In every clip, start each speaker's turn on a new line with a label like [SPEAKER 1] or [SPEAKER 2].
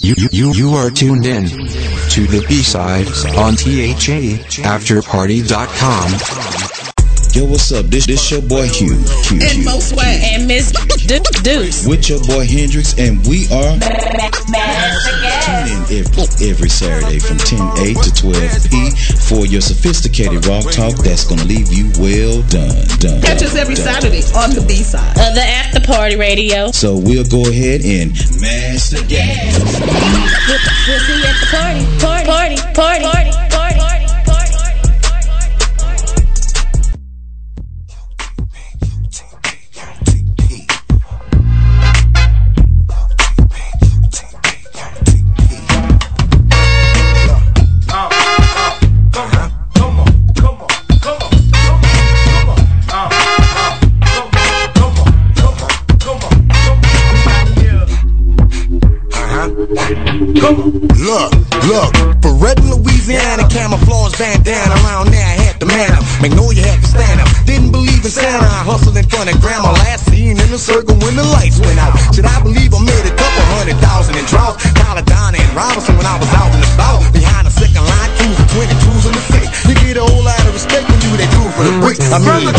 [SPEAKER 1] You, you, you, you are tuned in to the B-side on THA afterparty.com.
[SPEAKER 2] Yo, what's up? This this your boy Hugh. Q,
[SPEAKER 3] And Mo Swag.
[SPEAKER 4] and Miss Du- Deuce.
[SPEAKER 2] With your boy Hendrix, and we are tune in every, every Saturday from 10 a to 12 p for your sophisticated rock talk that's gonna leave you well done. done
[SPEAKER 3] Catch us every
[SPEAKER 2] done.
[SPEAKER 3] Saturday on the B side.
[SPEAKER 4] Of the After Party Radio.
[SPEAKER 2] So we'll go ahead and mash the gas.
[SPEAKER 4] We'll we'll see you at the party. Party. Party. Party. Party. Party.
[SPEAKER 5] Uh-huh. Look, look, Ferret, Louisiana, camouflage bandana. Around there, I had to man up. Magnolia had to stand up. Didn't believe in Santa. I hustled in front of grandma. Last seen in a circle when the lights went out. Should I believe I made a couple hundred thousand in draws? Caladonna and Robinson when I was out in the bow. Behind the second line, twos and twenty twos in the six. You get a whole lot of respect when you do they do for the bricks. I mean,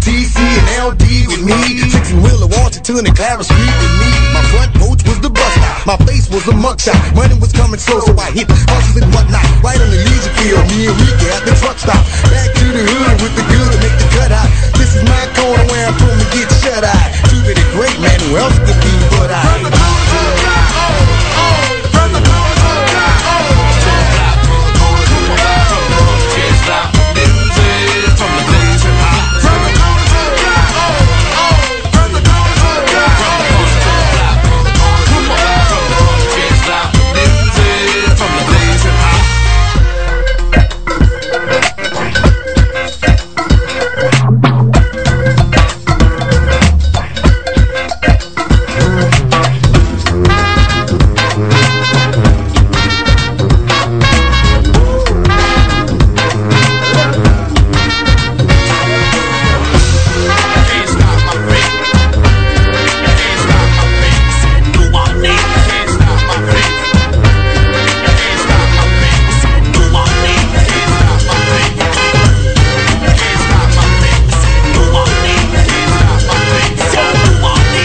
[SPEAKER 5] TC and LD with me. Six and Wheeler, Washington, and Clara Street with me. My front porch was the bus stop. My face was a mugshot. Money was coming slow, so I hit hustles and whatnot. Right on the leisure field, me and Rika at the truck stop. Back to the hood with the good, make the cut out. This is my corner where I'm from to get shut eye. Too many great man, who else could be but I?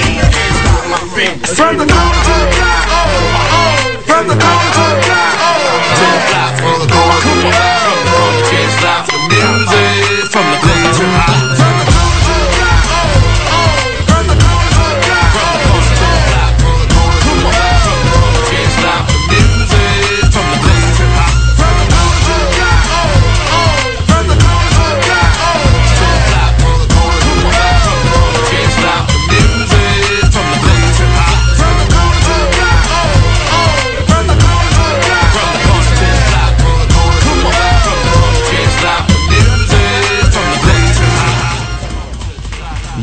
[SPEAKER 6] From the corner to the oh, oh, from the corner to the oh, from the corner to the can't stop the music. From the corner to the from the corner to the oh, from the corner to the from the corner to the can't stop the music. From the corner to the from the corner to the oh, from the corner to the from the corner to the can't stop the music. From the corner to the from the corner to the from the corner to the from the corner to the from the corner to the can't stop the music. From the corner to the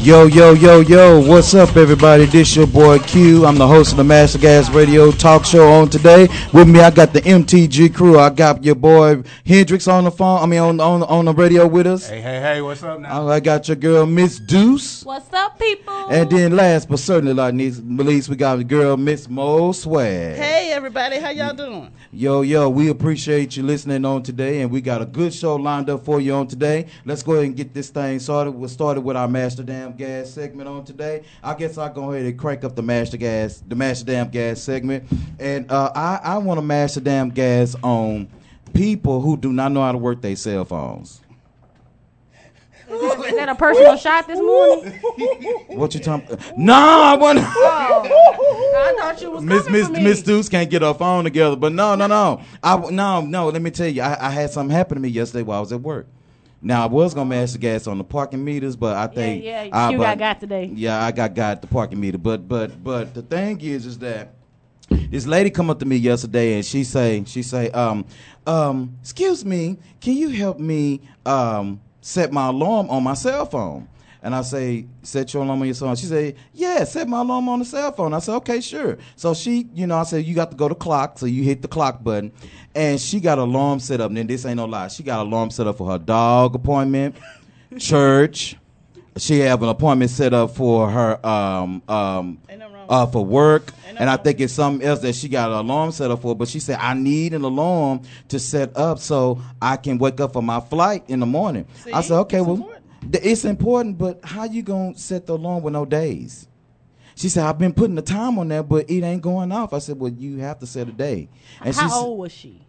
[SPEAKER 7] Yo, yo, yo, yo, what's up, everybody? This your boy Q. I'm the host of the Master Gas Radio Talk Show on today. With me, I got the MTG crew. I got your boy Hendrix on the phone, I mean, on, on, on the radio with us.
[SPEAKER 8] Hey, hey, hey, what's up now?
[SPEAKER 7] I got your girl, Miss Deuce.
[SPEAKER 4] What's up, people?
[SPEAKER 7] And then last but certainly not least, least, we got the girl, Miss Mo Swag.
[SPEAKER 3] Hey everybody, how y'all doing?
[SPEAKER 7] Yo, yo, we appreciate you listening on today, and we got a good show lined up for you on today. Let's go ahead and get this thing started. We'll started with our Master Damn Gas segment on today. I guess I'll go ahead and crank up the Master Gas, the Master Damn Gas segment. And uh, I, I want to Master Damn Gas on people who do not know how to work their cell phones.
[SPEAKER 9] Is that a personal shot this morning?
[SPEAKER 7] What you talking? No, I want
[SPEAKER 9] I thought you was
[SPEAKER 7] Miss
[SPEAKER 9] coming
[SPEAKER 7] Miss
[SPEAKER 9] for me.
[SPEAKER 7] Miss Deuce can't get her phone together, but no, no, no. I w- no no. Let me tell you, I, I had something happen to me yesterday while I was at work. Now I was gonna mash the gas on the parking meters, but I think
[SPEAKER 9] yeah, you
[SPEAKER 7] I,
[SPEAKER 9] got got today.
[SPEAKER 7] Yeah, I got got the parking meter, but but but the thing is, is that this lady come up to me yesterday and she say she say um um excuse me, can you help me um set my alarm on my cell phone? And I say, set your alarm on your phone. She said, yeah, set my alarm on the cell phone. I said, okay, sure. So she, you know, I said, you got to go to clock. So you hit the clock button. And she got alarm set up. And then this ain't no lie. She got alarm set up for her dog appointment, church. She have an appointment set up for her um um
[SPEAKER 3] Ain't nothing wrong
[SPEAKER 7] uh, for work,
[SPEAKER 3] Ain't no
[SPEAKER 7] and I
[SPEAKER 3] problem.
[SPEAKER 7] think it's something else that she got an alarm set up for. But she said, I need an alarm to set up so I can wake up for my flight in the morning. I
[SPEAKER 3] See?
[SPEAKER 7] said, okay,
[SPEAKER 3] It's
[SPEAKER 7] well,
[SPEAKER 3] important.
[SPEAKER 7] th- it's important, but how you going to set the alarm with no days? She said, I've been putting the time on that, but it ain't going off. I said, well, you have to set a day. And she,
[SPEAKER 4] How
[SPEAKER 7] s-
[SPEAKER 4] old was she?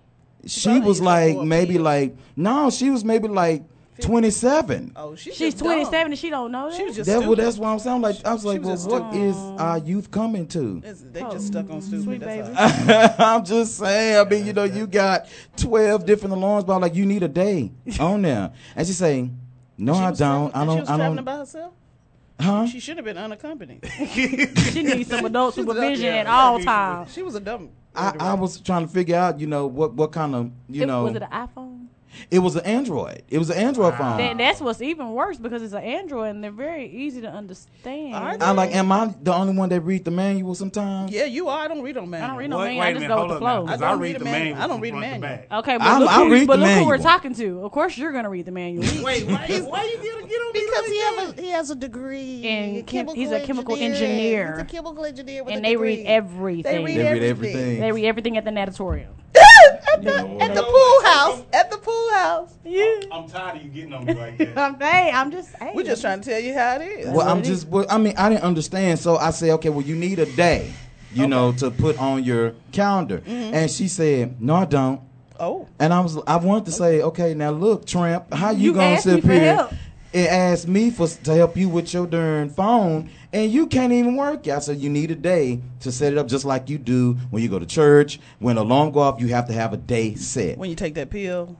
[SPEAKER 7] she
[SPEAKER 3] Probably
[SPEAKER 7] was
[SPEAKER 3] ain't
[SPEAKER 7] like,
[SPEAKER 3] no
[SPEAKER 7] maybe
[SPEAKER 3] appeal.
[SPEAKER 7] like, no, she was maybe like 27.
[SPEAKER 3] Oh, she's,
[SPEAKER 4] She's
[SPEAKER 3] just dumb.
[SPEAKER 4] 27 and she don't know that.
[SPEAKER 3] She was just
[SPEAKER 7] That, well,
[SPEAKER 3] stupid.
[SPEAKER 7] that's why I'm saying. Like, I was like,
[SPEAKER 3] she was
[SPEAKER 7] well,
[SPEAKER 3] just
[SPEAKER 7] what is our youth coming to?
[SPEAKER 3] It's- they just stuck on stupid.
[SPEAKER 4] Sweet
[SPEAKER 3] that's
[SPEAKER 4] baby.
[SPEAKER 3] all.
[SPEAKER 7] I'm just saying. I mean, you know, you got 12 different alarms, but I'm like, you need a day on there. And she say, no,
[SPEAKER 3] She
[SPEAKER 7] I
[SPEAKER 3] was traveling-
[SPEAKER 7] don't. I
[SPEAKER 3] and She
[SPEAKER 7] don't.
[SPEAKER 3] was
[SPEAKER 7] I
[SPEAKER 3] traveling
[SPEAKER 7] don't.
[SPEAKER 3] by herself.
[SPEAKER 7] Huh?
[SPEAKER 3] She should have been unaccompanied.
[SPEAKER 4] She needs some adult
[SPEAKER 3] She's a-
[SPEAKER 4] supervision
[SPEAKER 3] yeah,
[SPEAKER 4] at
[SPEAKER 3] yeah,
[SPEAKER 4] all
[SPEAKER 3] yeah.
[SPEAKER 4] times.
[SPEAKER 3] She was a dumb.
[SPEAKER 7] I, I was trying to figure out, you know, what, what kind of, you
[SPEAKER 4] It-
[SPEAKER 7] know,
[SPEAKER 4] was it an iPhone?
[SPEAKER 7] it was an Android. It was an Android phone.
[SPEAKER 4] That, that's what's even worse because it's an Android and they're very easy to understand.
[SPEAKER 3] Aren't
[SPEAKER 7] I'm like, am I the only one that read the manual sometimes?
[SPEAKER 3] yeah, you are. I don't read on man.
[SPEAKER 4] I don't read no
[SPEAKER 10] Wait,
[SPEAKER 4] man.
[SPEAKER 10] wait
[SPEAKER 4] I
[SPEAKER 10] a
[SPEAKER 4] just
[SPEAKER 10] minute,
[SPEAKER 4] go
[SPEAKER 10] hold
[SPEAKER 4] with the
[SPEAKER 10] up now,
[SPEAKER 4] flow.
[SPEAKER 10] 'cause
[SPEAKER 3] I
[SPEAKER 10] I
[SPEAKER 3] don't
[SPEAKER 10] read the manual.
[SPEAKER 3] I don't read the manual.
[SPEAKER 4] Okay, but
[SPEAKER 7] I'm-
[SPEAKER 4] look,
[SPEAKER 7] I
[SPEAKER 4] who,
[SPEAKER 7] read
[SPEAKER 4] but
[SPEAKER 7] the
[SPEAKER 4] look who we're
[SPEAKER 7] manual.
[SPEAKER 4] talking to. Of course, you're gonna read the manual.
[SPEAKER 10] Wait, why, why you gotta get on me
[SPEAKER 11] Because
[SPEAKER 10] like
[SPEAKER 11] he
[SPEAKER 10] that?
[SPEAKER 11] have a he has a degree.
[SPEAKER 4] And
[SPEAKER 11] a
[SPEAKER 4] chem- he's a chemical engineer.
[SPEAKER 11] He's a chemical engineer with
[SPEAKER 4] and
[SPEAKER 11] a
[SPEAKER 4] they
[SPEAKER 11] degree.
[SPEAKER 4] read everything.
[SPEAKER 3] They read,
[SPEAKER 7] They read
[SPEAKER 3] everything.
[SPEAKER 7] everything.
[SPEAKER 4] They read everything at the natatorium.
[SPEAKER 3] at, the, at the pool house. At the pool house.
[SPEAKER 4] Yeah.
[SPEAKER 10] I'm tired of you getting on me like that.
[SPEAKER 4] I'm, hey, I'm just. Hey,
[SPEAKER 3] We're just trying to tell you how it is.
[SPEAKER 7] Well, I'm just. Well, I mean, I didn't understand, so I said, okay, well, you need a day, you know, to put on your calendar. And she said, no, I don't.
[SPEAKER 3] Oh,
[SPEAKER 7] And I was, I wanted to say, okay, now look, tramp, how you,
[SPEAKER 4] You
[SPEAKER 7] gonna
[SPEAKER 4] asked me
[SPEAKER 7] sit
[SPEAKER 4] for
[SPEAKER 7] here
[SPEAKER 4] help.
[SPEAKER 7] and ask me for to help you with your darn phone, and you can't even work it? I said, you need a day to set it up, just like you do when you go to church. When alarm go off, you have to have a day set.
[SPEAKER 3] when you take that pill,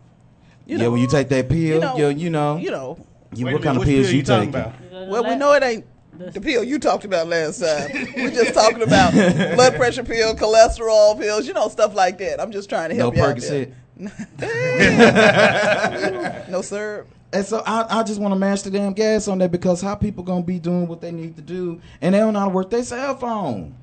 [SPEAKER 3] you
[SPEAKER 7] yeah,
[SPEAKER 3] know,
[SPEAKER 7] when you take that pill,
[SPEAKER 3] you know,
[SPEAKER 7] yo, you know,
[SPEAKER 3] you know.
[SPEAKER 7] you-
[SPEAKER 10] Wait a
[SPEAKER 7] what kind
[SPEAKER 10] minute,
[SPEAKER 7] of
[SPEAKER 10] which
[SPEAKER 7] pills
[SPEAKER 10] pill
[SPEAKER 7] you
[SPEAKER 10] talking
[SPEAKER 7] taking?
[SPEAKER 10] about?
[SPEAKER 3] Well, we know it ain't the pill you talked about last time. We're just talking about blood pressure pill, cholesterol pills, you know, stuff like that. I'm just trying to
[SPEAKER 7] No
[SPEAKER 3] help you out
[SPEAKER 7] Percocet.
[SPEAKER 3] there. No syrup.
[SPEAKER 7] And so I, I just want to mash the damn gas on that because how people gonna be doing what they need to do and they don't know how to work their cell phone.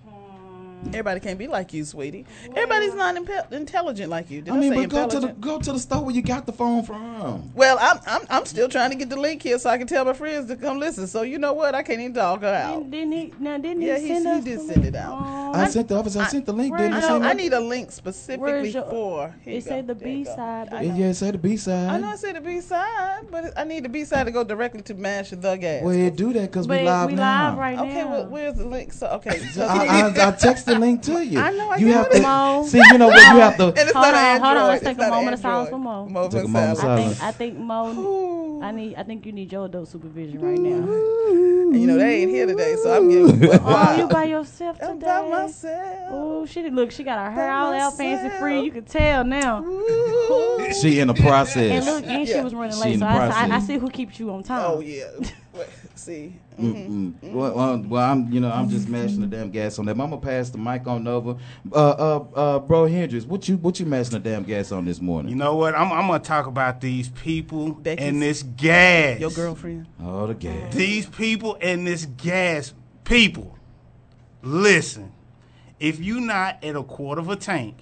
[SPEAKER 3] Everybody can't be like you, sweetie. Everybody's not impe- intelligent like you. Did I,
[SPEAKER 7] I mean,
[SPEAKER 3] say
[SPEAKER 7] but go to the
[SPEAKER 3] intelligent?
[SPEAKER 7] go to the store where you got the phone from.
[SPEAKER 3] Well, I'm, I'm I'm still trying to get the link here so I can tell my friends to come listen. So you know what? I can't even dog her
[SPEAKER 4] Didn't,
[SPEAKER 3] out.
[SPEAKER 4] didn't he? Now, didn't
[SPEAKER 3] Yeah,
[SPEAKER 4] he
[SPEAKER 3] he-
[SPEAKER 4] send
[SPEAKER 3] he
[SPEAKER 4] us?
[SPEAKER 3] did
[SPEAKER 4] the
[SPEAKER 3] send
[SPEAKER 4] link?
[SPEAKER 3] it out.
[SPEAKER 4] Aw,
[SPEAKER 7] I sent the office. I, sent the link. Didn't
[SPEAKER 3] I
[SPEAKER 7] I
[SPEAKER 3] know.
[SPEAKER 7] send
[SPEAKER 3] I
[SPEAKER 7] it?
[SPEAKER 3] need a link
[SPEAKER 4] Where's
[SPEAKER 3] specifically
[SPEAKER 4] your-
[SPEAKER 3] for. Here you
[SPEAKER 4] It said
[SPEAKER 3] go.
[SPEAKER 4] the
[SPEAKER 3] There you
[SPEAKER 4] B
[SPEAKER 3] go.
[SPEAKER 4] side. but-
[SPEAKER 7] Yeah, say the B
[SPEAKER 3] I know I
[SPEAKER 7] side.
[SPEAKER 3] said the B side, but I need the B side to go directly to Mash the Gas.
[SPEAKER 7] Well, it do that because we
[SPEAKER 4] But
[SPEAKER 7] live
[SPEAKER 4] we
[SPEAKER 7] now.
[SPEAKER 4] live right
[SPEAKER 3] Okay,
[SPEAKER 4] now.
[SPEAKER 3] well, where's the link? So okay,
[SPEAKER 7] I, I, I text the link to you.
[SPEAKER 3] I know, I
[SPEAKER 7] you
[SPEAKER 3] get
[SPEAKER 7] have
[SPEAKER 3] it.
[SPEAKER 7] to
[SPEAKER 4] Mo.
[SPEAKER 7] see. You know what you have
[SPEAKER 3] and
[SPEAKER 7] to.
[SPEAKER 3] it's
[SPEAKER 4] Hold
[SPEAKER 3] not
[SPEAKER 4] on, hold
[SPEAKER 3] an
[SPEAKER 4] on.
[SPEAKER 3] Android.
[SPEAKER 4] Let's take
[SPEAKER 3] it's
[SPEAKER 4] a
[SPEAKER 3] not an
[SPEAKER 4] moment of silence for
[SPEAKER 3] Android.
[SPEAKER 4] Mo.
[SPEAKER 3] Mo
[SPEAKER 7] Take a
[SPEAKER 3] for
[SPEAKER 7] moment of
[SPEAKER 4] I
[SPEAKER 3] silence.
[SPEAKER 4] think
[SPEAKER 7] silence.
[SPEAKER 4] I think Mo.
[SPEAKER 3] Ooh.
[SPEAKER 4] I need I think you need your adult supervision right now.
[SPEAKER 3] And you know they ain't here today, so I'm getting.
[SPEAKER 4] Oh,
[SPEAKER 3] wow.
[SPEAKER 4] you by yourself today?
[SPEAKER 3] I'm by myself.
[SPEAKER 4] Oh, she did- look. She got her hair
[SPEAKER 3] By
[SPEAKER 4] all out, fancy
[SPEAKER 3] myself.
[SPEAKER 4] free. You could tell now.
[SPEAKER 3] Ooh.
[SPEAKER 7] She in the
[SPEAKER 4] And
[SPEAKER 7] process.
[SPEAKER 4] look, and she
[SPEAKER 3] Yeah.
[SPEAKER 4] was running
[SPEAKER 7] She
[SPEAKER 4] late,
[SPEAKER 7] in
[SPEAKER 4] so
[SPEAKER 7] the
[SPEAKER 4] I, I, I
[SPEAKER 7] process.
[SPEAKER 4] see who keeps you on time.
[SPEAKER 3] Oh yeah. Wait, See.
[SPEAKER 7] Mm. Well, well, well, I'm you know I'm just mashing the damn gas on that. I'm gonna pass the mic on over. Uh, uh, uh, bro Hendrix, what you what you mashing the damn gas on this
[SPEAKER 10] You
[SPEAKER 7] morning?
[SPEAKER 10] know what? I'm, I'm gonna talk about these people
[SPEAKER 3] Becky's-
[SPEAKER 10] and this gas.
[SPEAKER 3] Your girlfriend.
[SPEAKER 7] Oh, the gas.
[SPEAKER 10] These people and this gas. People, listen. If you not at a quarter of a tank,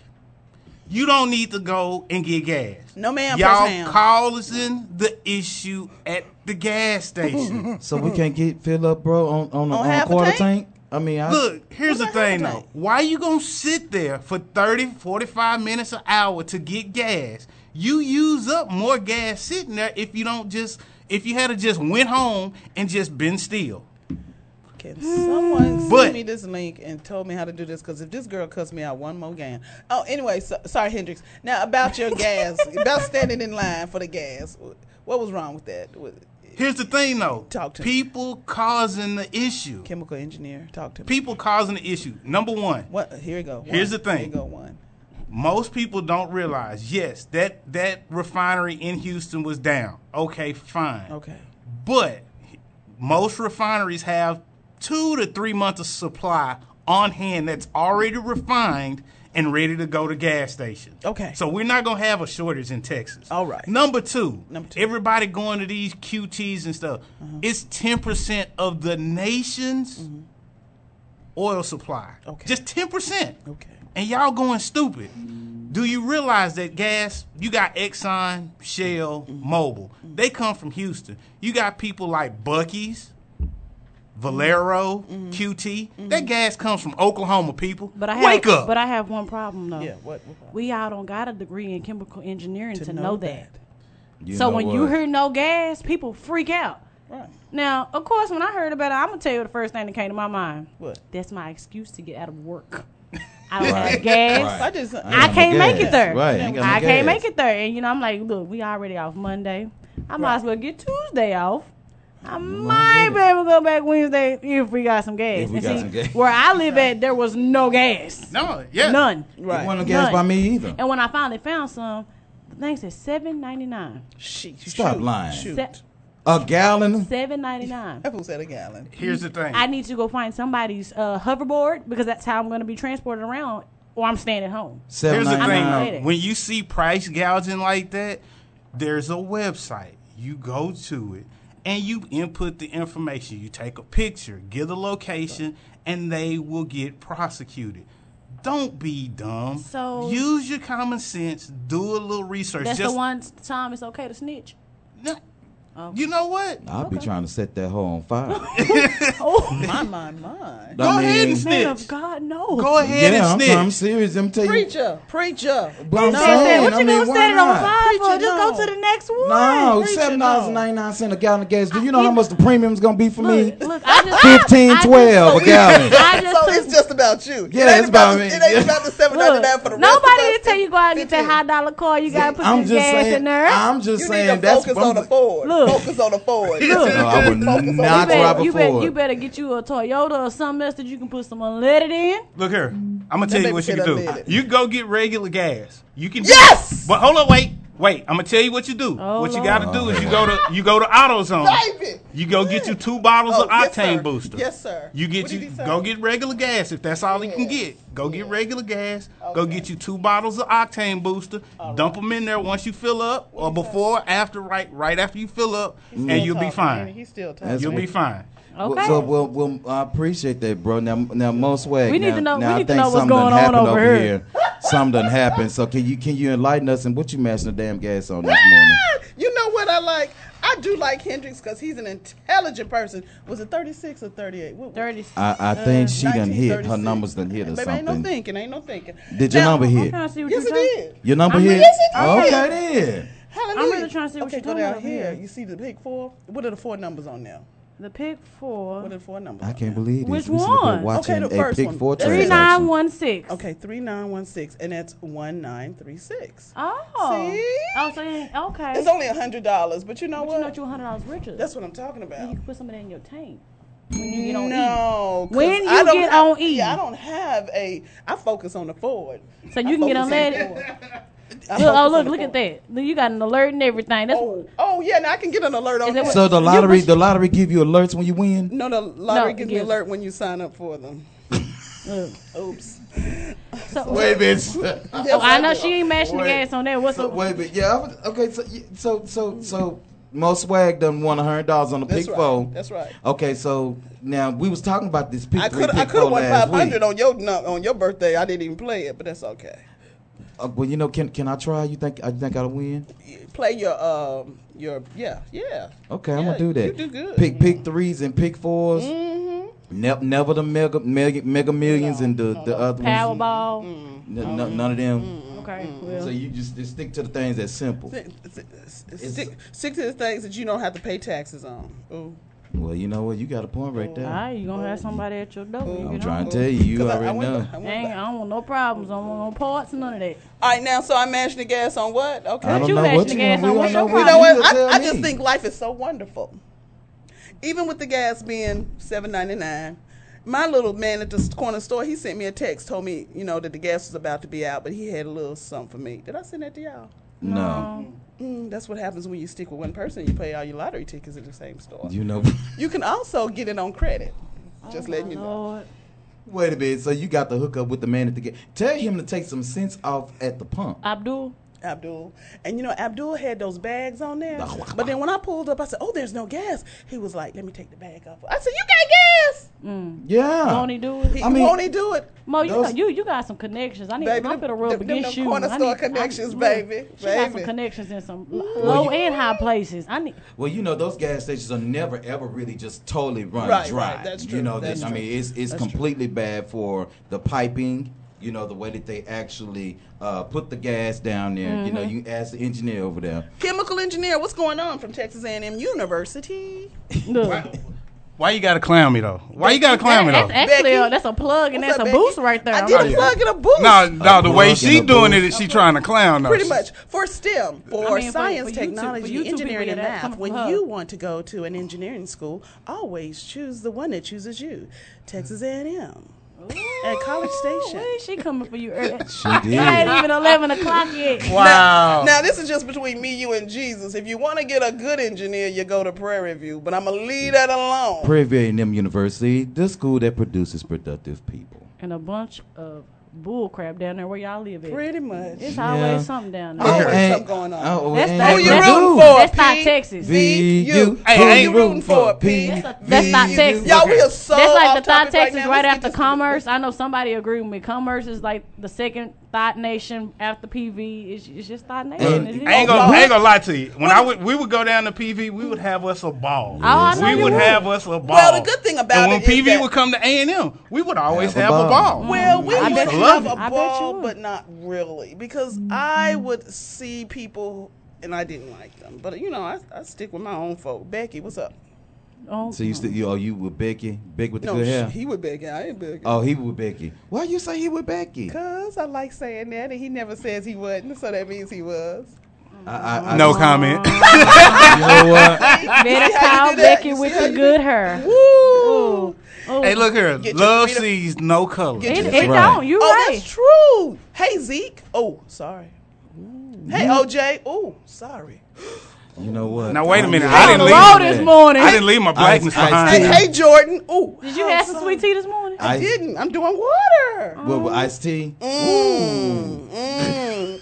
[SPEAKER 10] you don't need to go and get gas.
[SPEAKER 3] No, ma'am,
[SPEAKER 10] Y'all
[SPEAKER 3] press ham.
[SPEAKER 10] causing the issue at the gas station.
[SPEAKER 7] So we can't get fill up, bro, on on, a,
[SPEAKER 3] On
[SPEAKER 7] on a
[SPEAKER 3] half a
[SPEAKER 7] quarter tank?
[SPEAKER 3] tank?
[SPEAKER 7] I mean, I,
[SPEAKER 10] Look, here's the
[SPEAKER 3] What do I have
[SPEAKER 10] thing
[SPEAKER 3] to
[SPEAKER 10] though.
[SPEAKER 3] do?
[SPEAKER 10] Why you gonna sit there for 30, 45 minutes an hour to get gas? You use up more gas sitting there if you don't just if you had to just went home and just been still.
[SPEAKER 3] Can someone
[SPEAKER 10] But-
[SPEAKER 3] send me this link and told me how to do this? Because if this girl cussed me out one more game. Oh, anyway, so, sorry, Hendrix. Now about your gas, about standing in line for the gas. What was wrong with that? With-
[SPEAKER 10] Here's the thing though.
[SPEAKER 3] Talk to me.
[SPEAKER 10] people causing the issue.
[SPEAKER 3] Chemical engineer, talk to me.
[SPEAKER 10] People causing the issue. Number one,
[SPEAKER 3] What? Here we go. One.
[SPEAKER 10] Here's the thing.
[SPEAKER 3] Here we go one.
[SPEAKER 10] most people don't realize, yes, that that refinery in Houston was down. Okay, fine.
[SPEAKER 3] Okay.
[SPEAKER 10] But most refineries have two to three months of supply on hand that's already refined and ready to go to gas stations.
[SPEAKER 3] Okay.
[SPEAKER 10] So we're not gonna have a shortage in Texas.
[SPEAKER 3] All right.
[SPEAKER 10] Number two, Number two. everybody going to these QTs and stuff.
[SPEAKER 3] Uh-huh.
[SPEAKER 10] It's ten percent of the nation's
[SPEAKER 3] Mm-hmm.
[SPEAKER 10] oil supply. Okay. Just ten percent.
[SPEAKER 3] Okay.
[SPEAKER 10] And y'all going stupid. Do you realize that gas? You got Exxon, Shell, Mobil. They come from Houston. You got people like Bucky's. Valero, QT. That gas comes from Oklahoma, people.
[SPEAKER 4] But I have,
[SPEAKER 10] Wake up.
[SPEAKER 4] But I have one problem though.
[SPEAKER 3] Yeah, what- what problem?
[SPEAKER 4] We all don't got a degree in chemical engineering to, know,
[SPEAKER 3] know
[SPEAKER 4] that.
[SPEAKER 7] You
[SPEAKER 4] so
[SPEAKER 7] know
[SPEAKER 4] when you
[SPEAKER 7] what?
[SPEAKER 4] hear no gas, people freak out.
[SPEAKER 3] Right.
[SPEAKER 4] Now, of course, when I heard about it, I'm gonna tell you the first thing that came to my mind.
[SPEAKER 3] What?
[SPEAKER 4] That's my excuse to get out of work. I don't
[SPEAKER 7] Right.
[SPEAKER 4] have gas.
[SPEAKER 7] Right.
[SPEAKER 3] I just
[SPEAKER 4] I
[SPEAKER 7] no
[SPEAKER 4] can't make
[SPEAKER 7] gas.
[SPEAKER 4] it there.
[SPEAKER 7] Right, ain't got no
[SPEAKER 4] I can't
[SPEAKER 7] gas.
[SPEAKER 4] make it there. And you know, I'm like, look, we already off Monday. I might as well get Tuesday off. I might be able to go back Wednesday if we got some gas.
[SPEAKER 7] If we
[SPEAKER 4] And
[SPEAKER 7] got
[SPEAKER 4] see,
[SPEAKER 7] some gas.
[SPEAKER 4] where I live at, there was no gas.
[SPEAKER 10] no, yeah.
[SPEAKER 4] None.
[SPEAKER 7] It wasn't
[SPEAKER 3] right.
[SPEAKER 7] no gas
[SPEAKER 4] None.
[SPEAKER 7] by me either.
[SPEAKER 4] And when I finally found some, the thing said seven ninety nine.
[SPEAKER 3] She,
[SPEAKER 7] Stop
[SPEAKER 3] shoot,
[SPEAKER 7] lying.
[SPEAKER 3] Shoot.
[SPEAKER 4] Se-
[SPEAKER 7] A gallon.
[SPEAKER 4] seven ninety nine.
[SPEAKER 3] That fool said a gallon.
[SPEAKER 10] Here's the thing.
[SPEAKER 4] I need to go find somebody's uh, hoverboard because that's how I'm going to be transported around, or I'm staying at home.
[SPEAKER 10] Here's the thing,
[SPEAKER 4] not
[SPEAKER 10] though.
[SPEAKER 4] ready.
[SPEAKER 10] When you see price gouging like that, there's a website. You go to it and you input the information. You take a picture, give the location, and they will get prosecuted. Don't be dumb.
[SPEAKER 4] So-
[SPEAKER 10] use your common sense. Do a little research.
[SPEAKER 4] That's
[SPEAKER 10] Just
[SPEAKER 4] the one time it's okay to snitch.
[SPEAKER 10] No- you know what?
[SPEAKER 7] I'll be trying to set that hoe on fire.
[SPEAKER 4] Oh,
[SPEAKER 3] My, my, my.
[SPEAKER 10] Go ahead and
[SPEAKER 4] man of
[SPEAKER 10] snitch.
[SPEAKER 4] God, no.
[SPEAKER 10] Go ahead
[SPEAKER 7] yeah,
[SPEAKER 10] and
[SPEAKER 7] I'm,
[SPEAKER 10] snitch.
[SPEAKER 7] I'm serious. I'm telling you.
[SPEAKER 3] Preacher, preacher.
[SPEAKER 7] But I'm
[SPEAKER 3] No.
[SPEAKER 4] Stand there.
[SPEAKER 7] saying,
[SPEAKER 4] What
[SPEAKER 7] I
[SPEAKER 4] you
[SPEAKER 7] mean,
[SPEAKER 4] gonna
[SPEAKER 7] why
[SPEAKER 4] stand it on
[SPEAKER 7] not?
[SPEAKER 4] fire for?
[SPEAKER 3] Preacher,
[SPEAKER 4] Just
[SPEAKER 3] no.
[SPEAKER 4] go to the next one.
[SPEAKER 7] No,
[SPEAKER 3] Preacher,
[SPEAKER 7] seven dollars and ninety nine cent a gallon of gas. Do you know how much the premium's gonna be for me?
[SPEAKER 4] Look, look, I just, I
[SPEAKER 7] Fifteen,
[SPEAKER 4] just
[SPEAKER 7] twelve
[SPEAKER 4] took-
[SPEAKER 7] a gallon.
[SPEAKER 4] I just
[SPEAKER 3] So
[SPEAKER 4] took-
[SPEAKER 3] it's just about you.
[SPEAKER 7] Yeah,
[SPEAKER 3] it ain't
[SPEAKER 7] it's about
[SPEAKER 3] the-
[SPEAKER 7] me.
[SPEAKER 3] It ain't about the seven ninety
[SPEAKER 4] Look,
[SPEAKER 3] nine for the rest of
[SPEAKER 4] nobody
[SPEAKER 3] us.
[SPEAKER 4] didn't tell you go out and get that
[SPEAKER 3] Fifteen.
[SPEAKER 4] high dollar car. You gotta put
[SPEAKER 7] I'm
[SPEAKER 4] this
[SPEAKER 7] just
[SPEAKER 4] gas
[SPEAKER 7] saying.
[SPEAKER 4] in there.
[SPEAKER 7] I'm just
[SPEAKER 3] You need
[SPEAKER 7] saying
[SPEAKER 3] to
[SPEAKER 7] that's
[SPEAKER 3] focus on the Ford.
[SPEAKER 4] Look.
[SPEAKER 3] Focus on the Ford.
[SPEAKER 7] No, I would not
[SPEAKER 4] you,
[SPEAKER 7] rob
[SPEAKER 4] better,
[SPEAKER 7] a
[SPEAKER 4] you, better,
[SPEAKER 7] Ford.
[SPEAKER 4] you better get you a Toyota or something else that you can put some unleaded in.
[SPEAKER 10] Look here. I'm gonna tell
[SPEAKER 3] baby
[SPEAKER 10] you what you
[SPEAKER 3] said
[SPEAKER 10] can do.
[SPEAKER 3] unleaded.
[SPEAKER 10] You go get regular gas. You can
[SPEAKER 3] Yes!
[SPEAKER 10] But hold on, wait, wait. I'm gonna tell you what you do.
[SPEAKER 4] Oh,
[SPEAKER 10] what you
[SPEAKER 4] Lord.
[SPEAKER 10] gotta do is you go to you go to AutoZone.
[SPEAKER 3] Baby.
[SPEAKER 10] You go get you two bottles
[SPEAKER 3] Oh,
[SPEAKER 10] of
[SPEAKER 3] yes,
[SPEAKER 10] octane
[SPEAKER 3] sir.
[SPEAKER 10] booster.
[SPEAKER 3] Yes, sir.
[SPEAKER 10] You get
[SPEAKER 3] What
[SPEAKER 10] you
[SPEAKER 3] did he say?
[SPEAKER 10] go get regular gas if that's all you can
[SPEAKER 3] Yeah.
[SPEAKER 10] get. Go get regular gas. Go get you two bottles of octane booster. Dump them in there once you fill up, or before, after, right, right after you fill up, and you'll be fine.
[SPEAKER 3] He's still talking.
[SPEAKER 7] That's
[SPEAKER 10] You'll be fine.
[SPEAKER 7] Well,
[SPEAKER 4] Okay.
[SPEAKER 7] So well, well, I appreciate that, bro. Now, now, most swag.
[SPEAKER 4] We need
[SPEAKER 7] now,
[SPEAKER 4] to know-
[SPEAKER 7] Now,
[SPEAKER 4] we
[SPEAKER 7] I
[SPEAKER 4] need to
[SPEAKER 7] think
[SPEAKER 4] know what's
[SPEAKER 7] something
[SPEAKER 4] going
[SPEAKER 7] done
[SPEAKER 4] on
[SPEAKER 7] happened
[SPEAKER 4] over
[SPEAKER 7] over
[SPEAKER 4] here.
[SPEAKER 7] here. Something done happened. So can you can you enlighten us and what you mashing the damn gas on this morning?
[SPEAKER 3] You know what I like? I do like Hendrix because he's an intelligent person. Was it 36 or 38? What, what-
[SPEAKER 4] Thirty.
[SPEAKER 7] I, I
[SPEAKER 4] Uh,
[SPEAKER 7] think she done hit.
[SPEAKER 3] 1936.
[SPEAKER 7] Her numbers done hit or
[SPEAKER 3] Baby,
[SPEAKER 7] something.
[SPEAKER 3] ain't no thinking. Ain't no thinking.
[SPEAKER 7] Did your
[SPEAKER 3] Now-
[SPEAKER 7] number
[SPEAKER 4] I'm
[SPEAKER 7] hit?
[SPEAKER 4] trying to see what
[SPEAKER 3] Yes,
[SPEAKER 4] you're
[SPEAKER 3] it did.
[SPEAKER 7] Your number
[SPEAKER 4] I'm-
[SPEAKER 7] hit?
[SPEAKER 4] Yes,
[SPEAKER 3] it
[SPEAKER 7] okay,
[SPEAKER 3] did.
[SPEAKER 7] then.
[SPEAKER 3] Hallelujah.
[SPEAKER 4] really trying to see what
[SPEAKER 3] okay,
[SPEAKER 4] you're
[SPEAKER 3] go
[SPEAKER 4] talking
[SPEAKER 3] down
[SPEAKER 4] about
[SPEAKER 3] here.
[SPEAKER 4] here.
[SPEAKER 3] You see the big four? What are the four numbers on there?
[SPEAKER 4] The pick four.
[SPEAKER 3] What are the four numbers?
[SPEAKER 7] I
[SPEAKER 3] on
[SPEAKER 7] can't
[SPEAKER 3] there?
[SPEAKER 7] believe
[SPEAKER 4] Which
[SPEAKER 7] this. We sitting up here
[SPEAKER 4] one? Okay,
[SPEAKER 7] Watching
[SPEAKER 3] the
[SPEAKER 7] a
[SPEAKER 3] first
[SPEAKER 7] pick
[SPEAKER 3] one.
[SPEAKER 7] four
[SPEAKER 4] Three
[SPEAKER 7] transaction.
[SPEAKER 4] nine one six.
[SPEAKER 3] Okay, 3916, and that's 1936.
[SPEAKER 4] Oh.
[SPEAKER 3] See?
[SPEAKER 4] Oh, so then, okay.
[SPEAKER 3] It's only $100, but you know
[SPEAKER 4] but
[SPEAKER 3] what?
[SPEAKER 4] you know what you hundred dollars richer.
[SPEAKER 3] That's what I'm talking about.
[SPEAKER 4] you can put some of that in your tank when you get on E.
[SPEAKER 3] No, 'cause
[SPEAKER 4] When
[SPEAKER 3] I
[SPEAKER 4] you
[SPEAKER 3] don't
[SPEAKER 4] get
[SPEAKER 3] have-
[SPEAKER 4] on E.
[SPEAKER 3] yeah, I don't have a. I focus on the Ford.
[SPEAKER 4] So
[SPEAKER 3] I
[SPEAKER 4] you can get
[SPEAKER 3] focus on the
[SPEAKER 4] unleaded.
[SPEAKER 3] Ford.
[SPEAKER 4] Look,
[SPEAKER 3] I focus
[SPEAKER 4] oh
[SPEAKER 3] on
[SPEAKER 4] look,
[SPEAKER 3] the
[SPEAKER 4] look at
[SPEAKER 3] Ford.
[SPEAKER 4] that. Look, you got an alert and everything. That's
[SPEAKER 3] Oh, oh yeah, now I can get an alert on
[SPEAKER 4] Is that
[SPEAKER 3] that.
[SPEAKER 4] what-
[SPEAKER 7] So the
[SPEAKER 4] You
[SPEAKER 7] lottery,
[SPEAKER 4] push-
[SPEAKER 7] the lottery give you alerts when you win.
[SPEAKER 3] no, the lottery
[SPEAKER 4] No,
[SPEAKER 3] gives
[SPEAKER 4] it
[SPEAKER 3] me
[SPEAKER 4] gives-
[SPEAKER 3] alert when you sign up for them. Oops.
[SPEAKER 4] so,
[SPEAKER 7] Wait a minute.
[SPEAKER 4] oh, I know she ain't mashing the
[SPEAKER 7] Wait.
[SPEAKER 4] gas on that. What's
[SPEAKER 7] So
[SPEAKER 4] up?
[SPEAKER 7] wait, but yeah, I was, okay. So you- so so so Mo Swag done won a hundred dollars on the
[SPEAKER 3] That's
[SPEAKER 7] pick
[SPEAKER 3] right.
[SPEAKER 7] four.
[SPEAKER 3] That's right.
[SPEAKER 7] Okay, so now we was talking about this pick
[SPEAKER 3] I
[SPEAKER 7] three,
[SPEAKER 3] could I
[SPEAKER 7] pick
[SPEAKER 3] could have
[SPEAKER 7] four
[SPEAKER 3] won
[SPEAKER 7] last
[SPEAKER 3] five hundred
[SPEAKER 7] week.
[SPEAKER 3] on your no, on your birthday. I didn't even play it, but that's okay.
[SPEAKER 7] Uh, well, you know, can can I try? You think I think I'll win?
[SPEAKER 3] Play your um your yeah yeah.
[SPEAKER 7] Okay, I'm
[SPEAKER 3] Yeah,
[SPEAKER 7] gonna do that.
[SPEAKER 3] You do good. Mm-hmm.
[SPEAKER 7] Pick pick threes and pick 4s Never, never the mega mega, mega millions and the the other ones.
[SPEAKER 3] Mm.
[SPEAKER 4] Powerball.
[SPEAKER 7] N- n-
[SPEAKER 3] Mm-hmm.
[SPEAKER 7] none of them.
[SPEAKER 4] Okay. Well.
[SPEAKER 7] So you just, just stick to the things that's simple.
[SPEAKER 3] Stick, stick, stick to the things that you don't have to pay taxes on. Ooh.
[SPEAKER 7] Well, you know what? You got a point right there.
[SPEAKER 4] All right, you gonna have somebody at your door. you
[SPEAKER 7] I'm
[SPEAKER 4] know?
[SPEAKER 7] trying to tell you, you
[SPEAKER 3] 'Cause I-
[SPEAKER 7] already
[SPEAKER 3] I went
[SPEAKER 7] know.
[SPEAKER 3] back- I went
[SPEAKER 4] Dang,
[SPEAKER 3] back.
[SPEAKER 4] I don't want no problems. I don't want no parts, none of that.
[SPEAKER 3] All right, now, so I'm mashing the gas on what? Okay.
[SPEAKER 7] I
[SPEAKER 4] But
[SPEAKER 7] don't
[SPEAKER 4] you
[SPEAKER 7] know
[SPEAKER 4] matching
[SPEAKER 7] what
[SPEAKER 4] the
[SPEAKER 7] you
[SPEAKER 4] gas
[SPEAKER 7] want. We
[SPEAKER 4] on
[SPEAKER 7] don't
[SPEAKER 4] what
[SPEAKER 7] know
[SPEAKER 4] your
[SPEAKER 7] what
[SPEAKER 3] You
[SPEAKER 4] problem
[SPEAKER 3] know
[SPEAKER 7] You
[SPEAKER 3] what?
[SPEAKER 7] tell
[SPEAKER 3] I, I
[SPEAKER 7] me.
[SPEAKER 3] just think life is so wonderful. Even with the gas being seven ninety nine, my little man at the corner store he sent me a text, told me you know that the gas was about to be out, but he had a little something for me. Did I send that to y'all?
[SPEAKER 7] No,
[SPEAKER 4] Um,
[SPEAKER 3] Mm, that's what happens when you stick with one person. You pay all your lottery tickets at the same store.
[SPEAKER 7] you know.
[SPEAKER 3] You can also get it on credit. Just letting you know.
[SPEAKER 4] Oh, Lord.
[SPEAKER 7] Wait a minute. So you got the hookup with the man at the gas. Tell him to take some sense off at the pump.
[SPEAKER 4] Abdul.
[SPEAKER 3] Abdul. And you know, Abdul had those bags on there. But then when I pulled up, I said, Oh, there's no gas. He was like, Let me take the bag off. I said, You got gas.
[SPEAKER 7] Yeah.
[SPEAKER 4] Won't he do it?
[SPEAKER 3] He,
[SPEAKER 7] I mean-
[SPEAKER 3] won't he do it?
[SPEAKER 4] Mm. Mo, you,
[SPEAKER 7] Those-
[SPEAKER 4] got, you you got some connections. I need
[SPEAKER 3] Baby,
[SPEAKER 4] I'm
[SPEAKER 3] them-
[SPEAKER 4] gonna rub
[SPEAKER 3] them- them
[SPEAKER 4] against you.
[SPEAKER 3] corner
[SPEAKER 4] I
[SPEAKER 3] store
[SPEAKER 4] need- I-
[SPEAKER 3] connections,
[SPEAKER 4] look,
[SPEAKER 3] baby.
[SPEAKER 4] She got some
[SPEAKER 3] Baby.
[SPEAKER 4] connections in some l- low
[SPEAKER 7] you-
[SPEAKER 4] and high places. I need.
[SPEAKER 7] Well, you know those gas stations are never ever really just totally run
[SPEAKER 3] Right,
[SPEAKER 7] dry.
[SPEAKER 3] right, that's
[SPEAKER 7] You
[SPEAKER 3] true,
[SPEAKER 7] know,
[SPEAKER 3] that's
[SPEAKER 7] that- I
[SPEAKER 3] true.
[SPEAKER 7] mean, it's it's completely bad for the piping. You know the way that they actually uh, put the gas down there. You know,
[SPEAKER 3] Mm-hmm.
[SPEAKER 7] you ask the engineer over there.
[SPEAKER 3] Chemical engineer, what's going on from Texas A&M University?
[SPEAKER 4] Look,
[SPEAKER 10] Why you gotta clown me though? Why you gotta clown me
[SPEAKER 4] that's
[SPEAKER 10] though?
[SPEAKER 4] actually a,
[SPEAKER 3] Becky.
[SPEAKER 4] that's a plug and
[SPEAKER 3] What's
[SPEAKER 4] that's
[SPEAKER 3] up,
[SPEAKER 4] a
[SPEAKER 3] Becky?
[SPEAKER 4] boost right there.
[SPEAKER 3] I
[SPEAKER 4] I'm
[SPEAKER 3] did
[SPEAKER 4] like,
[SPEAKER 3] a plug and a boost.
[SPEAKER 10] No, no, the way
[SPEAKER 7] plug
[SPEAKER 10] she
[SPEAKER 7] in the
[SPEAKER 10] doing
[SPEAKER 7] booth.
[SPEAKER 10] it is she trying to clown us.
[SPEAKER 3] Pretty much for STEM, for
[SPEAKER 4] I mean, for- for
[SPEAKER 3] science,
[SPEAKER 4] you two- for
[SPEAKER 3] technology,
[SPEAKER 4] you two people
[SPEAKER 3] engineering,
[SPEAKER 4] get
[SPEAKER 3] and
[SPEAKER 4] that
[SPEAKER 3] math.
[SPEAKER 4] coming
[SPEAKER 3] When
[SPEAKER 4] from her.
[SPEAKER 3] you want to go to an engineering school, always choose the one that chooses you. Texas A&M at College Station.
[SPEAKER 4] Where is she coming for you? Early?
[SPEAKER 7] She
[SPEAKER 4] It ain't even eleven o'clock yet.
[SPEAKER 10] Wow.
[SPEAKER 3] Now this is just between me, you, and Jesus. If you want to get a good engineer, you go to Prairie View. But I'm gonna leave that alone.
[SPEAKER 7] Prairie A&M University, the school that produces productive people.
[SPEAKER 4] And a bunch of bull crap down there where y'all live at.
[SPEAKER 3] Pretty much.
[SPEAKER 4] It's
[SPEAKER 7] Yeah.
[SPEAKER 4] always something down there.
[SPEAKER 3] Oh, there's
[SPEAKER 7] And-
[SPEAKER 3] something going on.
[SPEAKER 7] Oh,
[SPEAKER 4] That's
[SPEAKER 7] and-
[SPEAKER 4] not-
[SPEAKER 3] Who you
[SPEAKER 4] That's-
[SPEAKER 3] rooting for?
[SPEAKER 4] that's not
[SPEAKER 3] P?
[SPEAKER 4] Texas.
[SPEAKER 3] V
[SPEAKER 7] VU.
[SPEAKER 3] U.
[SPEAKER 10] Hey,
[SPEAKER 3] Who
[SPEAKER 10] hey.
[SPEAKER 3] you rooting for? P.
[SPEAKER 4] That's a- that's not
[SPEAKER 3] VU.
[SPEAKER 4] Texas.
[SPEAKER 3] Y'all, we
[SPEAKER 10] Okay.
[SPEAKER 3] are so
[SPEAKER 4] That's like the
[SPEAKER 3] off topic
[SPEAKER 4] thought Texas
[SPEAKER 3] now.
[SPEAKER 4] right
[SPEAKER 3] Let's
[SPEAKER 4] after
[SPEAKER 3] get this-
[SPEAKER 4] Commerce. I know somebody agreed with me. Commerce is like the second thought nation after PV. It's, it's just
[SPEAKER 3] Uh,
[SPEAKER 4] thought nation.
[SPEAKER 7] And-
[SPEAKER 4] It's
[SPEAKER 10] I
[SPEAKER 4] just-
[SPEAKER 10] ain't gonna, I ain't gonna lie to you. When I would, we would go down to PV, we would have us a ball.
[SPEAKER 4] I know
[SPEAKER 10] we
[SPEAKER 4] you
[SPEAKER 10] would
[SPEAKER 4] would.
[SPEAKER 10] have us a ball.
[SPEAKER 3] Well, the good thing about
[SPEAKER 10] and when
[SPEAKER 3] it is
[SPEAKER 10] PV
[SPEAKER 3] that-
[SPEAKER 10] would come to A and M, we would always
[SPEAKER 7] Have
[SPEAKER 10] have,
[SPEAKER 7] a
[SPEAKER 10] a
[SPEAKER 7] ball.
[SPEAKER 10] ball.
[SPEAKER 3] Mm. Well, we
[SPEAKER 4] I
[SPEAKER 3] would
[SPEAKER 4] bet you
[SPEAKER 3] have
[SPEAKER 4] would. I
[SPEAKER 3] a
[SPEAKER 4] bet you
[SPEAKER 3] ball,
[SPEAKER 4] would. Mm-hmm.
[SPEAKER 3] but not really, because I would see people, and I didn't like them. But you know, I, I stick with my own folk. Becky, what's up?
[SPEAKER 4] Oh,
[SPEAKER 7] So you still you oh you with Becky? Big with the
[SPEAKER 3] No,
[SPEAKER 7] good
[SPEAKER 3] sh-
[SPEAKER 7] hair?
[SPEAKER 3] he would Becky. I ain't Becky.
[SPEAKER 7] oh, he with Becky. Why you say he with Becky?
[SPEAKER 3] Cause I like saying that, and he never says he wasn't, so that means he was.
[SPEAKER 7] I, I, I,
[SPEAKER 10] no comment.
[SPEAKER 7] You know what?
[SPEAKER 4] better
[SPEAKER 3] See how you
[SPEAKER 4] call
[SPEAKER 3] did that?
[SPEAKER 4] Becky
[SPEAKER 3] You see
[SPEAKER 4] with
[SPEAKER 3] how
[SPEAKER 4] the
[SPEAKER 3] you
[SPEAKER 4] good hair.
[SPEAKER 3] Woo!
[SPEAKER 4] Oh,
[SPEAKER 10] hey, look here.
[SPEAKER 3] Get your
[SPEAKER 10] Love
[SPEAKER 3] freedom.
[SPEAKER 10] sees no color.
[SPEAKER 3] Get
[SPEAKER 4] It, it
[SPEAKER 3] your-
[SPEAKER 7] Oh, That's right.
[SPEAKER 4] don't. You
[SPEAKER 3] Oh,
[SPEAKER 4] right.
[SPEAKER 3] that's true. Hey Zeke. Oh, sorry.
[SPEAKER 4] Mm.
[SPEAKER 3] Hey OJ. Oh, sorry.
[SPEAKER 7] You know what? Oh,
[SPEAKER 10] Now wait a
[SPEAKER 7] I'm
[SPEAKER 10] minute.
[SPEAKER 7] just-
[SPEAKER 10] I
[SPEAKER 4] I on
[SPEAKER 10] didn't
[SPEAKER 4] the
[SPEAKER 10] leave.
[SPEAKER 4] road this morning.
[SPEAKER 10] I didn't leave my blackness
[SPEAKER 7] I- I
[SPEAKER 10] behind.
[SPEAKER 3] Hey,
[SPEAKER 7] Yeah.
[SPEAKER 3] hey Jordan. Oh,
[SPEAKER 4] Did you have some sweet tea this morning?
[SPEAKER 3] I
[SPEAKER 7] I-
[SPEAKER 3] didn't. I'm doing water.
[SPEAKER 7] What with Ice T?
[SPEAKER 3] Mm, mm.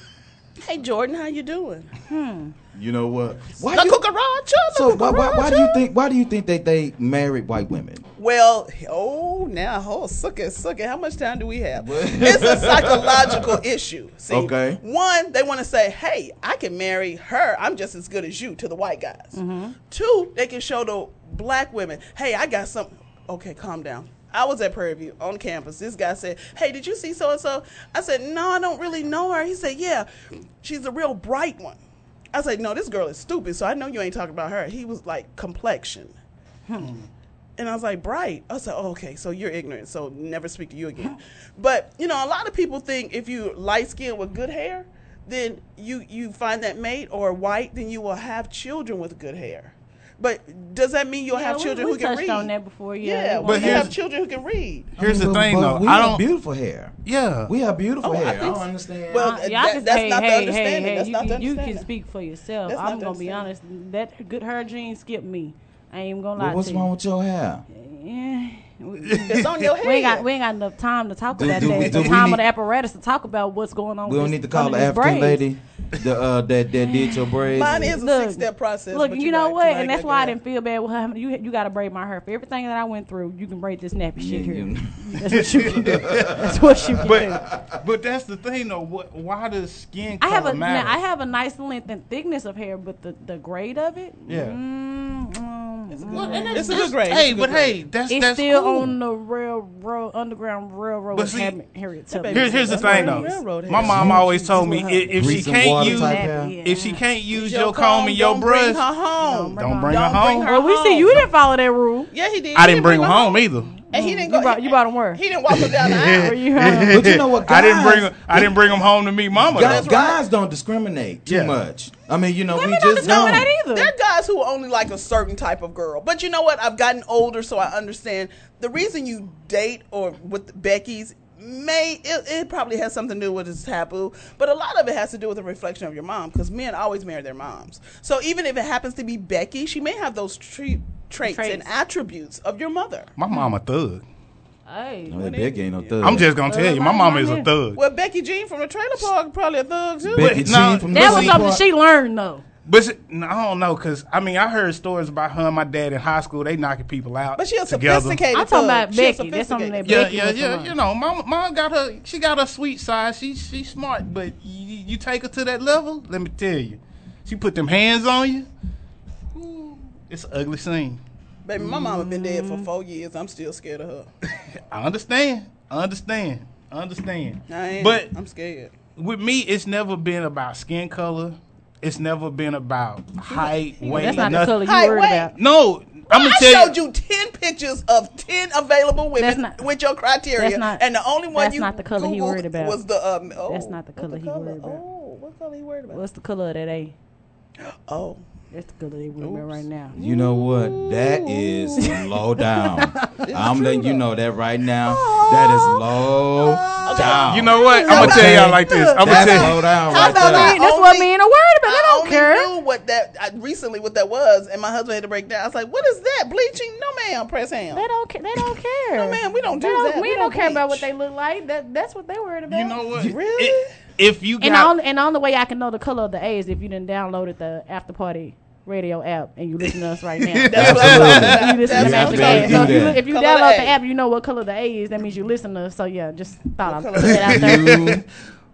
[SPEAKER 3] Hey Jordan, how you doing?
[SPEAKER 4] Hmm.
[SPEAKER 7] You know what? Why
[SPEAKER 3] La
[SPEAKER 7] you,
[SPEAKER 3] cucaracha. la
[SPEAKER 7] so why, why, why do you
[SPEAKER 3] cucaracha.
[SPEAKER 7] think why do you think that they married white women?
[SPEAKER 3] Well, oh, now, oh, suck it, suck it. How much time do we have? it's a psychological issue. See,
[SPEAKER 7] Okay.
[SPEAKER 3] one, they want to say, hey, I can marry her. I'm just as good as you to the white guys. Two, they can show the black women, hey, I got something. Okay, calm down. I was at Prairie View on campus. This guy said, hey, did you see so and so? I said, no, I don't really know her. He said, yeah, she's a real bright one. I said, no, this girl is stupid, so I know you ain't talking about her. He was like, complexion.
[SPEAKER 4] Hmm.
[SPEAKER 3] And I was like, bright. I said, oh, okay, so you're ignorant, so never speak to you again. But you know, a lot of people think if you light skinned with good hair, then you you find that mate or white, then you will have children with good hair. But does that mean you'll
[SPEAKER 4] Yeah,
[SPEAKER 3] have
[SPEAKER 4] we-
[SPEAKER 3] children
[SPEAKER 4] we
[SPEAKER 3] who can
[SPEAKER 4] touched
[SPEAKER 3] read?
[SPEAKER 4] on that before, yeah.
[SPEAKER 3] yeah
[SPEAKER 4] We
[SPEAKER 3] but
[SPEAKER 10] wanted
[SPEAKER 3] you
[SPEAKER 10] to-
[SPEAKER 3] have children who can read.
[SPEAKER 10] Here's the
[SPEAKER 7] But-
[SPEAKER 10] thing,
[SPEAKER 7] but
[SPEAKER 10] though.
[SPEAKER 7] We
[SPEAKER 10] I
[SPEAKER 7] have
[SPEAKER 10] don't.
[SPEAKER 7] beautiful hair.
[SPEAKER 10] Yeah.
[SPEAKER 7] We have beautiful
[SPEAKER 3] Oh, I
[SPEAKER 7] hair. I,
[SPEAKER 3] think
[SPEAKER 7] don't
[SPEAKER 3] so.
[SPEAKER 7] understand.
[SPEAKER 3] Well,
[SPEAKER 4] Uh,
[SPEAKER 3] that-
[SPEAKER 4] y'all just
[SPEAKER 3] that's
[SPEAKER 4] hey,
[SPEAKER 3] not the
[SPEAKER 4] hey,
[SPEAKER 3] understanding.
[SPEAKER 4] Hey, hey,
[SPEAKER 3] That's
[SPEAKER 4] you,
[SPEAKER 3] not the
[SPEAKER 4] you- you can
[SPEAKER 3] understanding.
[SPEAKER 4] speak for yourself.
[SPEAKER 3] That's
[SPEAKER 4] I'm
[SPEAKER 3] not the
[SPEAKER 4] gonna be honest. That good hair gene skipped me. I ain't even gonna lie
[SPEAKER 7] Well, what's
[SPEAKER 4] to
[SPEAKER 7] wrong
[SPEAKER 4] you.
[SPEAKER 7] with your hair?
[SPEAKER 4] Yeah. We-
[SPEAKER 3] It's on your head.
[SPEAKER 4] We ain't got we ain't got enough time to talk
[SPEAKER 7] Do-
[SPEAKER 4] about
[SPEAKER 7] do we-
[SPEAKER 4] that.
[SPEAKER 7] do
[SPEAKER 4] The
[SPEAKER 7] we
[SPEAKER 4] time
[SPEAKER 7] need-
[SPEAKER 4] of the apparatus to talk about what's going on.
[SPEAKER 7] We don't
[SPEAKER 4] with
[SPEAKER 7] need to
[SPEAKER 4] this-
[SPEAKER 7] call
[SPEAKER 4] under
[SPEAKER 7] the
[SPEAKER 4] this
[SPEAKER 7] African
[SPEAKER 4] braid.
[SPEAKER 7] lady the, uh, that that did your braids.
[SPEAKER 3] Mine is a
[SPEAKER 4] Look,
[SPEAKER 3] six step process.
[SPEAKER 4] Look,
[SPEAKER 3] but
[SPEAKER 4] you
[SPEAKER 3] you're
[SPEAKER 4] know
[SPEAKER 3] right,
[SPEAKER 4] what,
[SPEAKER 3] mine
[SPEAKER 4] and
[SPEAKER 3] got
[SPEAKER 4] that's why I
[SPEAKER 3] that.
[SPEAKER 4] didn't feel bad with her. You you got to braid my hair for everything that I went through. You can braid this nappy shit
[SPEAKER 7] You-
[SPEAKER 4] here.
[SPEAKER 7] you-
[SPEAKER 4] That's what you can do. That's what you can do.
[SPEAKER 10] But but that's the thing, though. What, why does skin
[SPEAKER 4] I
[SPEAKER 10] color
[SPEAKER 4] have a
[SPEAKER 10] matter?
[SPEAKER 4] now, I have a nice length and thickness of hair, but the, the grade of it,
[SPEAKER 10] Yeah.
[SPEAKER 4] mm, mm, mm.
[SPEAKER 10] Well, and
[SPEAKER 3] It's a
[SPEAKER 10] that's-
[SPEAKER 3] good grade. It's
[SPEAKER 10] Hey,
[SPEAKER 3] a good
[SPEAKER 10] but
[SPEAKER 3] grade.
[SPEAKER 10] hey, that's
[SPEAKER 4] it's
[SPEAKER 10] that's
[SPEAKER 4] still
[SPEAKER 10] cool.
[SPEAKER 4] on the railroad underground railroad.
[SPEAKER 10] But
[SPEAKER 4] with
[SPEAKER 10] see,
[SPEAKER 4] Harriet- Harriet Tubman.
[SPEAKER 10] Here, here's the
[SPEAKER 3] That's
[SPEAKER 10] thing,
[SPEAKER 3] why
[SPEAKER 10] though.
[SPEAKER 3] the railroad
[SPEAKER 10] My
[SPEAKER 3] has-
[SPEAKER 10] mom always told me i- if,
[SPEAKER 7] Grease
[SPEAKER 10] she
[SPEAKER 7] and
[SPEAKER 10] can't
[SPEAKER 7] water
[SPEAKER 10] use
[SPEAKER 7] type
[SPEAKER 4] Yeah.
[SPEAKER 7] hair.
[SPEAKER 10] if she can't use
[SPEAKER 3] Your
[SPEAKER 10] your comb and your
[SPEAKER 3] don't bring
[SPEAKER 10] brush,
[SPEAKER 3] her home.
[SPEAKER 10] don't bring her
[SPEAKER 3] Don't bring
[SPEAKER 10] home.
[SPEAKER 3] her-
[SPEAKER 4] Well, we see you didn't follow that rule.
[SPEAKER 3] Yeah, he did.
[SPEAKER 10] I
[SPEAKER 3] He
[SPEAKER 10] didn't bring her
[SPEAKER 3] her
[SPEAKER 10] home either.
[SPEAKER 3] And he didn't
[SPEAKER 4] You
[SPEAKER 3] go.
[SPEAKER 4] brought you brought them where?
[SPEAKER 3] He didn't walk her down the aisle.
[SPEAKER 4] Where you at?
[SPEAKER 7] But you know what? Guys,
[SPEAKER 10] I didn't bring I didn't bring them home to meet mama.
[SPEAKER 7] Guys,
[SPEAKER 10] though.
[SPEAKER 7] guys don't discriminate too
[SPEAKER 10] Yeah.
[SPEAKER 7] much. I mean, you know,
[SPEAKER 4] Women
[SPEAKER 7] we
[SPEAKER 4] don't
[SPEAKER 7] just don't.
[SPEAKER 4] discriminate either.
[SPEAKER 3] There are guys who only like a certain type of girl. But you know what? I've gotten older, so I understand the reason you date or with the Becky's may it, it probably has something to do with his taboo but a lot of it has to do with the reflection of your mom because men always marry their moms so even if it happens to be becky she may have those tre- traits, and
[SPEAKER 4] Traits.
[SPEAKER 3] attributes of your mother
[SPEAKER 10] My mama thug.
[SPEAKER 4] Hey.
[SPEAKER 7] No, that Becky ain't no thug.
[SPEAKER 10] I'm just gonna tell you, my mama is a thug.
[SPEAKER 3] Well, Becky Jean from the trailer park probably a thug too.
[SPEAKER 7] Becky
[SPEAKER 10] But no,
[SPEAKER 7] Jean from
[SPEAKER 4] That
[SPEAKER 10] But
[SPEAKER 4] was
[SPEAKER 10] see-
[SPEAKER 4] something she learned though.
[SPEAKER 10] But she, no, I don't know, cause I mean, I heard stories about her and my dad in high school. They knocking people out.
[SPEAKER 3] But she a
[SPEAKER 10] together.
[SPEAKER 3] sophisticated.
[SPEAKER 4] I'm talking
[SPEAKER 3] thug.
[SPEAKER 4] about
[SPEAKER 3] She a
[SPEAKER 4] Becky. That's something
[SPEAKER 3] sophisticated-
[SPEAKER 4] that
[SPEAKER 10] Yeah,
[SPEAKER 4] Becky was
[SPEAKER 10] yeah, yeah.
[SPEAKER 4] around.
[SPEAKER 10] You know, mom, mom got her. She got her sweet side. She she's smart, but you, you take her to that level. Let me tell you, she put them hands on you. Ooh, It's an ugly scene.
[SPEAKER 3] Baby, my mama been dead for four years. I'm still scared of her.
[SPEAKER 10] I understand. I understand. I understand.
[SPEAKER 3] I am.
[SPEAKER 10] But
[SPEAKER 3] I'm scared.
[SPEAKER 10] with me, it's never been about skin color. It's never been about height, weight.
[SPEAKER 4] That's not the
[SPEAKER 10] nothing.
[SPEAKER 4] color you
[SPEAKER 3] Hey,
[SPEAKER 4] worried
[SPEAKER 3] wait.
[SPEAKER 4] about.
[SPEAKER 10] No, I'm gonna
[SPEAKER 3] I
[SPEAKER 10] tell
[SPEAKER 3] showed you. ten pictures of ten available
[SPEAKER 4] That's
[SPEAKER 3] women
[SPEAKER 4] not-
[SPEAKER 3] with your criteria,
[SPEAKER 4] that's not-
[SPEAKER 3] and the only one
[SPEAKER 4] that's
[SPEAKER 3] you
[SPEAKER 4] not the color he
[SPEAKER 3] Googled
[SPEAKER 4] worried about.
[SPEAKER 3] was the um. Oh,
[SPEAKER 4] That's not the
[SPEAKER 3] what
[SPEAKER 4] color he worried about.
[SPEAKER 3] Oh, what color he worried about?
[SPEAKER 4] What's the color of that A?
[SPEAKER 3] oh,
[SPEAKER 4] That's the color they worried about right now.
[SPEAKER 7] You know what? That is low down. I'm letting you know that right now. That is low
[SPEAKER 4] Oh.
[SPEAKER 7] down.
[SPEAKER 10] You know what? I'm gonna
[SPEAKER 7] Okay.
[SPEAKER 10] tell y'all like this. I'm gonna
[SPEAKER 7] That's
[SPEAKER 10] tell
[SPEAKER 7] low down
[SPEAKER 3] How
[SPEAKER 7] right
[SPEAKER 3] about
[SPEAKER 7] there.
[SPEAKER 3] I
[SPEAKER 4] That's what
[SPEAKER 3] only-
[SPEAKER 4] men are worried about. They
[SPEAKER 3] I
[SPEAKER 4] don't
[SPEAKER 3] only
[SPEAKER 4] care.
[SPEAKER 3] knew what that I, recently what that was, and my husband had to break down. I was like, "What is that? Bleaching? No, ma'am. Press ham.
[SPEAKER 4] They don't care. They don't care.
[SPEAKER 3] No, ma'am, we don't
[SPEAKER 4] They
[SPEAKER 3] do that.
[SPEAKER 4] We,
[SPEAKER 3] We
[SPEAKER 4] don't
[SPEAKER 3] don't
[SPEAKER 4] care about what
[SPEAKER 3] bleach.
[SPEAKER 4] they look like. That that's what they worried about.
[SPEAKER 10] you. You know what?
[SPEAKER 3] Really?
[SPEAKER 10] It- if you got
[SPEAKER 4] And the only and the only way I can know the color of the A is if you done downloaded the after party radio app and you listen to us right now.
[SPEAKER 3] That's what I'm talking about.
[SPEAKER 4] You listen to
[SPEAKER 3] That's
[SPEAKER 4] Magic
[SPEAKER 3] what I'm
[SPEAKER 4] A.
[SPEAKER 3] talking
[SPEAKER 4] So if
[SPEAKER 7] Yeah, do
[SPEAKER 4] you,
[SPEAKER 7] that.
[SPEAKER 4] look- if you
[SPEAKER 3] Color
[SPEAKER 4] download
[SPEAKER 3] A.
[SPEAKER 4] the app, you know what color the A is. That means you listen to us. So yeah, just thought I'd
[SPEAKER 3] color
[SPEAKER 4] put that out there.
[SPEAKER 7] You-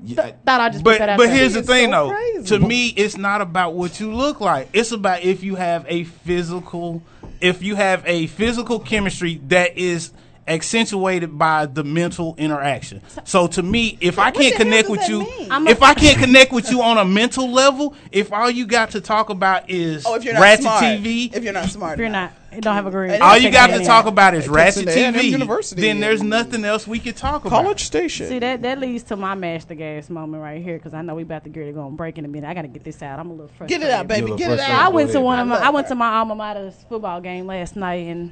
[SPEAKER 7] yeah,
[SPEAKER 4] Thought I'd just put that
[SPEAKER 10] But
[SPEAKER 4] out
[SPEAKER 10] but
[SPEAKER 4] there.
[SPEAKER 10] here's the
[SPEAKER 3] It's
[SPEAKER 10] thing
[SPEAKER 3] so
[SPEAKER 10] though.
[SPEAKER 3] crazy.
[SPEAKER 10] To me, it's not about what you look like. It's about if you have a physical, if you have a physical chemistry that is accentuated by the mental interaction. So to me, if I can't
[SPEAKER 3] the hell
[SPEAKER 10] connect
[SPEAKER 3] does
[SPEAKER 10] with
[SPEAKER 3] that
[SPEAKER 10] you,
[SPEAKER 3] mean?
[SPEAKER 4] I'm a-
[SPEAKER 10] if I can't connect with you on a mental level, if all you got to talk about is
[SPEAKER 3] Oh, if you're not
[SPEAKER 10] ratchet
[SPEAKER 3] smart.
[SPEAKER 10] TV,
[SPEAKER 3] If you're not smart,
[SPEAKER 4] If you're
[SPEAKER 3] enough.
[SPEAKER 4] not, you don't have a green.
[SPEAKER 3] And
[SPEAKER 10] all
[SPEAKER 3] I'll
[SPEAKER 10] you
[SPEAKER 3] take
[SPEAKER 10] got
[SPEAKER 3] that
[SPEAKER 10] to
[SPEAKER 3] in.
[SPEAKER 10] talk about is
[SPEAKER 3] It takes
[SPEAKER 10] ratchet
[SPEAKER 3] it to A&M
[SPEAKER 10] TV,
[SPEAKER 3] University.
[SPEAKER 10] then there's nothing else we could talk about.
[SPEAKER 3] college station.
[SPEAKER 4] See that that leads to my master gas moment right here because I know we about to get it going break in a minute. I got to get this out. I'm a little
[SPEAKER 3] Get
[SPEAKER 4] frustrated.
[SPEAKER 3] it out,
[SPEAKER 7] You're
[SPEAKER 3] baby.
[SPEAKER 7] a
[SPEAKER 3] Get it
[SPEAKER 7] frustrated
[SPEAKER 4] I
[SPEAKER 7] Go
[SPEAKER 3] out.
[SPEAKER 4] went to
[SPEAKER 7] ahead.
[SPEAKER 4] one of my
[SPEAKER 3] I
[SPEAKER 4] I
[SPEAKER 3] love
[SPEAKER 4] went to
[SPEAKER 3] her.
[SPEAKER 4] my alma mater's football game last night and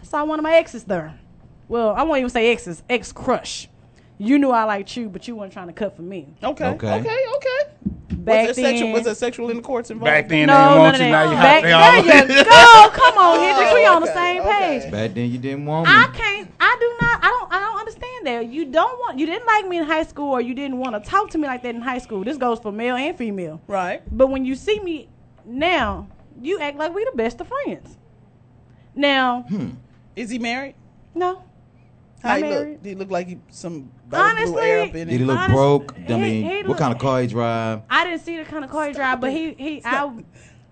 [SPEAKER 4] I saw one of my exes there. Well, I won't even say exes, ex crush. You knew I liked you, but you weren't trying to cut for me.
[SPEAKER 3] Okay.
[SPEAKER 7] Okay.
[SPEAKER 3] Okay. Okay.
[SPEAKER 4] Back
[SPEAKER 3] was there sexual?
[SPEAKER 4] then-
[SPEAKER 3] Was there sexual intercourse involved?
[SPEAKER 10] Back then, they
[SPEAKER 4] No,
[SPEAKER 10] didn't
[SPEAKER 4] no,
[SPEAKER 10] want
[SPEAKER 4] no,
[SPEAKER 10] you. Now
[SPEAKER 4] no.
[SPEAKER 10] you
[SPEAKER 4] Back,
[SPEAKER 10] hot. They all-
[SPEAKER 4] there you go. Come on, Hendrix, we on the
[SPEAKER 3] okay,
[SPEAKER 4] same
[SPEAKER 3] Oh, okay.
[SPEAKER 4] page.
[SPEAKER 7] Back then you didn't want me.
[SPEAKER 4] I can't. I do not. I don't. I don't understand that. You don't want. You didn't like me in high school, or you didn't want to talk to me like that in high school. This goes for male and female.
[SPEAKER 3] Right.
[SPEAKER 4] But when you see me now, you act like we the best of friends. Now,
[SPEAKER 3] Hmm. Is he married?
[SPEAKER 4] no.
[SPEAKER 3] How
[SPEAKER 4] I'm
[SPEAKER 3] he look?
[SPEAKER 4] married.
[SPEAKER 3] Did he look like he some blue
[SPEAKER 4] Honestly,
[SPEAKER 3] air up in
[SPEAKER 7] Did he look
[SPEAKER 4] Honestly,
[SPEAKER 7] broke? I
[SPEAKER 4] he-
[SPEAKER 7] mean,
[SPEAKER 4] he
[SPEAKER 7] what
[SPEAKER 4] look-
[SPEAKER 7] kind of car he drive?
[SPEAKER 4] I didn't see the kind of car he drive, but he he
[SPEAKER 3] Stop.
[SPEAKER 4] I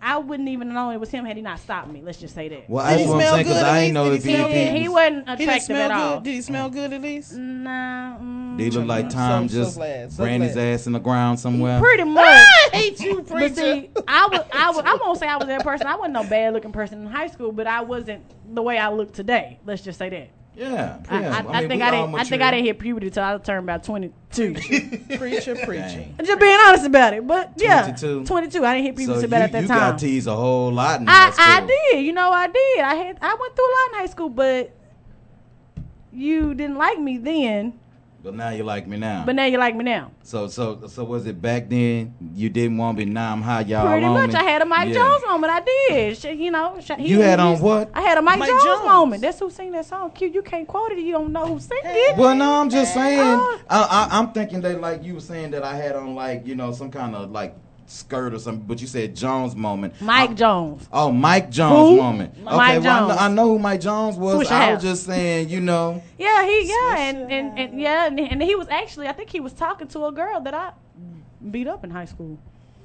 [SPEAKER 4] I wouldn't even know it was him had he not stopped me. Let's just say that.
[SPEAKER 7] Well,
[SPEAKER 3] Did
[SPEAKER 7] that's
[SPEAKER 3] he
[SPEAKER 7] what I'm
[SPEAKER 3] smell
[SPEAKER 7] saying because
[SPEAKER 3] good
[SPEAKER 7] I
[SPEAKER 3] at
[SPEAKER 7] ain't know
[SPEAKER 3] least?
[SPEAKER 7] if
[SPEAKER 3] Did he
[SPEAKER 7] he
[SPEAKER 3] smell
[SPEAKER 4] he,
[SPEAKER 3] good?
[SPEAKER 7] did.
[SPEAKER 4] he wasn't
[SPEAKER 3] He didn't
[SPEAKER 4] attractive
[SPEAKER 3] smell
[SPEAKER 4] at
[SPEAKER 3] good.
[SPEAKER 4] all.
[SPEAKER 3] Did he smell good at least?
[SPEAKER 4] Nah, mm,
[SPEAKER 7] Did he look like
[SPEAKER 3] So-
[SPEAKER 7] Tom
[SPEAKER 3] so
[SPEAKER 7] just
[SPEAKER 3] glad, so
[SPEAKER 7] ran his
[SPEAKER 3] glad.
[SPEAKER 7] ass in the ground somewhere?
[SPEAKER 4] pretty much.
[SPEAKER 3] I hate you,
[SPEAKER 4] But see, I was, I was, I won't say I was that person. I wasn't no bad looking person in high school, but I wasn't the way I look today. Let's just say that.
[SPEAKER 7] Yeah.
[SPEAKER 4] I,
[SPEAKER 7] yeah.
[SPEAKER 4] I, I,
[SPEAKER 7] mean,
[SPEAKER 4] think
[SPEAKER 7] we
[SPEAKER 4] I
[SPEAKER 7] all
[SPEAKER 4] didn't. I think I
[SPEAKER 7] mature.
[SPEAKER 4] didn't hit puberty till I turned about twenty two.
[SPEAKER 3] preacher, preacher.
[SPEAKER 7] Dang.
[SPEAKER 4] I'm just being honest about it. But yeah,
[SPEAKER 7] 22.
[SPEAKER 4] 22. I didn't hit puberty till
[SPEAKER 7] So you,
[SPEAKER 4] about at that
[SPEAKER 7] you
[SPEAKER 4] time.
[SPEAKER 7] got teased a whole lot in high
[SPEAKER 4] I,
[SPEAKER 7] school.
[SPEAKER 4] I did. You know, I did. I had. I went through a lot in high school, but you didn't like me then.
[SPEAKER 7] But now you like me now.
[SPEAKER 4] But now you like me now.
[SPEAKER 7] so so so was it back then you didn't want me? Now I'm high, y'all
[SPEAKER 4] Pretty
[SPEAKER 7] on
[SPEAKER 4] much,
[SPEAKER 7] me?
[SPEAKER 4] I had a Mike
[SPEAKER 7] Yeah.
[SPEAKER 4] Jones moment. I did. Sh you know, sh- he-
[SPEAKER 7] You had
[SPEAKER 4] he-
[SPEAKER 7] on what?
[SPEAKER 4] I had a Mike,
[SPEAKER 3] Mike
[SPEAKER 4] Jones,
[SPEAKER 3] Jones.
[SPEAKER 4] moment. That's who sing that song. Cute. You can't quote it. You don't know who sang it.
[SPEAKER 7] Well, no, I'm just saying.
[SPEAKER 4] Oh.
[SPEAKER 7] I, I, I'm thinking that like you were saying that I had on like you know some kind of like skirt or something, but you said Jones moment.
[SPEAKER 4] Mike Jones.
[SPEAKER 7] Oh, Mike Jones
[SPEAKER 4] Who?
[SPEAKER 7] moment. Okay,
[SPEAKER 4] Mike
[SPEAKER 7] well, I know,
[SPEAKER 4] Jones.
[SPEAKER 7] I know who Mike Jones was.
[SPEAKER 4] Swisher
[SPEAKER 7] I was
[SPEAKER 4] House.
[SPEAKER 7] just saying, you know,
[SPEAKER 4] Yeah, he. Yeah, and and,
[SPEAKER 3] uh,
[SPEAKER 4] and yeah, and, and he was actually. I think he was talking to a girl that I beat up in high school.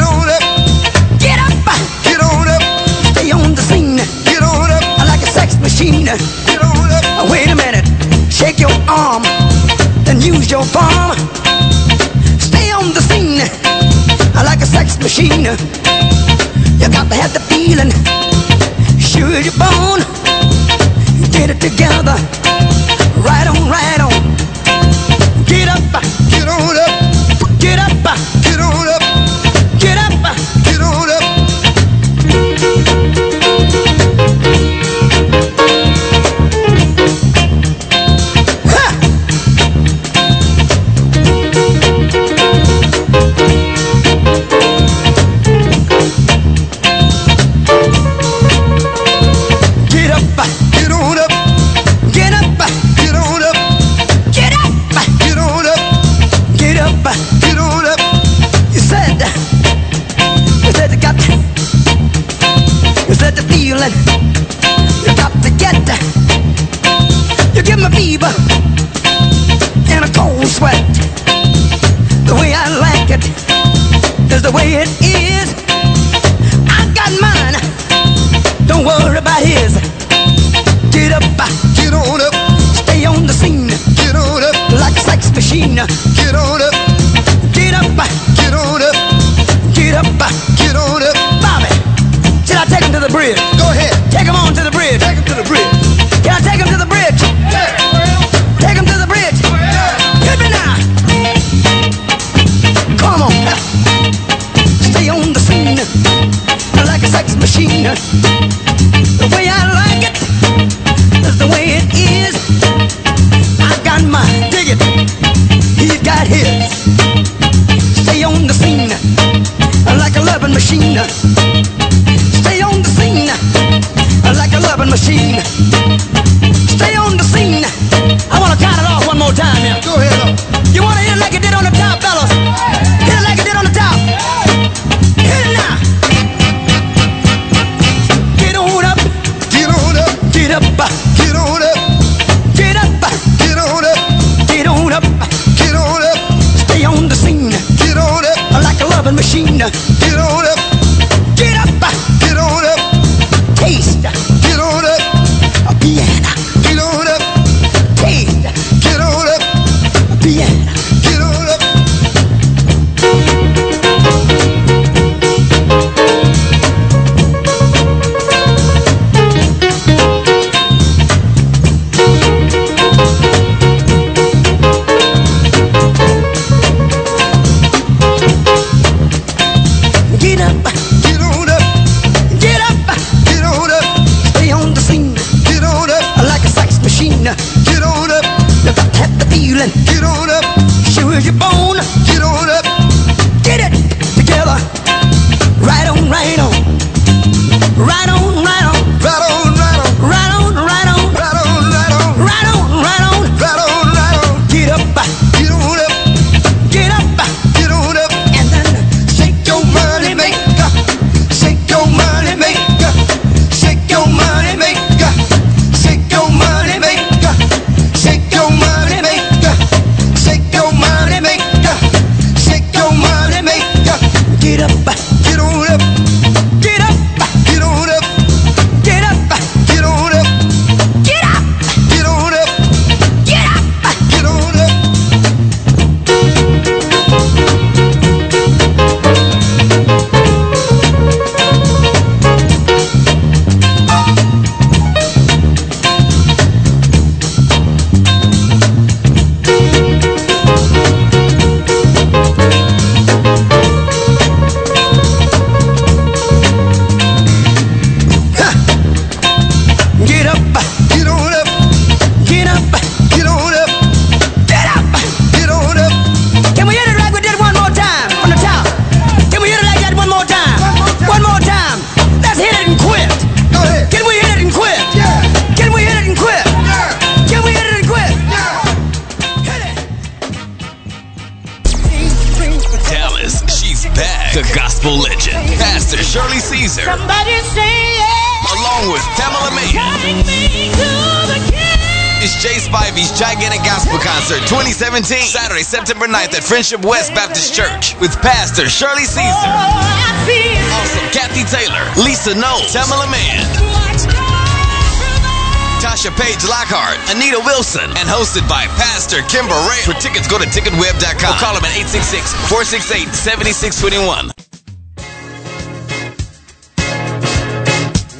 [SPEAKER 12] on up. Get up, get on up, stay on the scene. Get on up, I like a sex machine. Get on up, wait a minute, shake your arm, then use your palm. Stay on the scene, I like a sex machine. You got to have the feeling, sure as you're born. Get it together, right on, right on. Get up, get on up, get up, get on up, get up, get on up. Get up, get on up, get up, get on up, get up, get on up, get up, get on up. You said, you said you got, you said the feeling, you got to get. You give me fever and a cold sweat. The way I like it is the way it is. I got mine. Don't worry about his. Get up, get on up, stay on the scene. Get on up, like a sex machine. Get on up, get up, get on up, get up, uh, get on up. Bobby, should I take him to the bridge? Go ahead, take him on to the bridge. Take him to the bridge. Can I take him to the bridge? Take him to the bridge. Hit me now. Come on, stay on the scene like a sex machine. The way I like it is the way it is. I got mine, dig it. He's got his. Stay on the scene like a loving machine. Stay on the scene like a loving machine. Stay on the scene. I wanna count it off one more time here. Go ahead. You wanna hit it like it did on the top, fellas? Hit it like it did on the top. Hit it now. Get on up, get on up, get up, get on up, get up, get on up, get on up, get on up, stay on the scene, get on up, like a loving machine, get on up, get up, get on up, taste, get on up, a piano, get on up, taste, get on up, a piano, get on up.
[SPEAKER 13] The gospel legend, Pastor Shirley Caesar,
[SPEAKER 12] Somebody say
[SPEAKER 13] along with Tamala Mae. It's Jay Spivey's Gigantic Gospel Concert 2017, Saturday, September 9th at Friendship West Baptist Church with Pastor Shirley Caesar. Also, Kathy Taylor, Lisa Knowles, Tamala Mann, Tasha Page Lockhart, Anita Wilson, and hosted by Pastor Kimber Ray. For tickets, go to ticketweb.com or call them at 866 468 7621.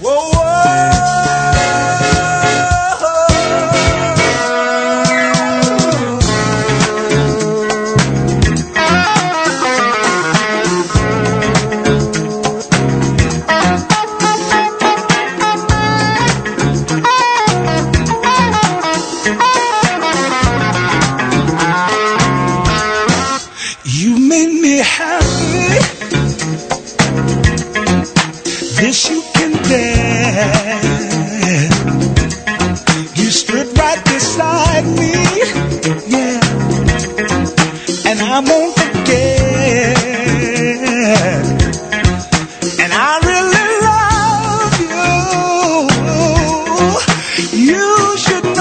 [SPEAKER 12] Whoa, whoa.
[SPEAKER 5] You made me happy. This you can bear. You stood right beside me. Yeah. And I won't forget. And I really love you. You should know.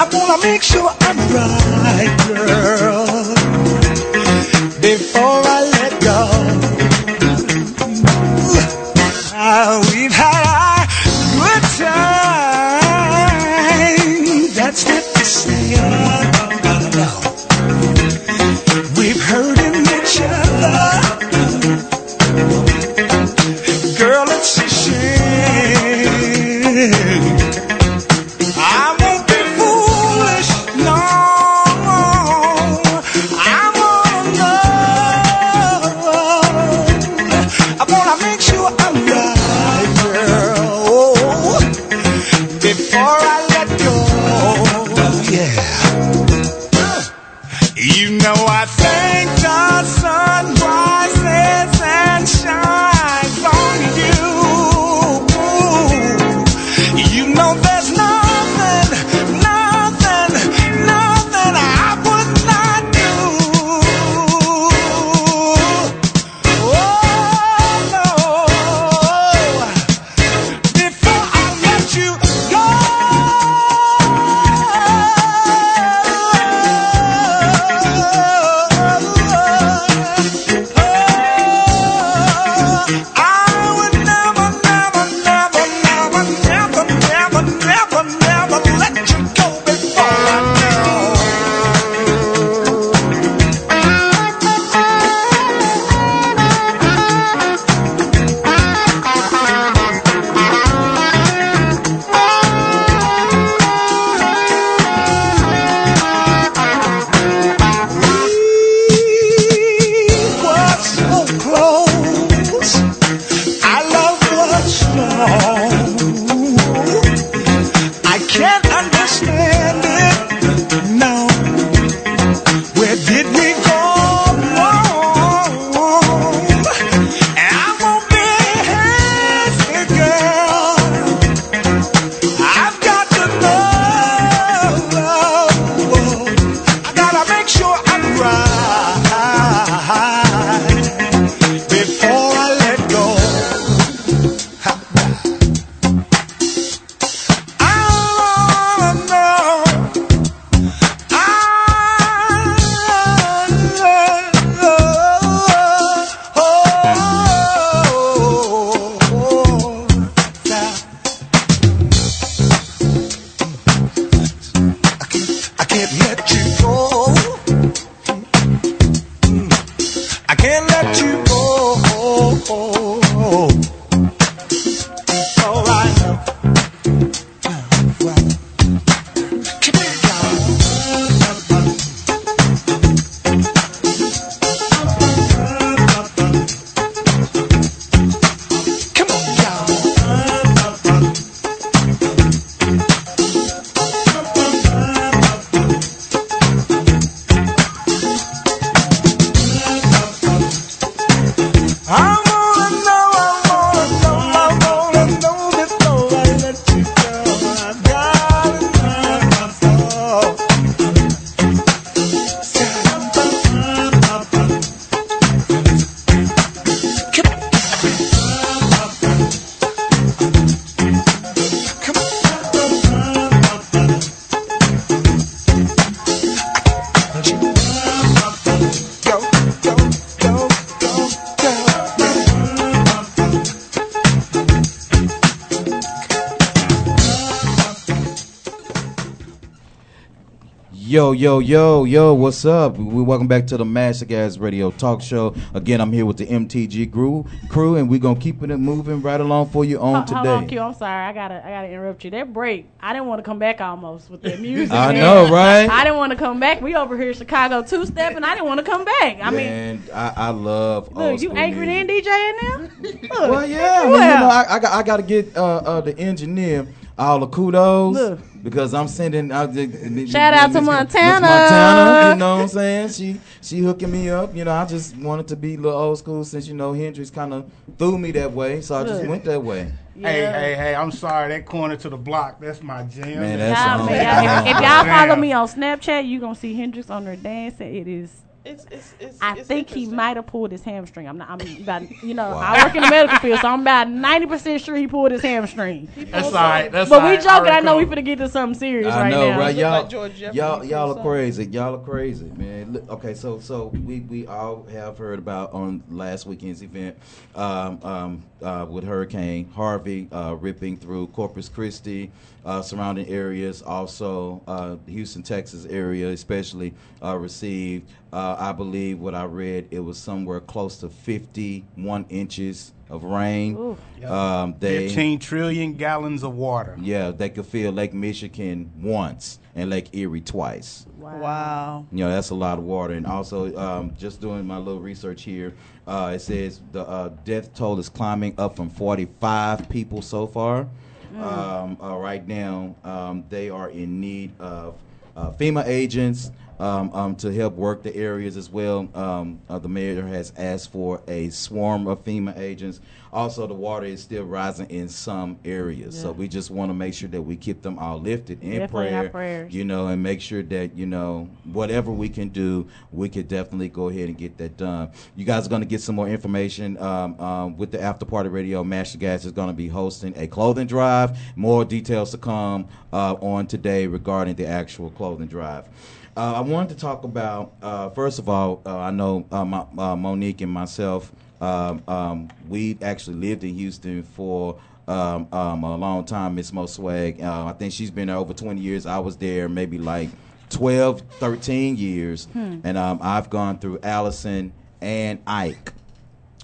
[SPEAKER 5] I wanna make sure I'm right, girl. Before I let go, Ah, we've had our good time. That's not to say. We've hurt each other. Girl, it's a shame. I won't be foolish, no. I wanna know. I wanna make sure I'm right, girl. Before I let go, yeah. You know I thank the sun rises and shines on you. You know there's nothing, nothing, nothing I would not do. Oh no! Before I let you go, I would never, never, never, never, never, never, never, never let you go before I go. What's so close? I love what's wrong. I can't understand it. No. Where did we go wrong? And I won't be hasty, girl. I've got to know. I gotta make sure I'm right before I let go. I can't let you go.
[SPEAKER 7] Yo, yo, yo, yo, what's up? We welcome back to the Master Gas Radio Talk Show. Again, I'm here with the MTG crew, crew and we're gonna keep it moving right along for you on
[SPEAKER 4] Hold on,
[SPEAKER 7] today.
[SPEAKER 4] Q. I'm sorry. I gotta, I gotta interrupt you. That break, I didn't want to come back almost with that music.
[SPEAKER 7] I
[SPEAKER 4] man.
[SPEAKER 7] know, right?
[SPEAKER 4] I didn't want to come back. We over here in Chicago two step, and I didn't want to come back. I mean,
[SPEAKER 7] Man, I, I love old
[SPEAKER 4] look, you
[SPEAKER 7] Oh, school
[SPEAKER 4] anchored
[SPEAKER 7] music.
[SPEAKER 4] in DJing now. Look,
[SPEAKER 7] Well, yeah, I mean, you know, I, I, got, I got to get uh, uh, the engineer all the kudos
[SPEAKER 4] Look.
[SPEAKER 7] because I'm sending. I,
[SPEAKER 4] Shout out to Montana.
[SPEAKER 7] Montana, you know what I'm saying? She she hooking me up. You know, I just wanted to be a little old school since you know Hendrix kind of threw me that way, so I just
[SPEAKER 10] Look.
[SPEAKER 7] went that way.
[SPEAKER 10] Hey, hey, hey, I'm sorry. That corner to the block, that's my jam.
[SPEAKER 7] Man, that's Nah, a- man.
[SPEAKER 4] Yeah, if, if y'all follow
[SPEAKER 10] Damn.
[SPEAKER 4] me on Snapchat, you gonna see Hendrix on there dancing. It is.
[SPEAKER 3] It's, it's, it's,
[SPEAKER 4] I
[SPEAKER 3] it's
[SPEAKER 4] think he
[SPEAKER 3] interesting.
[SPEAKER 4] might have pulled his hamstring. I'm not. I'm about. You know,
[SPEAKER 3] Wow.
[SPEAKER 4] I work in the medical field, so I'm about ninety percent sure he pulled his hamstring.
[SPEAKER 10] That's all right. That's
[SPEAKER 4] but
[SPEAKER 10] all
[SPEAKER 4] we
[SPEAKER 10] right. I
[SPEAKER 4] joking. I, know we
[SPEAKER 10] recall.
[SPEAKER 4] finna get to something serious
[SPEAKER 7] I
[SPEAKER 4] right
[SPEAKER 7] know,
[SPEAKER 4] now.
[SPEAKER 7] right? Y'all, y'all, y'all are crazy. Y'all are crazy, man. Look, okay, so so we we all have heard about on last weekend's event um, um, uh, with Hurricane Harvey uh, ripping through Corpus Christi, uh, surrounding areas, also uh, Houston, Texas area, especially uh, received. Uh, I believe what I read, it was somewhere close to 51 inches of rain. Um, they
[SPEAKER 10] 15 trillion gallons of water.
[SPEAKER 7] yeah, they could feel Lake Michigan once and Lake Erie twice.
[SPEAKER 3] Wow.
[SPEAKER 7] You know, that's a lot of water. And also, um, just doing my little research here, uh, it says the uh, death toll is climbing up from 45 people so far.
[SPEAKER 14] Mm.
[SPEAKER 7] Um, uh, right now, um, they are in need of uh, FEMA agents um, um, to help work the areas as well. Um, uh, the mayor has asked for a swarm of FEMA agents. Also, the water is still rising in some areas. So,
[SPEAKER 14] Yeah.
[SPEAKER 7] we just want to make sure that we keep them all lifted in
[SPEAKER 14] Definitely our
[SPEAKER 7] prayer
[SPEAKER 14] prayers.
[SPEAKER 7] you know, and make sure that, you know, whatever we can do, we could definitely go ahead and get that done. You guys are going to get some more information um, um, with the After Party Radio. Master Gas is going to be hosting a clothing drive. More details to come uh, on today regarding the actual clothing drive. Uh, I wanted to talk about, uh, first of all, uh, I know uh, my, uh, Monique and myself, um, um, we actually lived in Houston for um, um, a long time, Miss Mo Swag. Uh, I think she's been there over 20 years. I was there maybe like 12, 13 years.
[SPEAKER 14] Hmm.
[SPEAKER 7] And um, I've gone through Allison and Ike.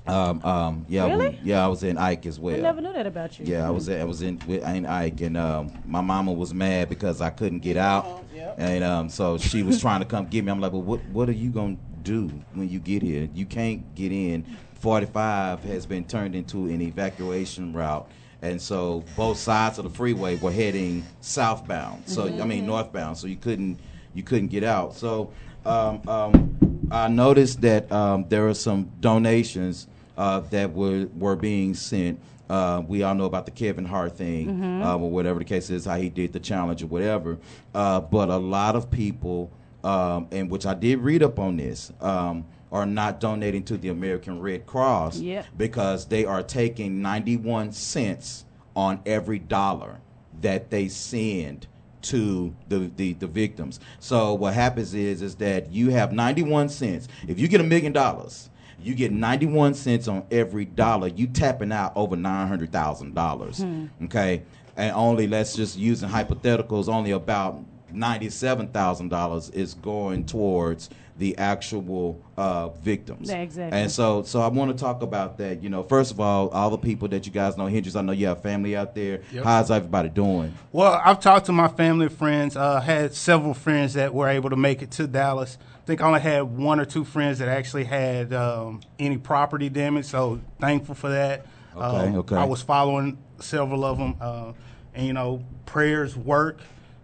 [SPEAKER 7] Um, um, yeah, we-
[SPEAKER 4] Really?
[SPEAKER 7] yeah, I was in Ike as well.
[SPEAKER 4] I never knew that about you.
[SPEAKER 7] Yeah, I was I was in with Aunt Ike, and um, my mama was mad because I couldn't get out, and um, so she was trying to come get me. I'm like, well, what what are you gonna do when you get here? You can't get in. 45 has been turned into an evacuation route, and so both sides of the freeway were heading southbound. So I mean
[SPEAKER 14] Mhm.
[SPEAKER 7] northbound. So you couldn't you couldn't get out. So um, um, I noticed that um, there are some donations uh, that were were being sent. Uh, we all know about the Kevin Hart thing,
[SPEAKER 14] Mhm.
[SPEAKER 7] uh, or whatever the case is, how he did the challenge or whatever. Uh, but a lot of people, um, and which I did read up on this, um, are not donating to the American Red Cross
[SPEAKER 14] Yep.
[SPEAKER 7] because they are taking 91 cents on every dollar that they send to the, the, the victims. So what happens is is that you have 91 cents. If you get a million dollars, you get 91 cents on every dollar. You tapping out over $900,000.
[SPEAKER 14] Hmm.
[SPEAKER 7] Okay? And only let's just using hypotheticals only about $97,000 is going towards the actual uh, victims.
[SPEAKER 14] Yeah, exactly.
[SPEAKER 7] And so so I want to talk about that. You know, first of all, all the people that you guys know, Hendrix, I know you have family out there.
[SPEAKER 10] Yep.
[SPEAKER 7] How's everybody doing?
[SPEAKER 10] Well, I've talked to my family and friends. Uh, had several friends that were able to make it to Dallas. I think I only had one or two friends that actually had um, any property damage. So thankful for that.
[SPEAKER 7] Okay,
[SPEAKER 10] Um,
[SPEAKER 7] okay.
[SPEAKER 10] I was following several of them, uh, and you know, prayers work.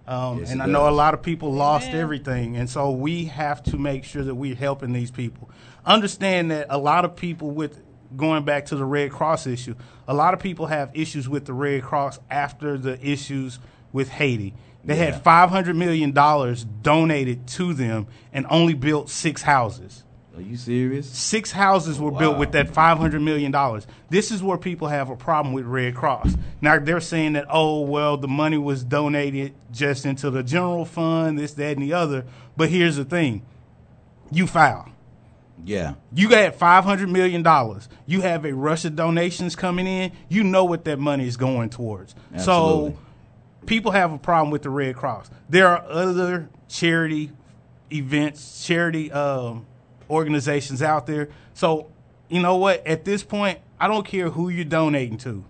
[SPEAKER 10] Um,
[SPEAKER 14] Yes,
[SPEAKER 10] and
[SPEAKER 14] it
[SPEAKER 10] I know a
[SPEAKER 14] does.
[SPEAKER 10] lot of people lost
[SPEAKER 14] Amen.
[SPEAKER 10] everything, and so we have to make sure that we're helping these people. Understand that a lot of people with going back to the Red Cross issue, a lot of people have issues with the Red Cross after the issues with Haiti. They
[SPEAKER 14] Yeah.
[SPEAKER 10] had five hundred million dollars donated to them and only built six houses.
[SPEAKER 7] Are you serious?
[SPEAKER 10] Six houses were built with that five hundred million dollars. This is where people have a problem with Red Cross. Now they're saying that oh well the money was donated just into the general fund, this, that, and the other. But here's the thing. You foul.
[SPEAKER 7] Yeah.
[SPEAKER 10] You got five hundred million dollars. You have a rush of donations coming in. You know what that money is going towards.
[SPEAKER 7] Absolutely.
[SPEAKER 10] So people have a problem with the Red Cross. There are other charity events, charity um, organizations out there. So, you know what? At this point, I don't care who you're donating to.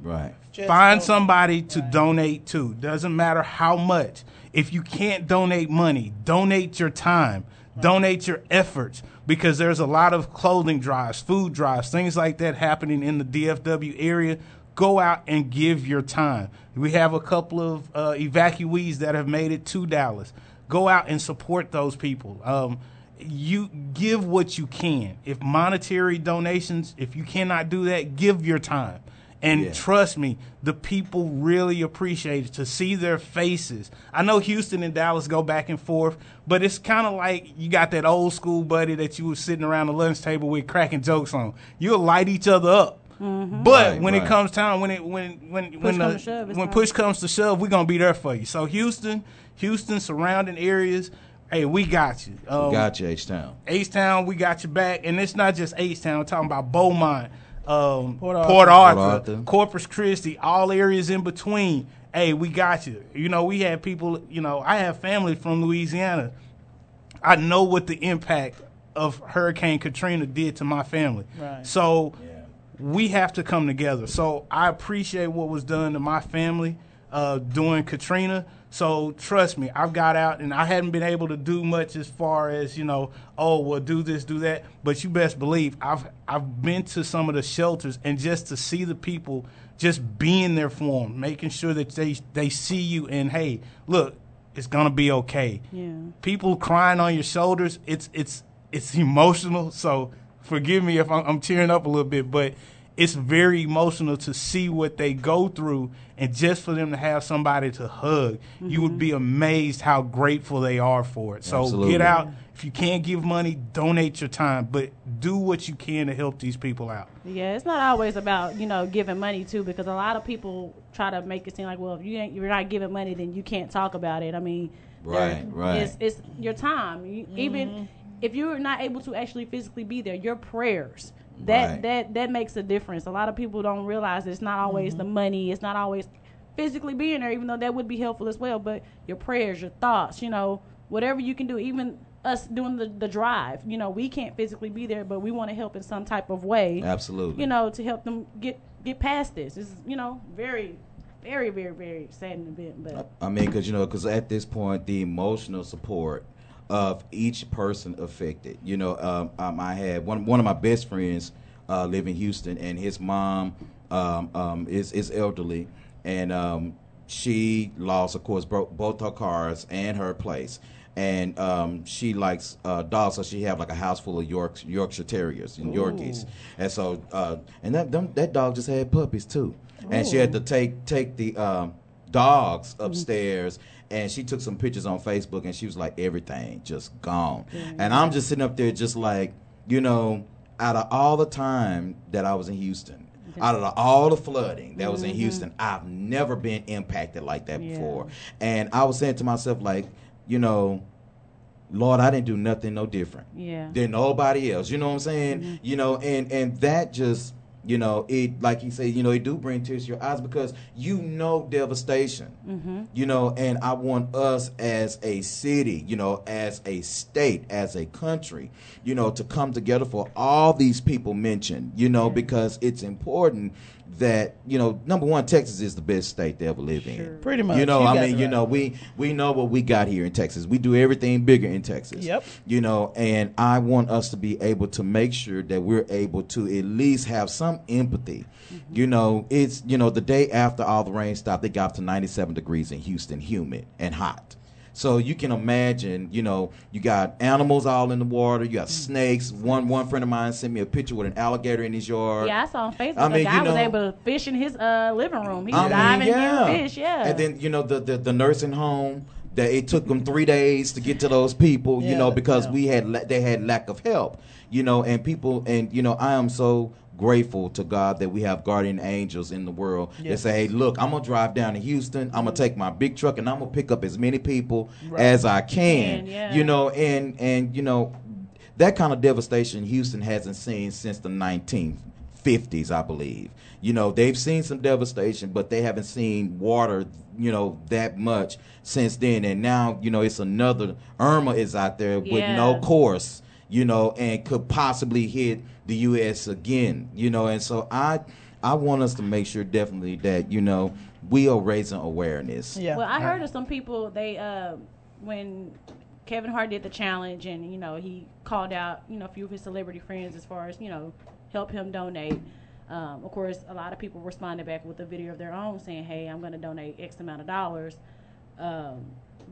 [SPEAKER 7] Right.
[SPEAKER 10] Find somebody to donate to. Doesn't matter how much. If you can't donate money, donate your time, donate your efforts, because there's a lot of clothing drives, food drives, things like that happening in the DFW area. Go out and give your time. We have a couple of uh, evacuees that have made it to Dallas. Go out and support those people. Um, you give what you can. If monetary donations, if you cannot do that, give your time. And
[SPEAKER 7] Yeah.
[SPEAKER 10] trust me, the people really appreciate it to see their faces. I know Houston and Dallas go back and forth, but it's kind of like you got that old school buddy that you were sitting around the lunch table with cracking jokes on. You'll light each other up. But
[SPEAKER 7] Right,
[SPEAKER 10] when it
[SPEAKER 7] right.
[SPEAKER 10] comes time, when it when when when
[SPEAKER 7] Mm-hmm. comes
[SPEAKER 10] the-
[SPEAKER 7] to shove, it's
[SPEAKER 10] when
[SPEAKER 7] not-
[SPEAKER 10] push comes to shove, we're gonna be there for you. So Houston, Houston, surrounding areas, hey, we got you. Um,
[SPEAKER 7] we got you, H Town.
[SPEAKER 10] H Town, we got your back. And it's not just H Town, we're talking about Beaumont, um, Port, Arthur.
[SPEAKER 7] Arthur.
[SPEAKER 10] Port
[SPEAKER 7] Port Arthur.
[SPEAKER 10] Corpus Christi, all areas in between. Hey, we got you. You know, we had people, you know, I have family from Louisiana. I know what the impact of Hurricane Katrina did to my family.
[SPEAKER 14] Right.
[SPEAKER 10] So we have to come together. So I appreciate what was done to my family uh, during Katrina. So trust me, I've got out and I hadn't been able to do much as far as you know. Oh well, do this, do that. But you best believe I've I've been to some of the shelters and just to see the people just being there for them, making sure that they they see you and hey, look, it's gonna be okay
[SPEAKER 4] Yeah.
[SPEAKER 10] people crying on your shoulders it's it's it's emotional so forgive me if I'm, I'm tearing up a little bit but it's very emotional to see what they go through and just for them to have somebody to hug you would be amazed how grateful they are for it so
[SPEAKER 7] Absolutely.
[SPEAKER 10] get out if you can't give money donate your time but do what you can to help these people out
[SPEAKER 4] Yeah, it's not always about you know giving money too, because a lot of people try to make it seem like, well, if you ain't, you're not giving money, then you can't talk about it. I mean, there-
[SPEAKER 7] Right, right.
[SPEAKER 4] It's, it's your time. You, Even if you're not able to actually physically be there, your prayers. That
[SPEAKER 11] Right.
[SPEAKER 4] that that makes a difference. A lot of people don't realize it's not always the money. It's not always physically being there, even though that would be helpful as well. But your prayers, your thoughts, you know, whatever you can do, even us doing the, the drive, you know, we can't physically be there, but we want to help in some type of way
[SPEAKER 7] Absolutely.
[SPEAKER 4] you know, to help them get get past this. It's you know very, very, very, very saddening event, but
[SPEAKER 7] I mean, because you know, because at this point, the emotional support of each person affected. You know, um, um, I had one one of my best friends uh, live in Houston, and his mom um, um, is is elderly, and um, she lost, of course, bro- both her cars and her place. And um, she likes uh, dogs, so she have like a house full of Yorks, Yorkshire Terriers and Yorkies,
[SPEAKER 2] Ooh.
[SPEAKER 7] and so uh, and that them, that dog just had puppies too, and she had to take take the um, dogs upstairs and she took some pictures on Facebook and she was like everything just gone. And I'm just sitting up there just like, you know, out of all the time that I was in Houston, out of the, all the flooding that was in Houston, I've never been impacted like that before. And I was saying to myself like, you know, Lord, I didn't do nothing no different
[SPEAKER 4] yeah.
[SPEAKER 7] than nobody else. You know what I'm saying? You know, and and that just you know it like he said, you know, it do bring tears to your eyes because you know devastation.
[SPEAKER 4] Mm-hmm.
[SPEAKER 7] You know, and I want us as a city, you know, as a state, as a country, you know, to come together for all these people mentioned, you know, because it's important that, you know, number one, Texas is the best state to ever live in.
[SPEAKER 3] Pretty much.
[SPEAKER 7] You know,
[SPEAKER 3] You
[SPEAKER 7] I
[SPEAKER 3] guys
[SPEAKER 7] mean,
[SPEAKER 3] are
[SPEAKER 7] you
[SPEAKER 3] right.
[SPEAKER 7] know, we we know what we got here in Texas. We do everything bigger in Texas.
[SPEAKER 3] Yep.
[SPEAKER 7] You know, and I want us to be able to make sure that we're able to at least have some empathy.
[SPEAKER 3] Mm-hmm.
[SPEAKER 7] You know, it's you know, the day after all the rain stopped, they got up to 97 degrees in Houston, humid and hot. So you can imagine, you know, you got animals all in the water,
[SPEAKER 3] Mm.
[SPEAKER 7] you got snakes. One one friend of mine sent me a picture with an alligator in his yard.
[SPEAKER 4] Yeah, I saw on Facebook
[SPEAKER 7] I mean,
[SPEAKER 4] a guy
[SPEAKER 7] you
[SPEAKER 4] was
[SPEAKER 7] know-
[SPEAKER 4] able to fish in his uh, living room. He
[SPEAKER 7] I
[SPEAKER 4] was
[SPEAKER 7] mean,
[SPEAKER 4] diving
[SPEAKER 7] yeah.
[SPEAKER 4] in fish, yeah.
[SPEAKER 7] And then you know the the, the nursing home that it took them three days to get to those people, you
[SPEAKER 3] Yeah,
[SPEAKER 7] know, because we had la- they had lack of help, you know, and people and you know I am so grateful to God that we have guardian angels in the world
[SPEAKER 3] Yes.
[SPEAKER 7] that say, hey, look, I'm gonna drive down to Houston, I'm gonna take my big truck and I'm gonna pick up as many people as I can,
[SPEAKER 3] Can, yeah.
[SPEAKER 7] you know, and and you know that kind of devastation Houston hasn't seen since the 1950s. 50s, I believe. You know, they've seen some devastation, but they haven't seen water, you know, that much since then. And now, you know, it's another Irma is out there with no
[SPEAKER 14] Yeah.
[SPEAKER 7] course, you know, and could possibly hit the U.S. again, you know. And so I, I want us to make sure definitely that you know we are raising awareness.
[SPEAKER 4] Well, I heard of some people they uh, when Kevin Hart did the challenge and you know he called out you know a few of his celebrity friends as far as you know help him donate. Um, of course, a lot of people responded back with a video of their own saying, "Hey, I'm going to donate X amount of dollars." Um,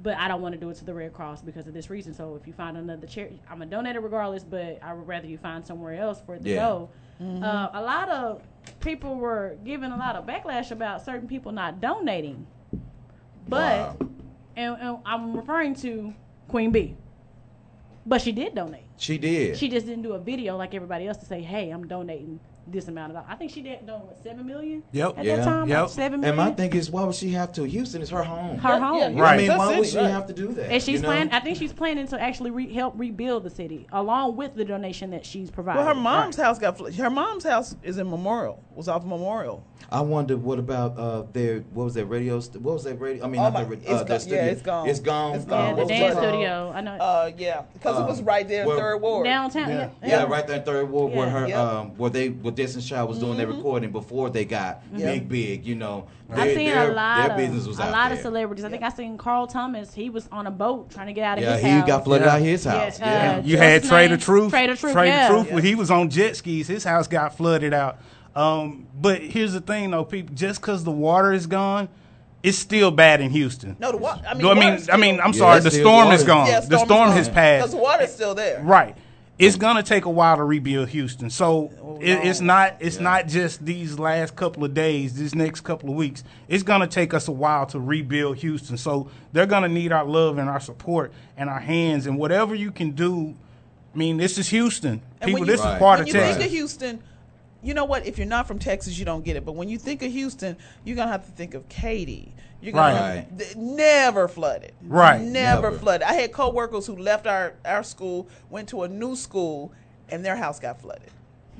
[SPEAKER 4] but I don't want to do it to the Red Cross because of this reason. So if you find another charity, I'm gonna donate it regardless. But I would rather you find somewhere else for it to
[SPEAKER 15] Yeah.
[SPEAKER 4] go.
[SPEAKER 15] Mhm.
[SPEAKER 4] Uh, a lot of people were giving a lot of backlash about certain people not donating, but and, and I'm referring to Queen B. But she did donate.
[SPEAKER 7] She did.
[SPEAKER 4] She just didn't do a video like everybody else to say, "Hey, I'm donating this amount of dollars." I think she did donate what seven million. At that time, like seven million.
[SPEAKER 7] And my thing is, why would she have to? Houston is her home.
[SPEAKER 4] Her home.
[SPEAKER 7] You know what I mean, why would she have to do that?
[SPEAKER 4] And she's
[SPEAKER 7] you know?
[SPEAKER 4] planning. I think she's planning to actually re- help rebuild the city along with the donation that she's providing.
[SPEAKER 3] Well, her mom's house got fl- her mom's house is in Memorial. Was off Memorial.
[SPEAKER 7] I wonder what about uh their what was that radio? St- what was that radio? I mean,
[SPEAKER 3] Oh
[SPEAKER 7] not
[SPEAKER 3] my-
[SPEAKER 7] the, ra-
[SPEAKER 3] it's
[SPEAKER 7] uh, the
[SPEAKER 3] gone-
[SPEAKER 7] studio.
[SPEAKER 3] yeah, it's gone.
[SPEAKER 7] It's gone.
[SPEAKER 3] It's gone.
[SPEAKER 7] Uh,
[SPEAKER 3] Yeah, the
[SPEAKER 7] what was
[SPEAKER 3] dance
[SPEAKER 7] that?
[SPEAKER 3] studio.
[SPEAKER 4] I know.
[SPEAKER 3] Uh, yeah, because it
[SPEAKER 7] Um,
[SPEAKER 3] was right there in
[SPEAKER 7] well-
[SPEAKER 3] Third Ward,
[SPEAKER 4] downtown.
[SPEAKER 7] Yeah. Yeah. right there in Third Ward where
[SPEAKER 3] Yeah.
[SPEAKER 7] her
[SPEAKER 3] Yep.
[SPEAKER 7] um where they where Destiny Child was doing their
[SPEAKER 4] Mm-hmm.
[SPEAKER 7] recording before they got
[SPEAKER 4] Yeah.
[SPEAKER 7] big big, you know.
[SPEAKER 4] I've
[SPEAKER 7] Their-
[SPEAKER 4] Mm-hmm. seen
[SPEAKER 7] their-
[SPEAKER 4] a lot
[SPEAKER 7] their
[SPEAKER 4] of
[SPEAKER 7] business was
[SPEAKER 4] a
[SPEAKER 7] out
[SPEAKER 4] lot
[SPEAKER 7] there.
[SPEAKER 4] of celebrities. I think I seen Carl Thomas. He was on a boat trying to get out of
[SPEAKER 7] Yeah,
[SPEAKER 4] his
[SPEAKER 7] he
[SPEAKER 4] house.
[SPEAKER 7] got flooded out his house.
[SPEAKER 4] uh,
[SPEAKER 7] Yeah.
[SPEAKER 10] You
[SPEAKER 4] what's
[SPEAKER 10] had
[SPEAKER 4] his
[SPEAKER 10] Trader
[SPEAKER 4] name?
[SPEAKER 10] Truth.
[SPEAKER 4] Trader Truth. yeah.
[SPEAKER 10] when he was on jet skis, his house got flooded out. Um, but here's the thing, though, people. Just because the water is gone, it's still bad in Houston.
[SPEAKER 3] No, the water. I mean,
[SPEAKER 10] No, I
[SPEAKER 3] the
[SPEAKER 10] mean,
[SPEAKER 3] water's
[SPEAKER 10] I mean,
[SPEAKER 3] still-
[SPEAKER 10] I'm sorry. The storm is gone. the storm has
[SPEAKER 3] Because
[SPEAKER 10] passed.
[SPEAKER 3] the water's still there.
[SPEAKER 10] Right. It's gonna take a while to rebuild Houston. So
[SPEAKER 3] Oh,
[SPEAKER 10] it, it's not it's not just these last couple of days, this next couple of weeks. It's gonna take us a while to rebuild Houston. So they're gonna need our love and our support and our hands and whatever you can do. I mean, this is Houston.
[SPEAKER 3] And
[SPEAKER 10] People,
[SPEAKER 3] when you,
[SPEAKER 10] this is part
[SPEAKER 3] when
[SPEAKER 10] of
[SPEAKER 3] you
[SPEAKER 10] Texas.
[SPEAKER 3] think of Houston, you know what? If you're not from Texas, you don't get it. But when you think of Houston, you're gonna have to think of Katy. You're gonna
[SPEAKER 10] Right.
[SPEAKER 3] have- th- never flooded.
[SPEAKER 10] Right.
[SPEAKER 3] Never,
[SPEAKER 10] Never.
[SPEAKER 3] flooded. I had coworkers who left our our school, went to a new school, and their house got flooded.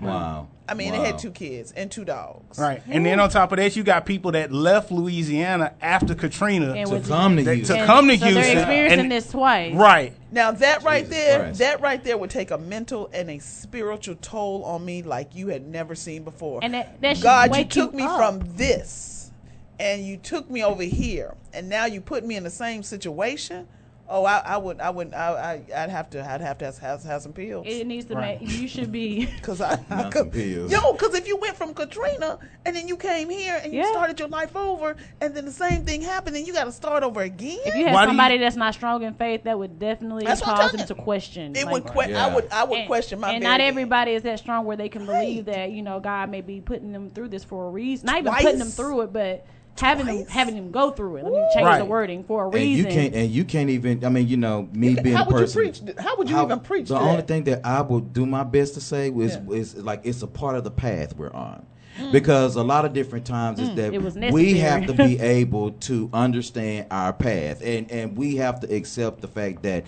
[SPEAKER 7] Wow.
[SPEAKER 3] I mean, they had
[SPEAKER 10] Wow.
[SPEAKER 3] two kids and two dogs.
[SPEAKER 10] Right. And then on top of that, you got people that left Louisiana after Katrina
[SPEAKER 3] And To was- come
[SPEAKER 7] to
[SPEAKER 10] that-
[SPEAKER 7] Houston.
[SPEAKER 10] To come to
[SPEAKER 4] so
[SPEAKER 10] Houston.
[SPEAKER 4] they're experiencing
[SPEAKER 10] and-
[SPEAKER 4] this twice.
[SPEAKER 10] Right.
[SPEAKER 3] Now that right there,
[SPEAKER 10] Christ.
[SPEAKER 3] that right there would take a mental and a spiritual toll on me like you had never seen before.
[SPEAKER 4] And that- that should
[SPEAKER 3] God, you
[SPEAKER 4] wake you
[SPEAKER 3] took me
[SPEAKER 4] up.
[SPEAKER 3] from this, and you took me over here, and now you put me in the same situation. Oh, I, I would, I would, I, I, I'd have to, I'd have to have, have, have some pills.
[SPEAKER 4] It needs to make you should be
[SPEAKER 3] because I, I
[SPEAKER 7] Some pills.
[SPEAKER 3] Yo, because if you went from Katrina and then you came here and you started your life over, and then the same thing happened, and you got to start over again.
[SPEAKER 4] If you had somebody that's not strong in faith, that would definitely
[SPEAKER 3] That's what I'm
[SPEAKER 4] cause
[SPEAKER 3] telling
[SPEAKER 4] them to question.
[SPEAKER 3] It
[SPEAKER 4] like-
[SPEAKER 3] would que- I would I would question my
[SPEAKER 4] and not
[SPEAKER 3] very-
[SPEAKER 4] everybody is that strong where they can believe that you know God may be putting them through this for a reason. Not even
[SPEAKER 3] Twice.
[SPEAKER 4] putting them through it, but having them having them go through it. Let me change the
[SPEAKER 7] Right.
[SPEAKER 4] wording for a
[SPEAKER 7] and you
[SPEAKER 4] reason.
[SPEAKER 7] can't and you can't even I mean, you know, me being
[SPEAKER 3] how
[SPEAKER 7] a
[SPEAKER 3] would
[SPEAKER 7] person
[SPEAKER 3] you preach? How would you
[SPEAKER 7] How-
[SPEAKER 3] even preach?
[SPEAKER 7] The
[SPEAKER 3] to
[SPEAKER 7] only
[SPEAKER 3] that?
[SPEAKER 7] thing that I will do my best to say is, is like it's a part of the path we're on. Because a lot of different times is
[SPEAKER 4] Mm.
[SPEAKER 7] that
[SPEAKER 4] It was
[SPEAKER 7] we
[SPEAKER 4] necessary.
[SPEAKER 7] have to be able to understand our path, and and we have to accept the fact that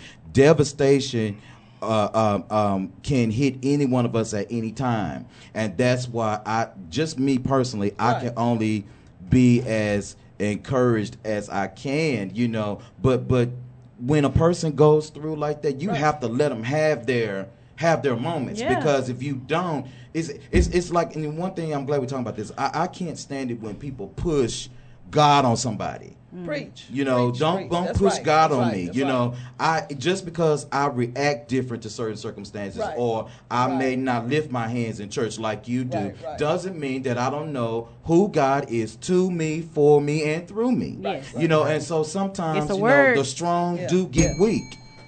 [SPEAKER 7] devastation uh, um, um, can hit any one of us at any time, and that's why I just me personally I can only be as encouraged as I can, you know. But but when a person goes through like that, you have to let them have their have their moments
[SPEAKER 14] Yeah.
[SPEAKER 7] because if you don't, it's it's it's like and one thing I'm glad we're talking about this. I, I can't stand it when people push God on somebody.
[SPEAKER 4] Mm.
[SPEAKER 3] Preach.
[SPEAKER 7] You know, don't don't
[SPEAKER 3] That's
[SPEAKER 7] push
[SPEAKER 3] right.
[SPEAKER 7] God
[SPEAKER 3] That's
[SPEAKER 7] on
[SPEAKER 3] right.
[SPEAKER 7] me.
[SPEAKER 3] That's
[SPEAKER 7] you
[SPEAKER 3] right.
[SPEAKER 7] know, I just because I react different to certain circumstances,
[SPEAKER 3] Right.
[SPEAKER 7] or I may not lift my hands in church like you do,
[SPEAKER 3] Right, right.
[SPEAKER 7] doesn't mean that I don't know who God is to me, for me, and through me.
[SPEAKER 3] Yes.
[SPEAKER 7] You know, and so sometimes
[SPEAKER 4] It's a
[SPEAKER 7] you know
[SPEAKER 4] word.
[SPEAKER 7] the strong
[SPEAKER 4] Yeah.
[SPEAKER 7] do get weak.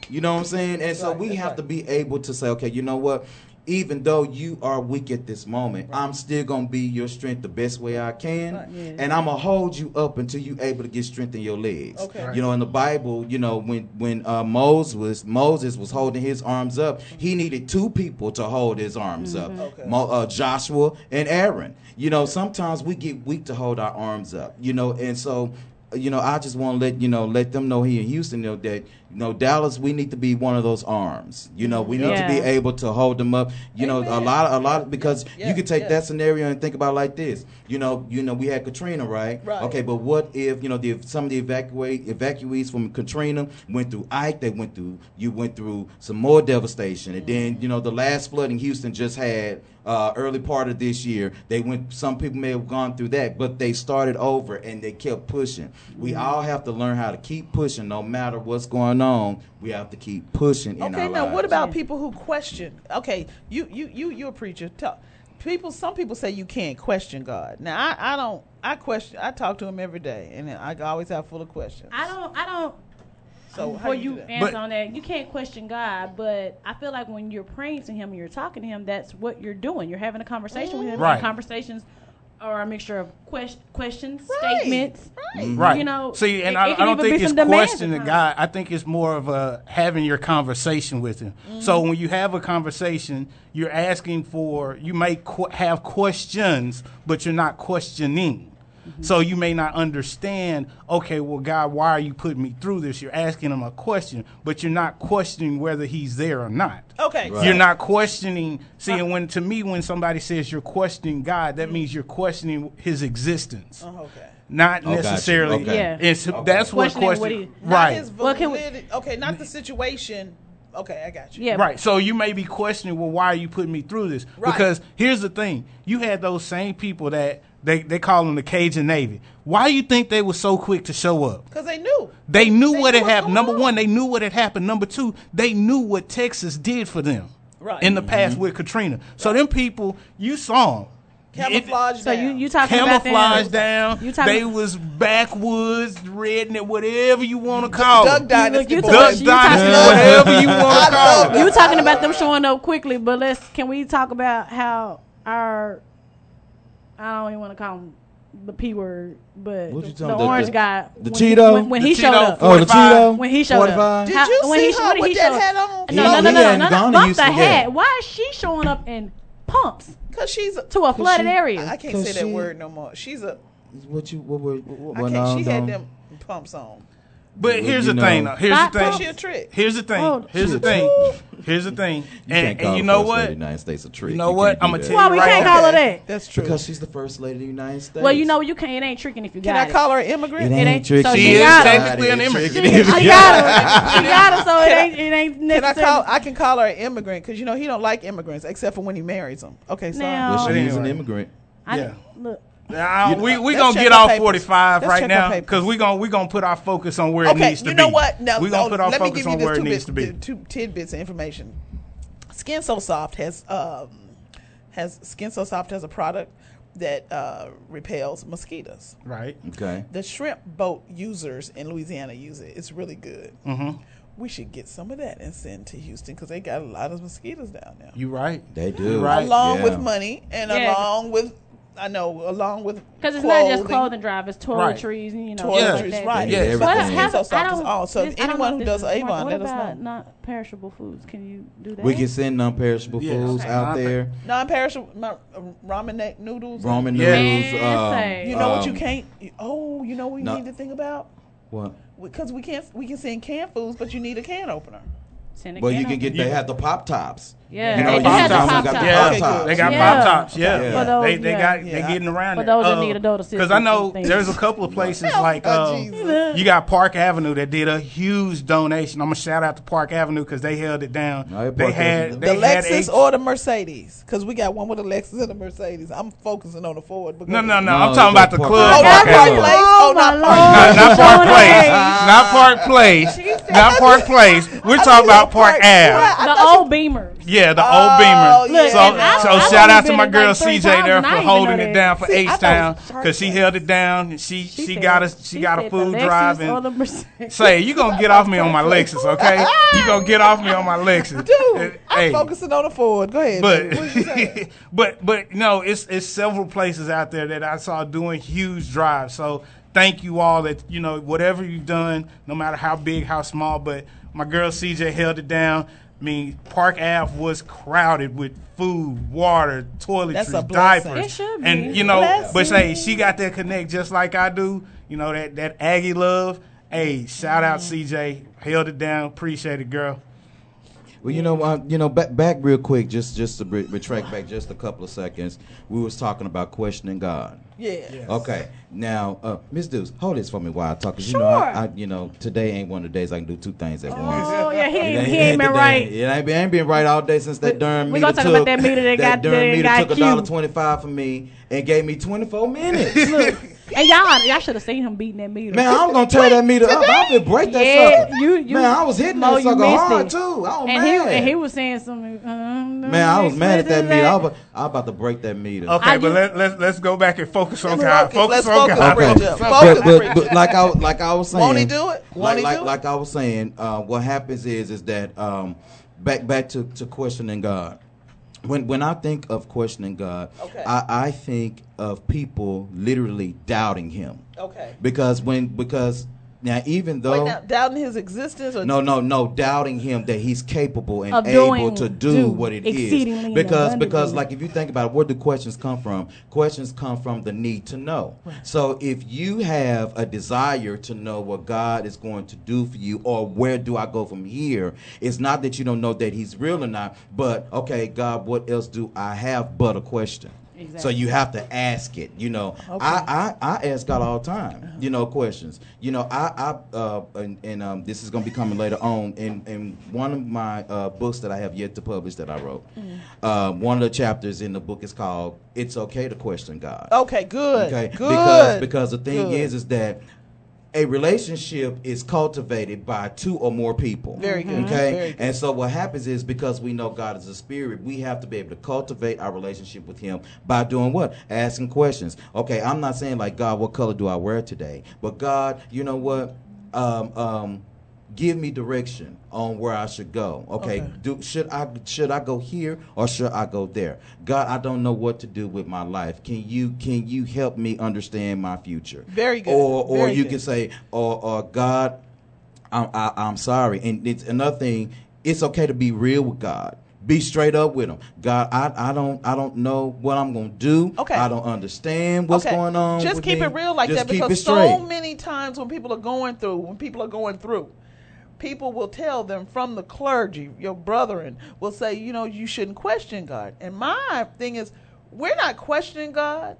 [SPEAKER 7] You know what I'm saying? And so we have to be able to say, okay, you know what? Even though you are weak at this moment, I'm still gonna be your strength the best way I can,
[SPEAKER 14] Right. Yeah.
[SPEAKER 7] and I'm gonna hold you up until you able to get strength in your legs.
[SPEAKER 14] Okay. Right.
[SPEAKER 7] You know, in the Bible, you know, when when uh, Moses was Moses was holding his arms up, he needed two people to hold his arms
[SPEAKER 14] Mhm.
[SPEAKER 7] up.
[SPEAKER 14] Okay.
[SPEAKER 7] Mo, uh, Joshua and Aaron. You know, sometimes we get weak to hold our arms up. You know, and so you know, I just want to let you know, let them know here in Houston you know, that you know Dallas, we need to be one of those arms. You know, we need to be
[SPEAKER 14] Yeah.
[SPEAKER 7] able to hold them up. You know, a lot, a lot, because
[SPEAKER 14] Yeah,
[SPEAKER 7] you could take
[SPEAKER 14] yeah.
[SPEAKER 7] that scenario and think about it like this. You know, you know, we had Katrina, right?
[SPEAKER 14] Right.
[SPEAKER 7] Okay, but what if you know the some of the evacuate evacuees from Katrina went through Ike, they went through you went through some more devastation, and then you know the last flooding Houston just had uh, early part of this year. They went. Some people may have gone through that, but they started over and they kept pushing. We
[SPEAKER 3] Mhm.
[SPEAKER 7] all have to learn how to keep pushing, no matter what's going on. We have to keep pushing in
[SPEAKER 3] Okay,
[SPEAKER 7] our
[SPEAKER 3] now
[SPEAKER 7] lives.
[SPEAKER 3] what about people who question? Okay, you you you you're a preacher. Tell, people, some people say you can't question God. Now I I don't. I question. I talk to him every day, and I always have full of questions.
[SPEAKER 4] I don't. I don't.
[SPEAKER 3] So how
[SPEAKER 4] before
[SPEAKER 3] do you
[SPEAKER 4] you,
[SPEAKER 3] do that?
[SPEAKER 4] answer
[SPEAKER 3] But-
[SPEAKER 4] on that, you can't question God. But I feel like when you're praying to Him and you're talking to Him, that's what you're doing. You're having a conversation with Him. and
[SPEAKER 10] Right.
[SPEAKER 4] Conversations are a mixture of quest- questions, statements.
[SPEAKER 10] Mm-hmm. Right.
[SPEAKER 4] You know.
[SPEAKER 10] See, and
[SPEAKER 4] it-
[SPEAKER 10] I,
[SPEAKER 4] it
[SPEAKER 10] I
[SPEAKER 4] can
[SPEAKER 10] don't
[SPEAKER 4] even
[SPEAKER 10] think
[SPEAKER 4] be
[SPEAKER 10] it's
[SPEAKER 4] some demands
[SPEAKER 10] questioning
[SPEAKER 4] at times.
[SPEAKER 10] God. I think it's more of a having your conversation with Him. So
[SPEAKER 4] Mm-hmm.
[SPEAKER 10] when you have a conversation, you're asking for. You may qu- have questions, but you're not questioning.
[SPEAKER 4] Mm-hmm.
[SPEAKER 10] So you may not understand. Okay, well, God, why are you putting me through this? You're asking Him a question, but you're not questioning whether He's there or not.
[SPEAKER 3] Okay.
[SPEAKER 10] You're not questioning. See, and when to me, when somebody says you're questioning God, that means you're questioning His existence.
[SPEAKER 3] okay.
[SPEAKER 10] Not
[SPEAKER 7] Oh, gotcha.
[SPEAKER 10] necessarily.
[SPEAKER 7] Okay. Yeah.
[SPEAKER 10] It's, That's what
[SPEAKER 4] Questioning what
[SPEAKER 10] question.
[SPEAKER 4] he-
[SPEAKER 3] Not
[SPEAKER 10] right.
[SPEAKER 3] his validity- okay, not the situation. Okay, I got you.
[SPEAKER 10] Right. So you may be questioning, well, why are you putting me through this?
[SPEAKER 3] Right.
[SPEAKER 10] Because here's the thing: you had those same people that they they call them the Cajun Navy. Why do you think they were so quick to show up?
[SPEAKER 3] Because they knew.
[SPEAKER 10] They knew what had happened. Number one, they knew what had happened. Number two, they knew what Texas did for them
[SPEAKER 3] Right.
[SPEAKER 10] in the
[SPEAKER 4] Mm-hmm.
[SPEAKER 10] past with Katrina. So them people, you saw them.
[SPEAKER 3] Camouflage.
[SPEAKER 4] So you you talking about
[SPEAKER 10] Camouflage
[SPEAKER 4] them-
[SPEAKER 10] down.
[SPEAKER 4] You talking
[SPEAKER 10] they was backwoods, redneck, whatever you want to call
[SPEAKER 4] Duck
[SPEAKER 10] it.
[SPEAKER 4] dynasty You boys. talking-
[SPEAKER 10] Duck
[SPEAKER 4] you
[SPEAKER 10] dynasty,
[SPEAKER 4] talking-
[SPEAKER 10] whatever you want
[SPEAKER 4] I
[SPEAKER 10] to call it.
[SPEAKER 4] You talking about them showing up quickly, but let's can we talk about how our I don't even want to call him the p word, but
[SPEAKER 7] What you
[SPEAKER 4] the,
[SPEAKER 7] talking about? The-
[SPEAKER 4] orange
[SPEAKER 7] the-
[SPEAKER 4] guy,
[SPEAKER 7] the
[SPEAKER 4] when he-
[SPEAKER 7] Cheeto?
[SPEAKER 4] when, when he
[SPEAKER 7] The
[SPEAKER 4] showed
[SPEAKER 7] Cheeto
[SPEAKER 4] up,
[SPEAKER 7] 45? Oh, the Cheeto?
[SPEAKER 4] when he showed
[SPEAKER 7] 45?
[SPEAKER 4] up,
[SPEAKER 7] Did
[SPEAKER 4] How-
[SPEAKER 7] you
[SPEAKER 4] when
[SPEAKER 7] see
[SPEAKER 4] he, sh-
[SPEAKER 7] her
[SPEAKER 4] when
[SPEAKER 7] with
[SPEAKER 4] he
[SPEAKER 7] that
[SPEAKER 4] showed
[SPEAKER 7] hat
[SPEAKER 4] up- No,
[SPEAKER 7] on? He-
[SPEAKER 4] no, no,
[SPEAKER 7] he
[SPEAKER 4] no,
[SPEAKER 7] hadn't
[SPEAKER 4] no,
[SPEAKER 7] gone
[SPEAKER 4] no,
[SPEAKER 7] to
[SPEAKER 4] bump the
[SPEAKER 7] Houston
[SPEAKER 4] hat.
[SPEAKER 7] yet.
[SPEAKER 4] Why is she showing up in pumps?
[SPEAKER 3] Cause she's
[SPEAKER 4] to a flooded area.
[SPEAKER 3] I, I can't say that word no more. She's a.
[SPEAKER 7] What you? What were? What,
[SPEAKER 3] I
[SPEAKER 7] what,
[SPEAKER 3] can't.
[SPEAKER 7] no,
[SPEAKER 3] she
[SPEAKER 7] no.
[SPEAKER 3] had them pumps on.
[SPEAKER 10] But
[SPEAKER 7] Well,
[SPEAKER 10] here's
[SPEAKER 7] you
[SPEAKER 10] the thing.
[SPEAKER 7] know.
[SPEAKER 10] Though. Here's
[SPEAKER 3] Not
[SPEAKER 10] the thing.
[SPEAKER 3] push your trick.
[SPEAKER 10] Here's the thing.
[SPEAKER 3] Oh,
[SPEAKER 10] here's the
[SPEAKER 3] shoot.
[SPEAKER 10] thing. Here's the thing.
[SPEAKER 7] You
[SPEAKER 10] and
[SPEAKER 7] can't
[SPEAKER 10] and
[SPEAKER 7] call
[SPEAKER 10] you
[SPEAKER 7] the
[SPEAKER 10] know
[SPEAKER 7] first
[SPEAKER 10] what?
[SPEAKER 7] lady of the United States a trick.
[SPEAKER 10] You know
[SPEAKER 7] You
[SPEAKER 10] what?
[SPEAKER 7] can't do
[SPEAKER 10] I'm gonna
[SPEAKER 7] that.
[SPEAKER 10] tell
[SPEAKER 4] Why
[SPEAKER 10] you
[SPEAKER 4] we
[SPEAKER 10] right
[SPEAKER 4] can't
[SPEAKER 10] now.
[SPEAKER 4] call her that?
[SPEAKER 3] That's
[SPEAKER 7] true. Because she's the first lady of the United States.
[SPEAKER 4] Well, you know you can't. It ain't tricking if you
[SPEAKER 7] Can
[SPEAKER 4] got
[SPEAKER 7] I
[SPEAKER 4] it.
[SPEAKER 7] call her
[SPEAKER 4] immigrant?
[SPEAKER 7] It
[SPEAKER 4] It
[SPEAKER 7] ain't
[SPEAKER 4] ain't
[SPEAKER 7] tricking
[SPEAKER 4] so
[SPEAKER 7] if
[SPEAKER 4] she
[SPEAKER 7] you
[SPEAKER 4] got
[SPEAKER 7] got
[SPEAKER 4] her.
[SPEAKER 7] it. Technically an immigrant.
[SPEAKER 4] She she got her. She got her. So it
[SPEAKER 3] Can I-
[SPEAKER 4] ain't. It ain't
[SPEAKER 3] Can I
[SPEAKER 4] necessarily.
[SPEAKER 3] call? I can call her an immigrant because you know he don't like immigrants except for when he marries them. Okay, so
[SPEAKER 4] Now-
[SPEAKER 7] Well, she is an
[SPEAKER 10] Anyway.
[SPEAKER 7] immigrant.
[SPEAKER 4] I-
[SPEAKER 10] Yeah.
[SPEAKER 4] Look.
[SPEAKER 10] Nah,
[SPEAKER 3] You know,
[SPEAKER 10] Uh, we we
[SPEAKER 3] let's
[SPEAKER 10] gonna
[SPEAKER 3] check
[SPEAKER 10] get
[SPEAKER 3] our
[SPEAKER 10] off
[SPEAKER 3] papers.
[SPEAKER 10] 45
[SPEAKER 3] Let's
[SPEAKER 10] right
[SPEAKER 3] check our
[SPEAKER 10] now
[SPEAKER 3] papers.
[SPEAKER 10] because we gonna we gonna put our focus on where it
[SPEAKER 3] okay,
[SPEAKER 10] needs to be.
[SPEAKER 3] you know what? No,
[SPEAKER 10] we gonna
[SPEAKER 3] oh,
[SPEAKER 10] put our
[SPEAKER 3] let me
[SPEAKER 10] focus
[SPEAKER 3] give you
[SPEAKER 10] on
[SPEAKER 3] this
[SPEAKER 10] where
[SPEAKER 3] two,
[SPEAKER 10] it needs to be.
[SPEAKER 3] bit- two tidbits of information. Skin So Soft has um, has Skin So Soft has a product that uh, repels mosquitoes.
[SPEAKER 10] Right.
[SPEAKER 7] Okay.
[SPEAKER 3] The shrimp boat users in Louisiana use it. It's really good.
[SPEAKER 10] Mhm.
[SPEAKER 3] We should get some of that and send to Houston because they got a lot of mosquitoes down there.
[SPEAKER 10] You right.
[SPEAKER 7] They do.
[SPEAKER 10] Right.
[SPEAKER 3] Along
[SPEAKER 7] Yeah.
[SPEAKER 3] with money and
[SPEAKER 4] Yeah.
[SPEAKER 3] along with, I know, along with
[SPEAKER 4] Because it's not just
[SPEAKER 3] clothing
[SPEAKER 4] clothing drive, it's
[SPEAKER 3] Right.
[SPEAKER 4] toiletries and you know.
[SPEAKER 3] Toiletries,
[SPEAKER 4] stuff like that.
[SPEAKER 3] right.
[SPEAKER 7] Yeah,
[SPEAKER 4] What
[SPEAKER 7] everything.
[SPEAKER 4] have-
[SPEAKER 3] So soft
[SPEAKER 4] I
[SPEAKER 3] is
[SPEAKER 4] don't-
[SPEAKER 3] all. So if
[SPEAKER 4] this- I don't
[SPEAKER 3] anyone
[SPEAKER 4] know
[SPEAKER 3] who
[SPEAKER 4] if
[SPEAKER 3] does
[SPEAKER 4] this is
[SPEAKER 3] Avon,
[SPEAKER 4] smart.
[SPEAKER 3] let
[SPEAKER 4] What
[SPEAKER 3] us know.
[SPEAKER 4] about Not perishable foods. Can you do that?
[SPEAKER 7] We can send non-perishable foods out there.
[SPEAKER 3] Non-perishable my- uh, ramen na- noodles.
[SPEAKER 7] Ramen
[SPEAKER 3] Yeah.
[SPEAKER 7] noodles. um,
[SPEAKER 3] You know what you
[SPEAKER 7] um,
[SPEAKER 3] can't. you- Oh, you know what we
[SPEAKER 7] no.
[SPEAKER 3] need to think about
[SPEAKER 7] What?
[SPEAKER 3] because we can't. We can send canned foods, but you need a can opener.
[SPEAKER 4] Send
[SPEAKER 7] Well, you can get. They have the pop tops.
[SPEAKER 4] Yeah.
[SPEAKER 7] You
[SPEAKER 4] They
[SPEAKER 7] know,
[SPEAKER 4] do
[SPEAKER 7] you
[SPEAKER 4] have the
[SPEAKER 7] got
[SPEAKER 4] Pop
[SPEAKER 7] the
[SPEAKER 4] Tops.
[SPEAKER 7] Pop
[SPEAKER 10] Yeah,
[SPEAKER 7] Tops.
[SPEAKER 10] they got
[SPEAKER 4] Yeah.
[SPEAKER 10] pop tops. Yeah,
[SPEAKER 4] For those,
[SPEAKER 10] they they
[SPEAKER 4] yeah.
[SPEAKER 10] got they
[SPEAKER 4] Yeah.
[SPEAKER 10] getting around
[SPEAKER 4] For
[SPEAKER 10] there.
[SPEAKER 4] those that need adult
[SPEAKER 10] because I
[SPEAKER 4] assistance
[SPEAKER 10] know
[SPEAKER 4] and
[SPEAKER 10] there's a
[SPEAKER 4] things.
[SPEAKER 10] couple of places like
[SPEAKER 3] oh,
[SPEAKER 10] uh,
[SPEAKER 4] Jesus.
[SPEAKER 10] you got Park Avenue that did a huge donation. I'm gonna shout out to Park Avenue because they held it down. they
[SPEAKER 7] Park
[SPEAKER 10] had
[SPEAKER 7] Avenue.
[SPEAKER 10] they
[SPEAKER 3] the
[SPEAKER 10] had
[SPEAKER 3] Lexus
[SPEAKER 10] a-
[SPEAKER 3] or the Mercedes, because we got one with a Lexus and a Mercedes. I'm focusing on the Ford. because-
[SPEAKER 10] No, no, no.
[SPEAKER 7] No,
[SPEAKER 10] I'm talking
[SPEAKER 7] the
[SPEAKER 10] about the
[SPEAKER 7] Park
[SPEAKER 10] club.
[SPEAKER 7] Avenue.
[SPEAKER 10] Park
[SPEAKER 7] Oh,
[SPEAKER 10] Avenue.
[SPEAKER 3] Place? Oh, not
[SPEAKER 10] Not, not Park Place. Not Park Place. Not Park Place. We're talking about Park Ave.
[SPEAKER 4] The old Beamer.
[SPEAKER 10] Yeah, the old Beamer.
[SPEAKER 4] Oh, yeah.
[SPEAKER 10] so
[SPEAKER 4] And I-
[SPEAKER 10] so
[SPEAKER 4] I've
[SPEAKER 10] shout out
[SPEAKER 4] only
[SPEAKER 10] to my
[SPEAKER 4] been
[SPEAKER 10] girl
[SPEAKER 4] like three
[SPEAKER 10] CJ
[SPEAKER 4] times
[SPEAKER 10] there
[SPEAKER 4] and I
[SPEAKER 10] for
[SPEAKER 4] didn't even
[SPEAKER 10] holding
[SPEAKER 4] know
[SPEAKER 10] it
[SPEAKER 4] that.
[SPEAKER 10] down for
[SPEAKER 4] See, I
[SPEAKER 10] H
[SPEAKER 4] thought it
[SPEAKER 10] Town
[SPEAKER 4] was Park
[SPEAKER 10] because she held it down and she she, got a she got a
[SPEAKER 4] said
[SPEAKER 10] food
[SPEAKER 4] the Lexus
[SPEAKER 10] drive
[SPEAKER 4] or the
[SPEAKER 10] and
[SPEAKER 4] Mercedes.
[SPEAKER 10] say you gonna get off me on my Lexus, okay? You gonna get off me on my Lexus,
[SPEAKER 3] Dude, I'm
[SPEAKER 10] Hey.
[SPEAKER 3] focusing on the Ford. Go ahead.
[SPEAKER 10] But-
[SPEAKER 3] dude. What you saying?
[SPEAKER 10] but but no, it's it's several places out there that I saw doing huge drives. So thank you all that you know whatever you've done, no matter how big, how small. But my girl CJ held it down. I mean, Park Ave was crowded with food, water, toiletries,
[SPEAKER 3] That's a blessing.
[SPEAKER 10] diapers,
[SPEAKER 3] It should be.
[SPEAKER 10] and you know. But
[SPEAKER 3] Blessing.
[SPEAKER 10] say she got that connect just like I do. You know that that Aggie love. Hey, shout
[SPEAKER 3] Mm.
[SPEAKER 10] out CJ, held it down. Appreciate it, girl.
[SPEAKER 7] Well, you know, uh, you know, back back real quick, just just to re- retract back just a couple of seconds. We was talking about questioning God.
[SPEAKER 3] Yeah. Yes.
[SPEAKER 7] Okay. Now, uh, Miss Deuce, hold this for me while I talk. 'cause You know, I, I, you know, today ain't one of the days I can do two things at once.
[SPEAKER 4] Oh yeah, he
[SPEAKER 7] It
[SPEAKER 4] ain't,
[SPEAKER 7] ain't-
[SPEAKER 4] he ain't been
[SPEAKER 7] today.
[SPEAKER 4] right.
[SPEAKER 7] It ain't, been- ain't been right all day since that darn meter
[SPEAKER 4] we gonna talk
[SPEAKER 7] took,
[SPEAKER 4] about that meter that got-
[SPEAKER 7] darn
[SPEAKER 4] that
[SPEAKER 7] meter
[SPEAKER 4] got
[SPEAKER 7] took a
[SPEAKER 4] cute.
[SPEAKER 7] dollar twenty five from me and gave me twenty four minutes.
[SPEAKER 4] Look, and y'all, y'all should have seen him beating that meter.
[SPEAKER 7] Man, I'm gonna tear that meter up.
[SPEAKER 4] Today?
[SPEAKER 7] I could break that
[SPEAKER 4] yeah,
[SPEAKER 7] sucker.
[SPEAKER 4] You, you,
[SPEAKER 7] Man, I was hitting
[SPEAKER 4] no,
[SPEAKER 3] Oh,
[SPEAKER 7] that
[SPEAKER 4] you
[SPEAKER 7] sucker
[SPEAKER 4] missed
[SPEAKER 7] hard
[SPEAKER 4] it.
[SPEAKER 7] too. I was
[SPEAKER 4] and
[SPEAKER 7] mad.
[SPEAKER 4] He, and he was saying something. Um,
[SPEAKER 7] Man, I was
[SPEAKER 4] next
[SPEAKER 7] mad at that
[SPEAKER 4] president.
[SPEAKER 7] meter. I was, about- I was about to break that meter.
[SPEAKER 10] Okay, but let, let's let's go back and focus on
[SPEAKER 3] Let's
[SPEAKER 10] God.
[SPEAKER 3] focus.
[SPEAKER 10] Focus
[SPEAKER 3] Let's
[SPEAKER 10] on
[SPEAKER 3] focus,
[SPEAKER 10] God.
[SPEAKER 3] Bridget.
[SPEAKER 10] Focus.
[SPEAKER 7] but, but, but like I like I was saying,
[SPEAKER 3] Won't he do it? Won't
[SPEAKER 7] like
[SPEAKER 3] he
[SPEAKER 7] like,
[SPEAKER 3] do it?
[SPEAKER 7] like I was saying, uh, what happens is is that um, back back to, to questioning God. When when I think of questioning God,
[SPEAKER 3] Okay.
[SPEAKER 7] I, I think of people literally doubting Him
[SPEAKER 3] Okay.
[SPEAKER 7] because when because now even though
[SPEAKER 3] Wait, now, doubting his existence or
[SPEAKER 7] no, no, no, doubting him that he's capable and
[SPEAKER 3] Of
[SPEAKER 7] able
[SPEAKER 3] doing-
[SPEAKER 7] to do,
[SPEAKER 3] do
[SPEAKER 7] what it
[SPEAKER 3] exceedingly
[SPEAKER 7] is.
[SPEAKER 3] and
[SPEAKER 7] Because
[SPEAKER 3] abundantly.
[SPEAKER 7] because like if you think about it, where do questions come from? Questions come from the need to know. So if you have a desire to know what God is going to do for you or where do I go from here, it's not that you don't know that he's real or not, but okay, God, what else do I have but a question? So
[SPEAKER 14] Exactly.
[SPEAKER 7] you have to ask it. You know, I, I I ask God all the time. You know, questions. You know, I I uh, and, and um, this is gonna be coming later on in in one of my uh, books that I have yet to publish that I wrote. Uh, one of the chapters in the book is called "It's Okay to Question God."
[SPEAKER 3] Okay, good.
[SPEAKER 7] Okay,
[SPEAKER 3] Good.
[SPEAKER 7] because because the thing
[SPEAKER 3] Good.
[SPEAKER 7] is is that a relationship is cultivated by two or more people.
[SPEAKER 3] Very good. Mm-hmm.
[SPEAKER 7] Okay.
[SPEAKER 3] Very good.
[SPEAKER 7] And so what happens is because we know God is a spirit, we have to be able to cultivate our relationship with Him by doing what? Asking questions. Okay, I'm not saying like God, what color do I wear today? But God, you know what? Um, um, give me direction on where I should go. Okay,
[SPEAKER 14] Okay.
[SPEAKER 7] do should I should I go here or should I go there? God, I don't know what to do with my life. Can you can you help me understand my future?
[SPEAKER 3] Very good.
[SPEAKER 7] Or or
[SPEAKER 3] Very
[SPEAKER 7] you
[SPEAKER 3] good.
[SPEAKER 7] can say or or God, I'm I, I'm sorry. And it's another thing. It's okay to be real with God. Be straight up with him. God, I, I don't I don't know what I'm gonna do.
[SPEAKER 3] Okay.
[SPEAKER 7] I don't understand what's
[SPEAKER 3] Okay,
[SPEAKER 7] going on.
[SPEAKER 3] Just
[SPEAKER 7] with
[SPEAKER 3] keep
[SPEAKER 7] me.
[SPEAKER 3] it real like
[SPEAKER 7] Just
[SPEAKER 3] that
[SPEAKER 7] keep
[SPEAKER 3] because
[SPEAKER 7] it
[SPEAKER 3] so
[SPEAKER 7] straight.
[SPEAKER 3] many times when people are going through, when people are going through, people will tell them from the clergy, your brethren will say, you know, you shouldn't question God. And my thing is, we're not questioning God.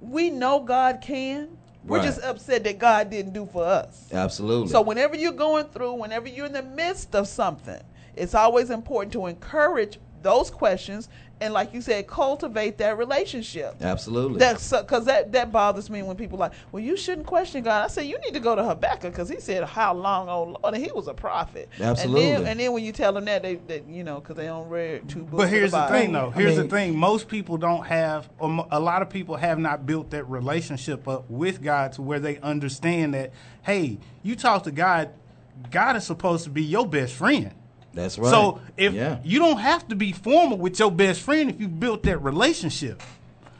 [SPEAKER 3] We know God can. We're
[SPEAKER 7] Right.
[SPEAKER 3] just upset that God didn't do for us.
[SPEAKER 7] Absolutely.
[SPEAKER 3] So whenever you're going through, whenever you're in the midst of something, it's always important to encourage those questions and, like you said, cultivate that relationship.
[SPEAKER 7] Absolutely.
[SPEAKER 3] That's because that that bothers me when people like, well, you shouldn't question God. I say you need to go to Habakkuk because he said, "How long, oh Lord?" And he was a prophet. And then,
[SPEAKER 10] Absolutely.
[SPEAKER 3] and then when you tell them that, they, they you know, because they don't read two books.
[SPEAKER 10] But here's
[SPEAKER 3] of
[SPEAKER 10] the
[SPEAKER 3] the,
[SPEAKER 10] thing, though. Here's
[SPEAKER 3] the
[SPEAKER 10] the thing. Most people don't have, or mo- a lot of people have not built that relationship up with God to where they understand that, hey, you talk to God, God is supposed to be your best friend.
[SPEAKER 7] That's right.
[SPEAKER 10] So if
[SPEAKER 7] Yeah.
[SPEAKER 10] you don't have to be formal with your best friend if you built that relationship.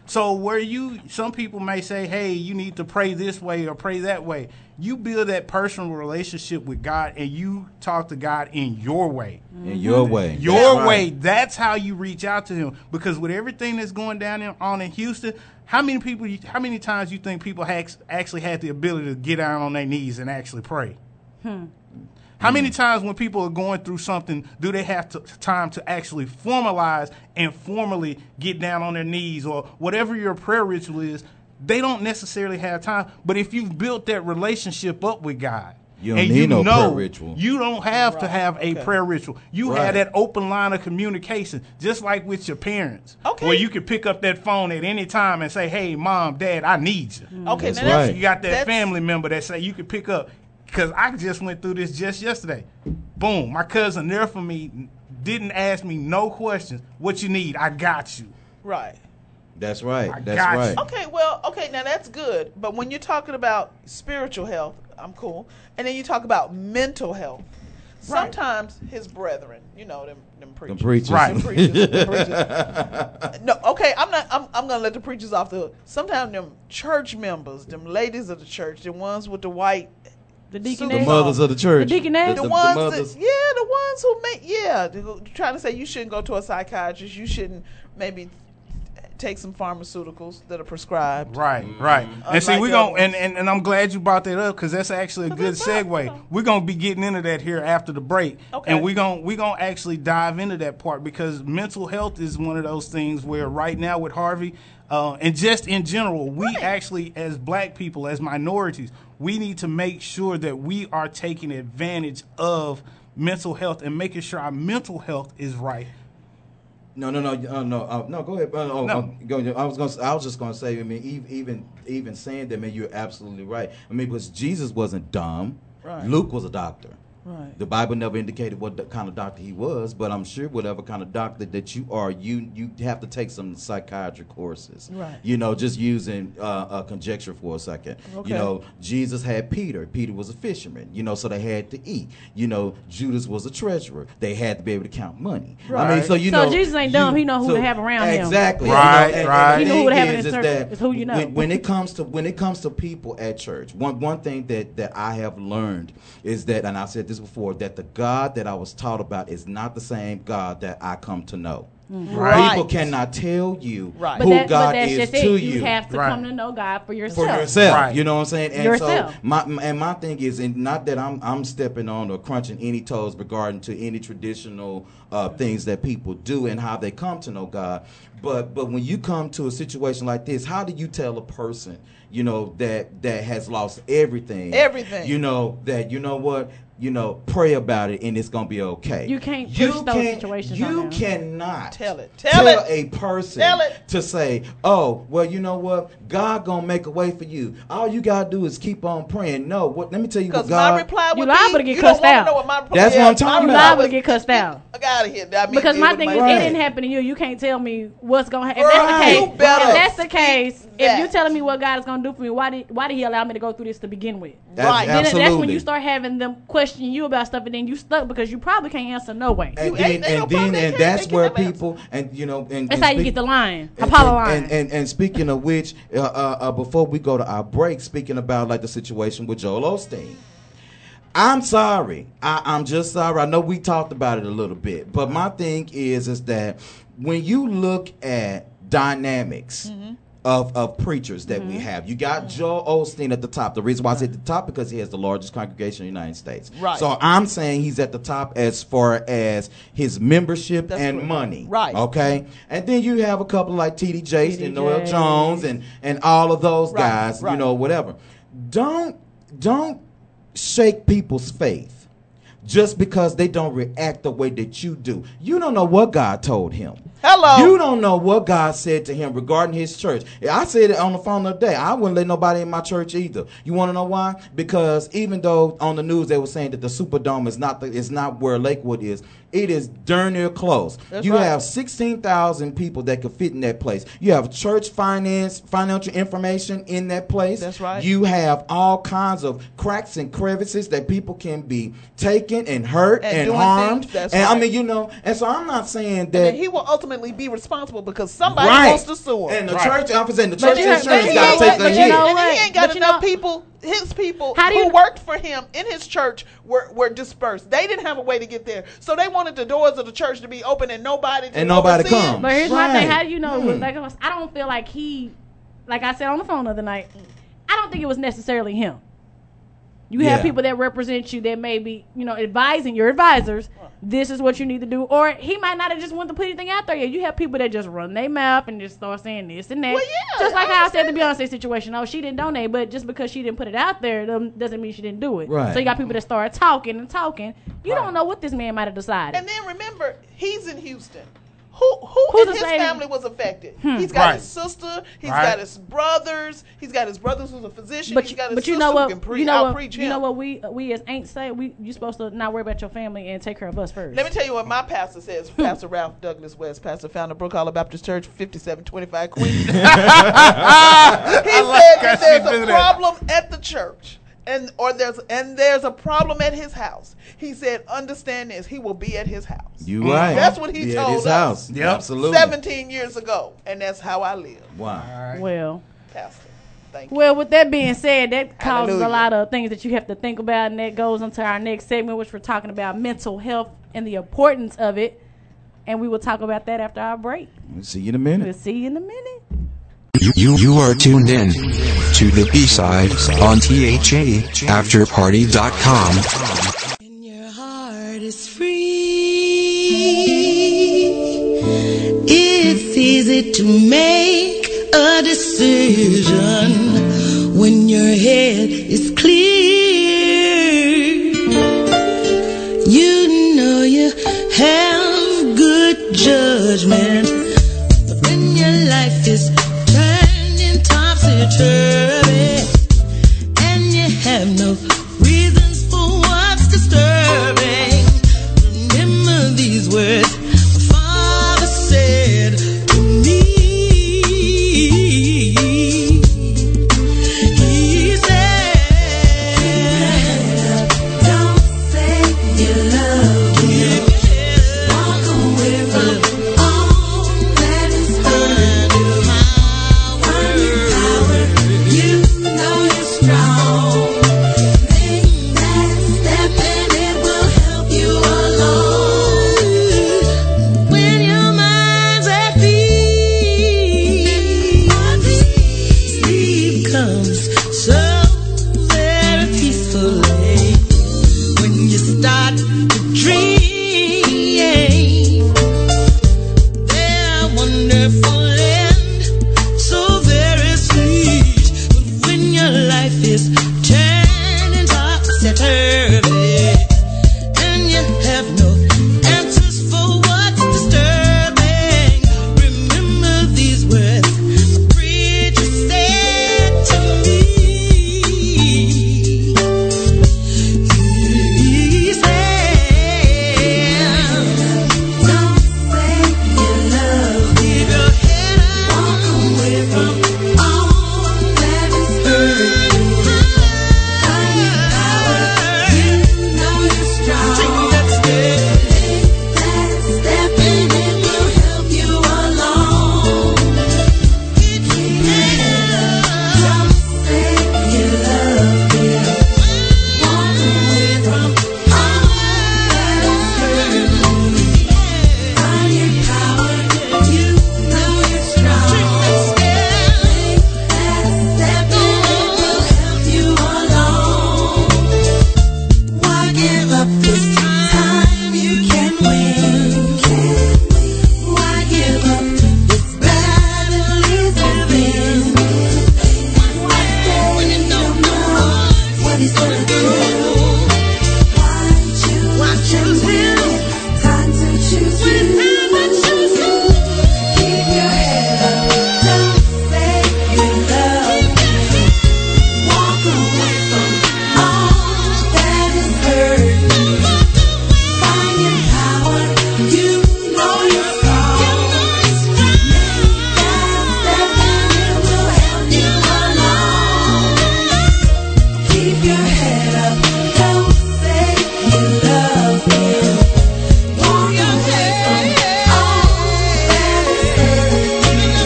[SPEAKER 10] So where you some people may say, "Hey, you need to pray this way or pray that way." You build that personal relationship with God and you talk to God in your way.
[SPEAKER 7] In your
[SPEAKER 3] Mm-hmm.
[SPEAKER 7] way.
[SPEAKER 10] Your
[SPEAKER 7] That's right.
[SPEAKER 10] way. That's how you reach out to him because with everything that's going down in, on in Houston, how many people you, how many times you think people hacks actually had the ability to get down on their knees and actually pray?
[SPEAKER 4] Hmm.
[SPEAKER 10] How many
[SPEAKER 7] Mm.
[SPEAKER 10] times when people are going through something do they have to, time to actually formalize and formally get down on their knees or whatever your prayer ritual is? They don't necessarily have time, but if you've built that relationship up with God,
[SPEAKER 7] You don't
[SPEAKER 10] and
[SPEAKER 7] need
[SPEAKER 10] you
[SPEAKER 7] no
[SPEAKER 10] know
[SPEAKER 7] prayer ritual.
[SPEAKER 10] You don't have to have a
[SPEAKER 7] Okay.
[SPEAKER 10] prayer ritual. You
[SPEAKER 7] Right.
[SPEAKER 10] have that open line of communication, just like with your parents, okay. where you can pick up that phone at any time and say, "Hey, mom, dad, I need you."
[SPEAKER 3] Mm. Okay, That's now that's- right.
[SPEAKER 10] you got that
[SPEAKER 3] that's-
[SPEAKER 10] family member that say you can pick up because I just went through this just yesterday. Boom, my cousin there for me didn't ask me no questions. What you need, I got you.
[SPEAKER 3] right.
[SPEAKER 7] That's right. That's
[SPEAKER 10] got
[SPEAKER 7] right.
[SPEAKER 3] Okay, well, okay, now that's good. But when you're talking about spiritual health, I'm cool. And then you talk about mental health. Sometimes his brethren, you know, them, them preachers.
[SPEAKER 7] preachers.
[SPEAKER 3] Them
[SPEAKER 7] Right.
[SPEAKER 3] preachers, them preachers. no, okay, I'm not I'm, I'm gonna let the preachers off the hook. Sometimes them church members, them ladies of the church, the ones with the white the
[SPEAKER 7] The mothers of the church. The deaconess. The-
[SPEAKER 3] the,
[SPEAKER 7] the
[SPEAKER 3] ones
[SPEAKER 7] mothers.
[SPEAKER 3] that, yeah, the ones who make yeah, the- who- trying to say you shouldn't go to a psychiatrist, you shouldn't maybe take some pharmaceuticals that are prescribed.
[SPEAKER 10] Right, right. And see,
[SPEAKER 3] Unlike
[SPEAKER 10] we're going
[SPEAKER 3] others.
[SPEAKER 10] and, and and I'm glad you brought that up because that's actually a good segue. We're gonna be getting into that here after the break,
[SPEAKER 14] Okay.
[SPEAKER 10] and we're gonna we're gonna actually dive into that part because mental health is one of those things where right now with Harvey, uh, and just in general, we actually as Black people, as minorities, we need to make sure that we are taking advantage of mental health and making sure our mental health is right.
[SPEAKER 7] No, no, no, uh, no, uh, no. Go ahead. Uh, oh,
[SPEAKER 10] No.
[SPEAKER 7] uh, go, I was gonna. I was just gonna say. I mean, ev- even even saying that, man, you're absolutely right. I mean, because Jesus wasn't dumb.
[SPEAKER 3] Right.
[SPEAKER 7] Luke was a doctor.
[SPEAKER 3] Right.
[SPEAKER 7] The Bible never indicated what the kind of doctor he was, but I'm sure whatever kind of doctor that you are, you you have to take some psychiatry courses.
[SPEAKER 3] Right.
[SPEAKER 7] You know, just using uh, uh, conjecture for a second.
[SPEAKER 3] Okay.
[SPEAKER 7] You know, Jesus had Peter. Peter was a fisherman. You know, so they had to eat. You know, Judas was a treasurer. They had to be able to count money. I mean, so you know,
[SPEAKER 4] Jesus ain't dumb. he know who to have around him.
[SPEAKER 7] Exactly.
[SPEAKER 10] Right,
[SPEAKER 7] You know, and-
[SPEAKER 10] right.
[SPEAKER 7] and the
[SPEAKER 4] He know who to
[SPEAKER 7] thing
[SPEAKER 4] have in
[SPEAKER 7] is-
[SPEAKER 4] his
[SPEAKER 7] is
[SPEAKER 4] circle.
[SPEAKER 7] that
[SPEAKER 4] It's who you know.
[SPEAKER 7] When, when it comes to when it comes to people at church, one one thing that that I have learned is that, and I said this before, that the God that I was taught about is not the same God that I come to know.
[SPEAKER 4] Mhm. Right.
[SPEAKER 7] People cannot tell you
[SPEAKER 4] Right.
[SPEAKER 7] who
[SPEAKER 4] but that,
[SPEAKER 7] God
[SPEAKER 4] but that's
[SPEAKER 7] is
[SPEAKER 4] just
[SPEAKER 7] to
[SPEAKER 4] it.
[SPEAKER 7] you.
[SPEAKER 4] You have to come to know God for yourself.
[SPEAKER 7] for yourself,
[SPEAKER 10] Right.
[SPEAKER 7] you know what I'm saying? And
[SPEAKER 4] Yourself.
[SPEAKER 7] so my my- and my thing is, and not that I'm I'm stepping on or crunching any toes regarding to any traditional uh, things that people do and how they come to know God, but but when you come to a situation like this, how do you tell a person, you know, that that has lost everything,
[SPEAKER 3] Everything.
[SPEAKER 7] you know, that you know what, you know, pray about it and it's gonna be okay.
[SPEAKER 4] You can't push
[SPEAKER 7] You
[SPEAKER 4] those
[SPEAKER 7] can't-
[SPEAKER 4] situations
[SPEAKER 7] you
[SPEAKER 4] on them.
[SPEAKER 7] cannot
[SPEAKER 3] Tell it.
[SPEAKER 7] tell,
[SPEAKER 3] Tell, it.
[SPEAKER 7] a person
[SPEAKER 3] Tell it.
[SPEAKER 7] to say, "Oh, well, you know what? God gonna make a way for you. All you gotta do is keep on praying." No, what? Let me tell you what
[SPEAKER 3] Because my
[SPEAKER 7] God.
[SPEAKER 3] reply
[SPEAKER 4] You
[SPEAKER 3] would
[SPEAKER 4] liable
[SPEAKER 3] be,
[SPEAKER 4] to get
[SPEAKER 3] you don't
[SPEAKER 4] cussed
[SPEAKER 3] wanna
[SPEAKER 4] out.
[SPEAKER 3] Know what my reply
[SPEAKER 7] That's what I'm
[SPEAKER 3] is.
[SPEAKER 7] talking
[SPEAKER 4] You
[SPEAKER 3] my
[SPEAKER 7] about.
[SPEAKER 4] liable to get cussed out.
[SPEAKER 3] out of here. I mean,
[SPEAKER 4] Because
[SPEAKER 3] it
[SPEAKER 4] my
[SPEAKER 3] would
[SPEAKER 4] thing
[SPEAKER 3] make-
[SPEAKER 4] is,
[SPEAKER 7] Right.
[SPEAKER 4] it didn't happen to you. You can't tell me what's gonna happen.
[SPEAKER 3] Right. You
[SPEAKER 4] If
[SPEAKER 3] better
[SPEAKER 4] that's the case, if that's the case, if
[SPEAKER 3] that.
[SPEAKER 4] you're telling me what God is gonna do for me, why did why did He allow me to go through this to begin with?
[SPEAKER 7] That's
[SPEAKER 3] Right.
[SPEAKER 4] Then
[SPEAKER 7] absolutely.
[SPEAKER 4] that's when you start having them question you about stuff, and then you stuck because you probably can't answer no way.
[SPEAKER 7] And
[SPEAKER 3] You ain't-
[SPEAKER 7] then,
[SPEAKER 3] they
[SPEAKER 7] and
[SPEAKER 3] don't
[SPEAKER 7] then,
[SPEAKER 3] probably
[SPEAKER 7] and
[SPEAKER 3] can't-
[SPEAKER 7] that's
[SPEAKER 3] they
[SPEAKER 7] where
[SPEAKER 3] can't
[SPEAKER 7] people and you know and
[SPEAKER 4] That's
[SPEAKER 7] and
[SPEAKER 4] how you
[SPEAKER 7] speak-
[SPEAKER 4] get the line,
[SPEAKER 7] And,
[SPEAKER 4] Apollo line.
[SPEAKER 7] and, and, and, and speaking of which, uh, uh, uh, before we go to our break, speaking about like the situation with Joel Osteen, I'm sorry. I, I'm just sorry. I know we talked about it a little bit, but my thing is is that when you look at dynamics.
[SPEAKER 3] Mm-hmm.
[SPEAKER 7] Of, of preachers that we have. You got Joel Osteen at the top. The reason why I said the top because he has the largest congregation in the United States.
[SPEAKER 3] Right.
[SPEAKER 7] So I'm saying he's at the top as far as his membership
[SPEAKER 3] That's
[SPEAKER 7] and
[SPEAKER 3] correct.
[SPEAKER 7] money.
[SPEAKER 3] Right.
[SPEAKER 7] Okay. And then you have a couple like T.D. Jakes and Noel
[SPEAKER 4] Jakes.
[SPEAKER 7] Jones and and all of those
[SPEAKER 3] Right,
[SPEAKER 7] guys. You
[SPEAKER 3] right.
[SPEAKER 7] know, whatever. Don't don't shake people's faith just because they don't react the way that you do. You don't know what God told him.
[SPEAKER 3] Hello.
[SPEAKER 7] You don't know what God said to him regarding his church. I said it on the phone the other day. I wouldn't let nobody in my church either. You want to know why? Because even though on the news they were saying that the Superdome is not the, is not where Lakewood is, it is darn near close.
[SPEAKER 3] That's
[SPEAKER 7] you
[SPEAKER 3] right.
[SPEAKER 7] have 16,000 people that could fit in that place. You have church finance, financial information in that place.
[SPEAKER 3] That's right.
[SPEAKER 7] You have all kinds of cracks and crevices that people can be taken and hurt
[SPEAKER 3] And
[SPEAKER 7] and,
[SPEAKER 3] doing
[SPEAKER 7] harmed.
[SPEAKER 3] things. That's
[SPEAKER 7] and I
[SPEAKER 3] right.
[SPEAKER 7] mean, you know, and so I'm not saying that
[SPEAKER 3] And he will ultimately be responsible because somebody
[SPEAKER 7] right.
[SPEAKER 3] wants to sue him.
[SPEAKER 7] And the
[SPEAKER 10] Right.
[SPEAKER 7] church, I'm saying the
[SPEAKER 4] But
[SPEAKER 7] church
[SPEAKER 4] you have-
[SPEAKER 7] insurance
[SPEAKER 4] but you
[SPEAKER 7] got
[SPEAKER 4] know
[SPEAKER 7] to
[SPEAKER 4] what?
[SPEAKER 7] take a
[SPEAKER 4] But you
[SPEAKER 7] hit.
[SPEAKER 4] know
[SPEAKER 3] and
[SPEAKER 4] what?
[SPEAKER 3] he ain't got
[SPEAKER 4] But you
[SPEAKER 3] enough
[SPEAKER 4] know-
[SPEAKER 3] people. His people
[SPEAKER 4] How do
[SPEAKER 3] who
[SPEAKER 4] you-
[SPEAKER 3] worked for him in his church were, were dispersed. They didn't have a way to get there, so they wanted the doors of the church to be open and nobody to
[SPEAKER 7] And nobody
[SPEAKER 3] oversee it.
[SPEAKER 7] come.
[SPEAKER 4] But here's my thing:
[SPEAKER 7] Right.
[SPEAKER 4] How do you know? it was Like, I don't feel like he, like I said on the phone the other night, I don't think it was necessarily him. You
[SPEAKER 7] Yeah.
[SPEAKER 4] have people that represent you that may be, you know, advising your advisors. This is what you need to do, or he might not have just wanted to put anything out there. yet. You have people that just run their mouth and just start saying this and that.
[SPEAKER 3] Well, yeah,
[SPEAKER 4] just like
[SPEAKER 3] I
[SPEAKER 4] how I said the
[SPEAKER 3] understand
[SPEAKER 4] Beyonce situation. Oh, she didn't donate, but just because she didn't put it out there um, doesn't mean she didn't do it.
[SPEAKER 7] Right.
[SPEAKER 4] So you got people that start talking and talking. You don't know what this man might have decided.
[SPEAKER 3] And then remember, he's in Houston. Who who
[SPEAKER 4] Who's
[SPEAKER 3] in his
[SPEAKER 4] affected?
[SPEAKER 3] family was affected?
[SPEAKER 4] Hmm.
[SPEAKER 3] He's got
[SPEAKER 10] Right.
[SPEAKER 3] his sister. He's
[SPEAKER 10] Right.
[SPEAKER 3] got his brothers. He's got his brothers who's a physician.
[SPEAKER 4] but
[SPEAKER 3] he's
[SPEAKER 4] you,
[SPEAKER 3] got his
[SPEAKER 4] but
[SPEAKER 3] sister
[SPEAKER 4] you know
[SPEAKER 3] who can
[SPEAKER 4] what
[SPEAKER 3] preach.
[SPEAKER 4] you know
[SPEAKER 3] I'll
[SPEAKER 4] what
[SPEAKER 3] preach
[SPEAKER 4] you
[SPEAKER 3] him.
[SPEAKER 4] know what we uh, we as ain't say we you supposed to not worry about your family and take care of us first.
[SPEAKER 3] Let me tell you what my pastor says. Pastor Ralph Douglas West, pastor founder of Brook Hollow Baptist Church, 5725 Queens. he
[SPEAKER 10] I like how
[SPEAKER 3] said that
[SPEAKER 10] she
[SPEAKER 3] there's
[SPEAKER 10] did
[SPEAKER 3] a
[SPEAKER 10] that.
[SPEAKER 3] problem at the church. And or there's and there's a problem at his house. He said, understand this, he will be at his house.
[SPEAKER 7] You right.
[SPEAKER 3] That's what he
[SPEAKER 7] Be
[SPEAKER 3] told
[SPEAKER 7] at his
[SPEAKER 3] us.
[SPEAKER 7] house.
[SPEAKER 10] Yep.
[SPEAKER 7] Absolutely.
[SPEAKER 3] Seventeen years ago. And that's how I live.
[SPEAKER 7] Wow.
[SPEAKER 4] well.
[SPEAKER 3] Pastor. Thank you.
[SPEAKER 4] Well, with that being said, that causes
[SPEAKER 3] Hallelujah.
[SPEAKER 4] a lot of things that you have to think about, and that goes into our next segment, which we're talking about mental health and the importance of it. and we will talk about that after our break.
[SPEAKER 7] We'll see you in a minute.
[SPEAKER 4] We'll see you in a minute.
[SPEAKER 1] You, you, you are tuned in to the B-side on THA afterparty.com.
[SPEAKER 14] heart is free. It's easy to make a decision when your head is clear. You know you have good judgment, but when your life is turning topsy turvy and you have no reasons for what's disturbing. Remember these words my father said to me. He said, Don't say you love me. Walk away from all that is under my power. You know you're strong. Start to dream. They're wonderful and so very sweet. But when your life is turning topsy turvy, and you have no answers for what's disturbing, remember these words a preacher said to me. He said, "Don't say you love me. Keep your head up. Walk away from all that is hurting. You know you're strong. Take that step. Take that step, and it will help you along. Keep your head up. Don't say you love me. Walk away from all that is hurting. Find your power. You know you're strong. Take that step, and it will help you along. Why give up this time you can win? Why give up this battle is within? Why stay when you don't know what he's gonna do? Why choose? Why choose him? Time to choose you. Keep your head up. Don't say you love me. Walk away from all that is hurting. Find your power. You know you're strong. Make that step and it will help you along. Keep your head up. Don't say you love me. Walk away from all that is hurting.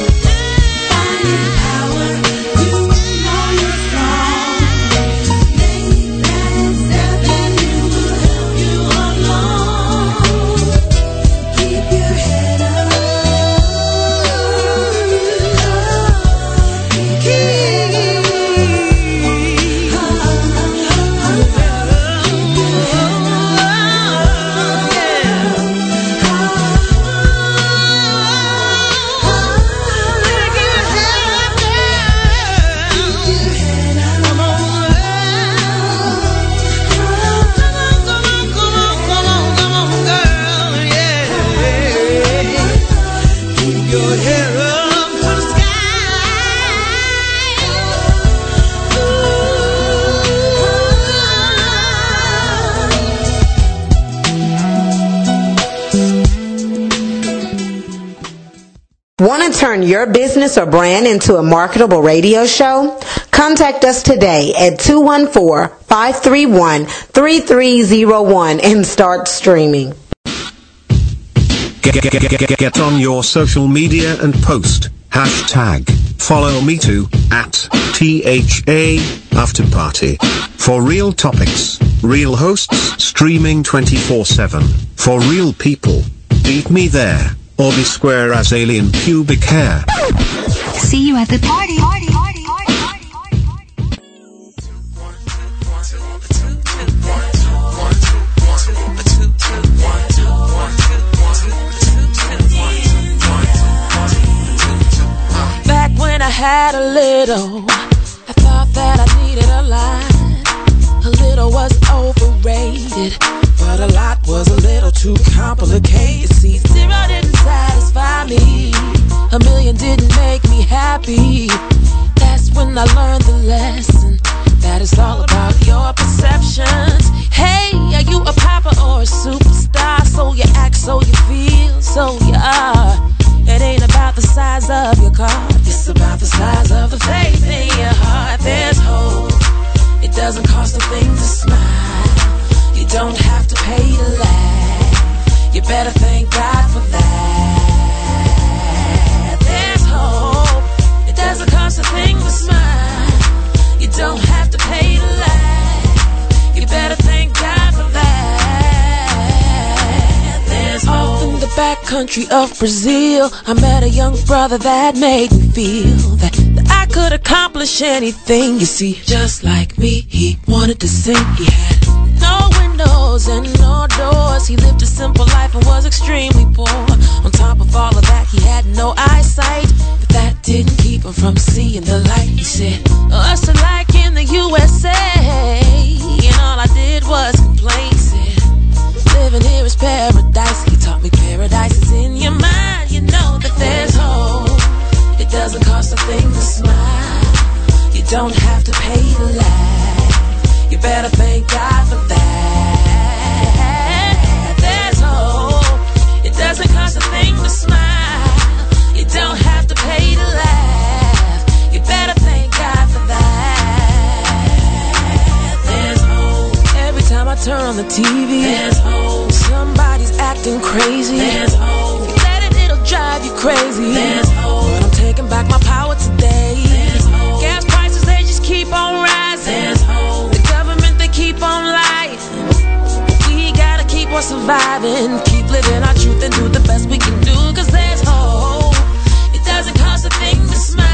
[SPEAKER 14] Find your power. You know you're strong. Make that step and it will help you along. Keep your head up. Keep your head up to the sky.
[SPEAKER 15] Want to turn your business or brand into a marketable radio show? Contact us today at 214-531-3301 and start streaming.
[SPEAKER 16] Get, get, get, get, get, get on your social media and post. Hashtag follow me too at THA after party. For real topics, real hosts streaming 24 7. For real people. Beat me there, or be square as alien pubic hair.
[SPEAKER 17] See you at the party. party, party, party.
[SPEAKER 18] Back when I had a little, I thought that I needed a lot. A little was overrated, but a lot was a little too complicated. See, zero didn't satisfy me, a million didn't make me happy. That's when I learned the lesson that it's all about your perceptions. Hey, are you a popper or a superstar? So you act, so you feel, so you are. It ain't about the size of your car, it's about the size of the faith in your heart. There's hope. It doesn't cost a thing to smile. You don't have to pay to laugh. You better thank God for that. There's hope. It doesn't cost a thing to smile. You don't have to pay to laugh. You better thank God for that. There's off in the backcountry of Brazil. I met a young brother that made me feel that, that I could accomplish anything. You see, just like me, he wanted to sing. He had no windows and no doors. He lived a simple life and was extremely poor. On top of all of that, he had no eyesight. But that didn't keep him from seeing the light. He said, Us alike in the USA. And all I did was complain. Said, Living here is paradise. He taught me paradise is in your mind. You know that there's hope. It doesn't cost a thing to smile. You don't have to pay to laugh. You better thank God for that. There's hope. It doesn't cost a thing to smile. You don't have to pay to laugh. You better thank God for that. There's hope. Every time I turn on the TV, there's hope. Somebody's acting crazy. There's hope. If you let it, it'll drive you crazy. There's hope. But I'm taking back my power today. There's hope. Gas prices, they just keep on rising. There's hope. The government, they keep on lying. We gotta keep on surviving. Keep living our truth and do the best we can do. Cause there's hope. It doesn't cost a thing to smile.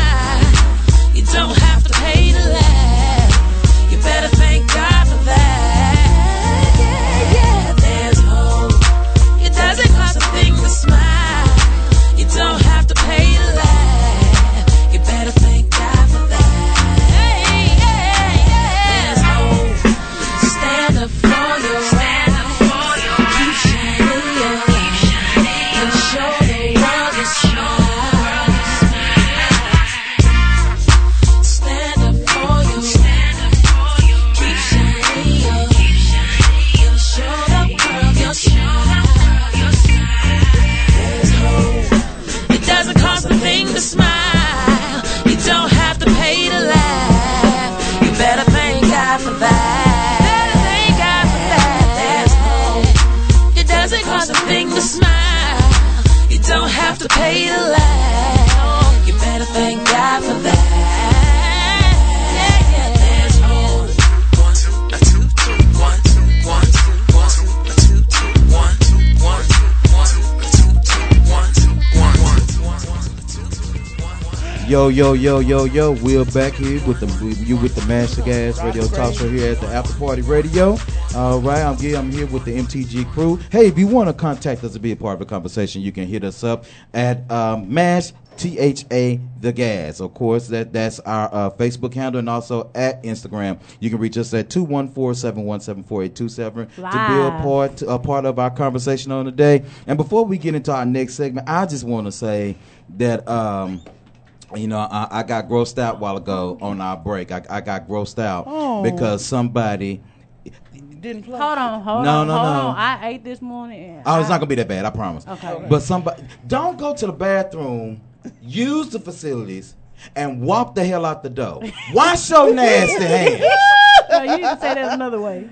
[SPEAKER 18] You don't have to pay to laugh. You better thank God for that. Yeah, yeah, there's hope. It doesn't cost a thing to smile. You don't have to pay to laugh. You better thank God for that. Hey, hey, yeah, there's hope. So stand up for your stand up for your keep shining your light. And show the world your smile. Stand up for your stand up for your keep shining your light. And show the world your smile. There's hope. It doesn't cost a thing to smile. You don't have to pay to laugh. You better thank God for that. Better thank God for that. There's hope. It doesn't cost a thing to smile. You don't have to pay to laugh. You better thank God for that. There's hope.
[SPEAKER 7] Yo, yo, yo, yo, yo. We're back here with the with you with the Master Gas Radio Talk Show here at the After Party Radio. All right, I'm here. I'm here with the MTG crew. Hey, if you want to contact us to be a part of the conversation, you can hit us up at um, Mash T H A the Gas. Of course, that that's our uh, Facebook handle and also at Instagram. You can reach us at 214-717-4827 to be a
[SPEAKER 19] Live.
[SPEAKER 7] part a part of our conversation on the day. And before we get into our next segment, I just want to say that. Um, you know, I, I got grossed out a while ago on our break. I, I got grossed out
[SPEAKER 4] Oh.
[SPEAKER 7] because somebody.
[SPEAKER 3] Didn't play.
[SPEAKER 4] Hold on, hold
[SPEAKER 7] No,
[SPEAKER 4] on,
[SPEAKER 7] no,
[SPEAKER 4] hold
[SPEAKER 7] no.
[SPEAKER 4] on. I ate this morning. And
[SPEAKER 7] Oh, it's not gonna be that bad. I promise.
[SPEAKER 4] Okay. Okay.
[SPEAKER 7] But somebody, don't go to the bathroom, use the facilities, and walk the hell out the door. Wash your nasty hands.
[SPEAKER 4] no, you didn't say that another way.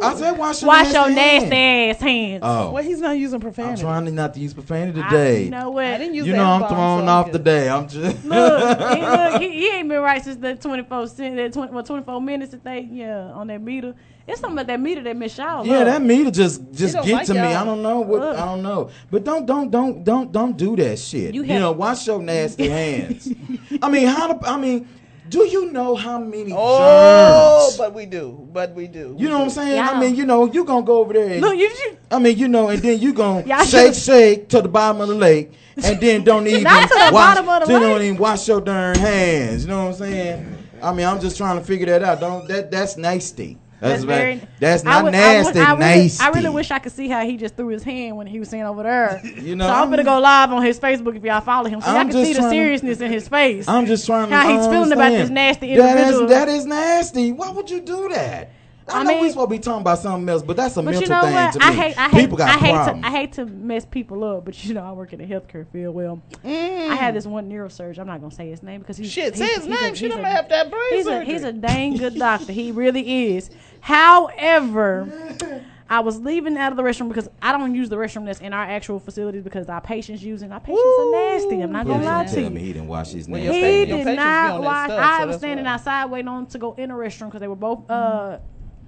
[SPEAKER 7] I said, wash your
[SPEAKER 4] Wash your
[SPEAKER 7] hands.
[SPEAKER 4] nasty ass hands.
[SPEAKER 7] Oh.
[SPEAKER 3] Well, he's not using profanity.
[SPEAKER 7] I'm trying to not to use profanity today.
[SPEAKER 4] You know what? I didn't
[SPEAKER 7] You know I'm thrown off today. I'm just
[SPEAKER 4] Look, he, look he, he ain't been right since the 24 cent, that 20, well, 24 minutes that they, yeah, on that meter. It's something about that meter that Miss Shaw.
[SPEAKER 7] Yeah,
[SPEAKER 4] love.
[SPEAKER 7] that meter just just
[SPEAKER 4] don't
[SPEAKER 7] get
[SPEAKER 4] like
[SPEAKER 7] to me.
[SPEAKER 4] y'all.
[SPEAKER 7] I don't know what I don't know. But don't don't don't don't don't do that shit.
[SPEAKER 4] You
[SPEAKER 7] You,
[SPEAKER 4] have-
[SPEAKER 7] know, wash your nasty hands. I mean, how do I mean, do you know how many germs?
[SPEAKER 3] Oh, but we do. But we do.
[SPEAKER 7] You know what I'm saying?
[SPEAKER 3] Yeah.
[SPEAKER 7] I mean, you know, you gonna go over there. And,
[SPEAKER 3] Look,
[SPEAKER 4] you,
[SPEAKER 7] I mean, you know, and then you gonna
[SPEAKER 3] Y'all
[SPEAKER 7] shake,
[SPEAKER 3] should've-
[SPEAKER 7] shake to the bottom of the lake, and then don't even
[SPEAKER 4] Not to the
[SPEAKER 7] wash,
[SPEAKER 4] bottom of the
[SPEAKER 7] then
[SPEAKER 4] lake.
[SPEAKER 7] don't even wash your darn hands. You know what I'm saying? I mean, I'm just trying to figure that out. Don't that that's nasty. That's, very, that's
[SPEAKER 4] I
[SPEAKER 7] not
[SPEAKER 4] would- I would-
[SPEAKER 7] nasty.
[SPEAKER 4] I really-
[SPEAKER 7] nasty.
[SPEAKER 4] I really wish I could see how he just threw his hand when he was saying over there.
[SPEAKER 7] You know,
[SPEAKER 4] so I'm,
[SPEAKER 7] I'm-
[SPEAKER 4] gonna go live on his Facebook if y'all follow him, so
[SPEAKER 7] I'm
[SPEAKER 4] y'all can
[SPEAKER 7] just
[SPEAKER 4] see the
[SPEAKER 7] trying to-
[SPEAKER 4] seriousness in his face.
[SPEAKER 7] I'm just trying to
[SPEAKER 4] how he's feeling about this
[SPEAKER 7] understand.
[SPEAKER 4] nasty
[SPEAKER 7] That is-
[SPEAKER 4] individual.
[SPEAKER 7] that is nasty. Why would you do that? I,
[SPEAKER 4] I
[SPEAKER 7] know
[SPEAKER 4] mean-
[SPEAKER 7] we supposed to be talking about something else, but that's a
[SPEAKER 4] but
[SPEAKER 7] mental
[SPEAKER 4] you know
[SPEAKER 7] thing
[SPEAKER 4] what?
[SPEAKER 7] to me.
[SPEAKER 4] I hate, I hate,
[SPEAKER 7] People got
[SPEAKER 4] I hate,
[SPEAKER 7] problems.
[SPEAKER 4] to, I hate to mess people up. But you know, I work in the healthcare field. Well, I had
[SPEAKER 7] Mm.
[SPEAKER 4] this one neurosurgeon. I'm not gonna say his name because he's
[SPEAKER 3] Shit,
[SPEAKER 4] he's,
[SPEAKER 3] say his
[SPEAKER 4] he's
[SPEAKER 3] name. She
[SPEAKER 4] he's
[SPEAKER 3] done have that brain
[SPEAKER 4] He's a
[SPEAKER 3] surgery.
[SPEAKER 4] he's a dang good doctor. He really is. However, I was leaving out of the restroom because I don't use the restroom that's in our actual facilities because our patients use it. Our patients are nasty. I'm not
[SPEAKER 7] Please
[SPEAKER 4] gonna lie
[SPEAKER 7] don't
[SPEAKER 4] to
[SPEAKER 7] tell
[SPEAKER 4] you.
[SPEAKER 7] me he didn't wash his
[SPEAKER 4] He
[SPEAKER 7] nasty hands.
[SPEAKER 4] did not wash. I was standing outside waiting on him to go in the restroom because they were both, uh,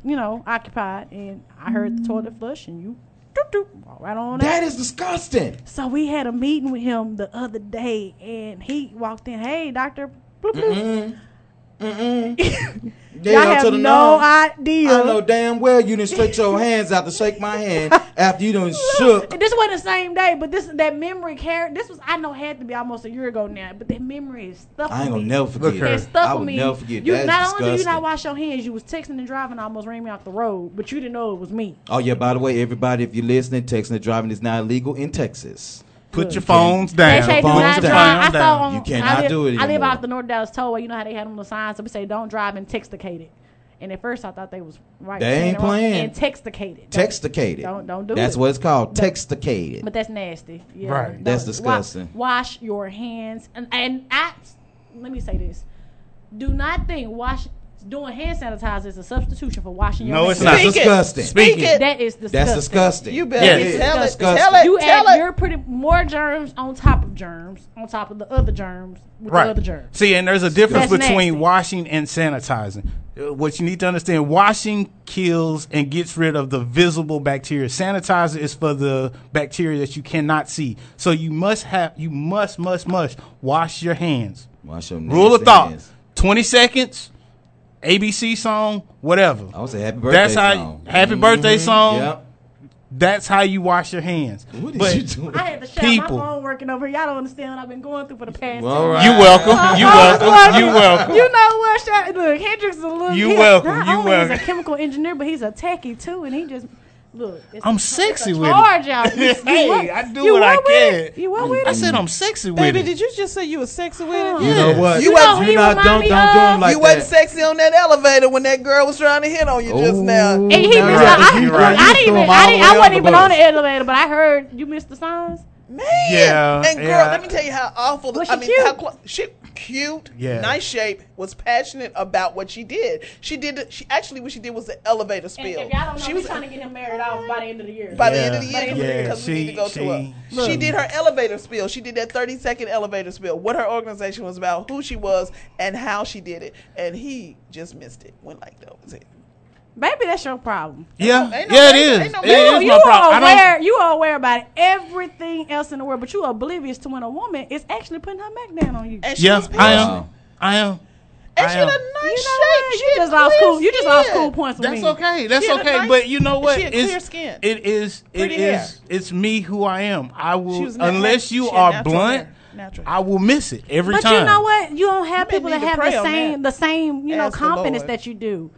[SPEAKER 4] you know, occupied. And I heard the toilet flush, and you, doop, doop, walk right on.
[SPEAKER 7] That
[SPEAKER 4] out.
[SPEAKER 7] is disgusting.
[SPEAKER 4] So we had a meeting with him the other day, and he walked in. Hey, doctor. Bloop, bloop.
[SPEAKER 7] Mm-mm. Mm-mm.
[SPEAKER 4] Y'all have no idea.
[SPEAKER 7] I know damn well you didn't stretch your hands out to shake my hand after you done shook.
[SPEAKER 4] And This wasn't the same day, but this that memory carried. This was I know had to be almost a year ago now, but that memory is stuck.
[SPEAKER 7] I
[SPEAKER 4] with
[SPEAKER 7] ain't gonna
[SPEAKER 4] me.
[SPEAKER 7] never forget
[SPEAKER 4] It's
[SPEAKER 7] Look her.
[SPEAKER 4] stuck
[SPEAKER 7] I
[SPEAKER 4] with
[SPEAKER 7] will
[SPEAKER 4] me.
[SPEAKER 7] never forget.
[SPEAKER 4] You
[SPEAKER 7] That is
[SPEAKER 4] not only do you
[SPEAKER 7] disgusting.
[SPEAKER 4] not wash your hands, you was texting and driving, I almost ran me off the road, but you didn't know it was me.
[SPEAKER 7] Oh yeah, by the way, everybody, if you're listening, texting and driving is not illegal in Texas.
[SPEAKER 10] Put your phones down.
[SPEAKER 4] They say do
[SPEAKER 7] Phones
[SPEAKER 4] not
[SPEAKER 7] down.
[SPEAKER 4] drive. I saw on,
[SPEAKER 7] you
[SPEAKER 4] I
[SPEAKER 7] cannot
[SPEAKER 4] live,
[SPEAKER 7] do it anymore.
[SPEAKER 4] I live out the North Dallas Tollway. You know how they had on the signs? Somebody say don't drive and texticated. And at first I thought they was right.
[SPEAKER 7] They
[SPEAKER 4] saying
[SPEAKER 7] ain't
[SPEAKER 4] it wrong.
[SPEAKER 7] playing.
[SPEAKER 4] And texticated. Don't-
[SPEAKER 7] Texticated.
[SPEAKER 4] Don't don't do
[SPEAKER 7] That's
[SPEAKER 4] it.
[SPEAKER 7] what it's called. Texticated.
[SPEAKER 4] But that's nasty. Yeah.
[SPEAKER 7] Right.
[SPEAKER 4] Don't-
[SPEAKER 7] That's
[SPEAKER 4] wa-
[SPEAKER 7] disgusting.
[SPEAKER 4] Wash, your hands, and and I. Let me say this: Do not think wash doing hand sanitizer is a substitution for washing your.
[SPEAKER 7] No,
[SPEAKER 4] hands.
[SPEAKER 7] it's not. Speak That's it. disgusting. Speak it.
[SPEAKER 4] That is disgusting.
[SPEAKER 7] That's disgusting.
[SPEAKER 3] You better Yes. tell it,
[SPEAKER 4] Disgusting.
[SPEAKER 3] tell it,
[SPEAKER 4] You
[SPEAKER 3] tell
[SPEAKER 4] add
[SPEAKER 3] it.
[SPEAKER 4] your pretty more germs on top of germs on top of the other germs with the other germs.
[SPEAKER 10] See, and there's a difference
[SPEAKER 4] That's nasty.
[SPEAKER 10] between washing and sanitizing. Uh, What you need to understand: washing kills and gets rid of the visible bacteria. Sanitizer is for the bacteria that you cannot see. So you must have, you must, must, must wash your hands.
[SPEAKER 7] Wash your
[SPEAKER 10] Rule of
[SPEAKER 7] nasty
[SPEAKER 10] thought:
[SPEAKER 7] hands.
[SPEAKER 10] twenty seconds. ABC song, whatever. I
[SPEAKER 7] was a happy
[SPEAKER 10] That's
[SPEAKER 7] birthday
[SPEAKER 10] how
[SPEAKER 7] song.
[SPEAKER 10] happy birthday
[SPEAKER 7] Mhm.
[SPEAKER 10] song.
[SPEAKER 7] Yep.
[SPEAKER 10] That's how you wash your hands. What
[SPEAKER 7] did
[SPEAKER 10] but
[SPEAKER 7] you do?
[SPEAKER 4] I had to shut
[SPEAKER 10] People.
[SPEAKER 4] my phone working over. here. Y'all don't understand what I've been going through for the past.
[SPEAKER 10] Well, all
[SPEAKER 4] two
[SPEAKER 10] right.
[SPEAKER 4] years.
[SPEAKER 10] You welcome.
[SPEAKER 4] My
[SPEAKER 10] You
[SPEAKER 4] phone was
[SPEAKER 10] welcome.
[SPEAKER 4] working.
[SPEAKER 10] You welcome.
[SPEAKER 4] You know what? Shaq- Look, Hendrix is a little.
[SPEAKER 10] You
[SPEAKER 4] he's
[SPEAKER 10] welcome.
[SPEAKER 4] Not
[SPEAKER 10] You
[SPEAKER 4] only He's
[SPEAKER 10] welcome.
[SPEAKER 4] a chemical engineer, but he's a techie too, and he just look. It's
[SPEAKER 10] I'm
[SPEAKER 4] a,
[SPEAKER 10] sexy
[SPEAKER 4] it's a
[SPEAKER 10] with it.
[SPEAKER 4] charge out. You- you
[SPEAKER 10] Hey,
[SPEAKER 4] what-
[SPEAKER 10] I do
[SPEAKER 4] you
[SPEAKER 10] what I
[SPEAKER 4] with it?
[SPEAKER 10] can.
[SPEAKER 4] You what with it?
[SPEAKER 10] I said I'm sexy with
[SPEAKER 3] Baby,
[SPEAKER 10] it.
[SPEAKER 3] did you just say you was sexy with it?
[SPEAKER 7] You know what?
[SPEAKER 3] You,
[SPEAKER 7] know
[SPEAKER 3] wasn't-
[SPEAKER 7] who you not- remind don't- me don't do of? 'em like
[SPEAKER 3] You wasn't
[SPEAKER 7] that.
[SPEAKER 3] sexy on that elevator when that girl was trying to hit on you
[SPEAKER 7] Oh.
[SPEAKER 3] just now.
[SPEAKER 4] And he missed. I, I, didn't even. I, didn't, I wasn't even on the elevator, but I heard you missed the signs.
[SPEAKER 3] Man,
[SPEAKER 10] Yeah,
[SPEAKER 3] and girl,
[SPEAKER 10] yeah.
[SPEAKER 3] let me tell you how awful. The,
[SPEAKER 4] Was
[SPEAKER 3] I
[SPEAKER 4] she
[SPEAKER 3] mean,
[SPEAKER 4] cute?
[SPEAKER 3] how clo- she cute,
[SPEAKER 10] Yeah.
[SPEAKER 3] nice shape, was passionate about what she did. She did. the- She actually what she did was the elevator
[SPEAKER 4] And
[SPEAKER 3] spill.
[SPEAKER 4] if y'all don't know,
[SPEAKER 3] she
[SPEAKER 4] we trying to get him married off by the end of the year.
[SPEAKER 3] by the end of the
[SPEAKER 4] By
[SPEAKER 3] year
[SPEAKER 4] of the year.
[SPEAKER 3] because we need to go to her.
[SPEAKER 4] she-
[SPEAKER 3] she did her elevator spill. She did that 30 second elevator spill. What her organization was about, who she was, and how she did it. And he just missed it. Went like that was it.
[SPEAKER 4] Maybe that's your problem.
[SPEAKER 10] Yeah,
[SPEAKER 3] Ain't no
[SPEAKER 10] yeah, it
[SPEAKER 3] baby-
[SPEAKER 10] is.
[SPEAKER 3] ain't no
[SPEAKER 10] It
[SPEAKER 3] baby.
[SPEAKER 10] is
[SPEAKER 4] you
[SPEAKER 10] my problem.
[SPEAKER 4] are
[SPEAKER 10] I don't.
[SPEAKER 4] aware. You are aware about everything else in the world, but you are oblivious to when a woman is actually putting her neck down on you.
[SPEAKER 3] And
[SPEAKER 10] Yeah, I am. I am.
[SPEAKER 3] And
[SPEAKER 10] I
[SPEAKER 3] she
[SPEAKER 10] am.
[SPEAKER 3] done nice
[SPEAKER 4] You know
[SPEAKER 3] shape.
[SPEAKER 4] what?
[SPEAKER 3] She
[SPEAKER 4] You
[SPEAKER 3] had
[SPEAKER 4] just lost
[SPEAKER 3] clear
[SPEAKER 4] cool- you just lost
[SPEAKER 3] skin.
[SPEAKER 4] cool points with
[SPEAKER 10] That's
[SPEAKER 4] me.
[SPEAKER 10] okay. That's
[SPEAKER 3] She had a
[SPEAKER 10] okay.
[SPEAKER 3] nice-
[SPEAKER 10] but you know what?
[SPEAKER 3] she had
[SPEAKER 10] it's,
[SPEAKER 3] clear skin.
[SPEAKER 10] It is. It
[SPEAKER 3] Pretty hair.
[SPEAKER 10] is. It's me who I am. I
[SPEAKER 3] She
[SPEAKER 10] will
[SPEAKER 3] was nat-
[SPEAKER 10] unless you
[SPEAKER 3] she had
[SPEAKER 10] are
[SPEAKER 3] natural
[SPEAKER 10] blunt.
[SPEAKER 3] hair. Natural.
[SPEAKER 10] I will miss it every
[SPEAKER 4] but
[SPEAKER 10] time.
[SPEAKER 4] you know what? You don't have
[SPEAKER 3] You may
[SPEAKER 4] people that
[SPEAKER 3] need to
[SPEAKER 4] have
[SPEAKER 3] pray
[SPEAKER 4] the
[SPEAKER 3] on
[SPEAKER 4] same, the
[SPEAKER 3] that.
[SPEAKER 4] same, you know,
[SPEAKER 3] Ask the
[SPEAKER 4] confidence
[SPEAKER 3] Lord.
[SPEAKER 4] that you do.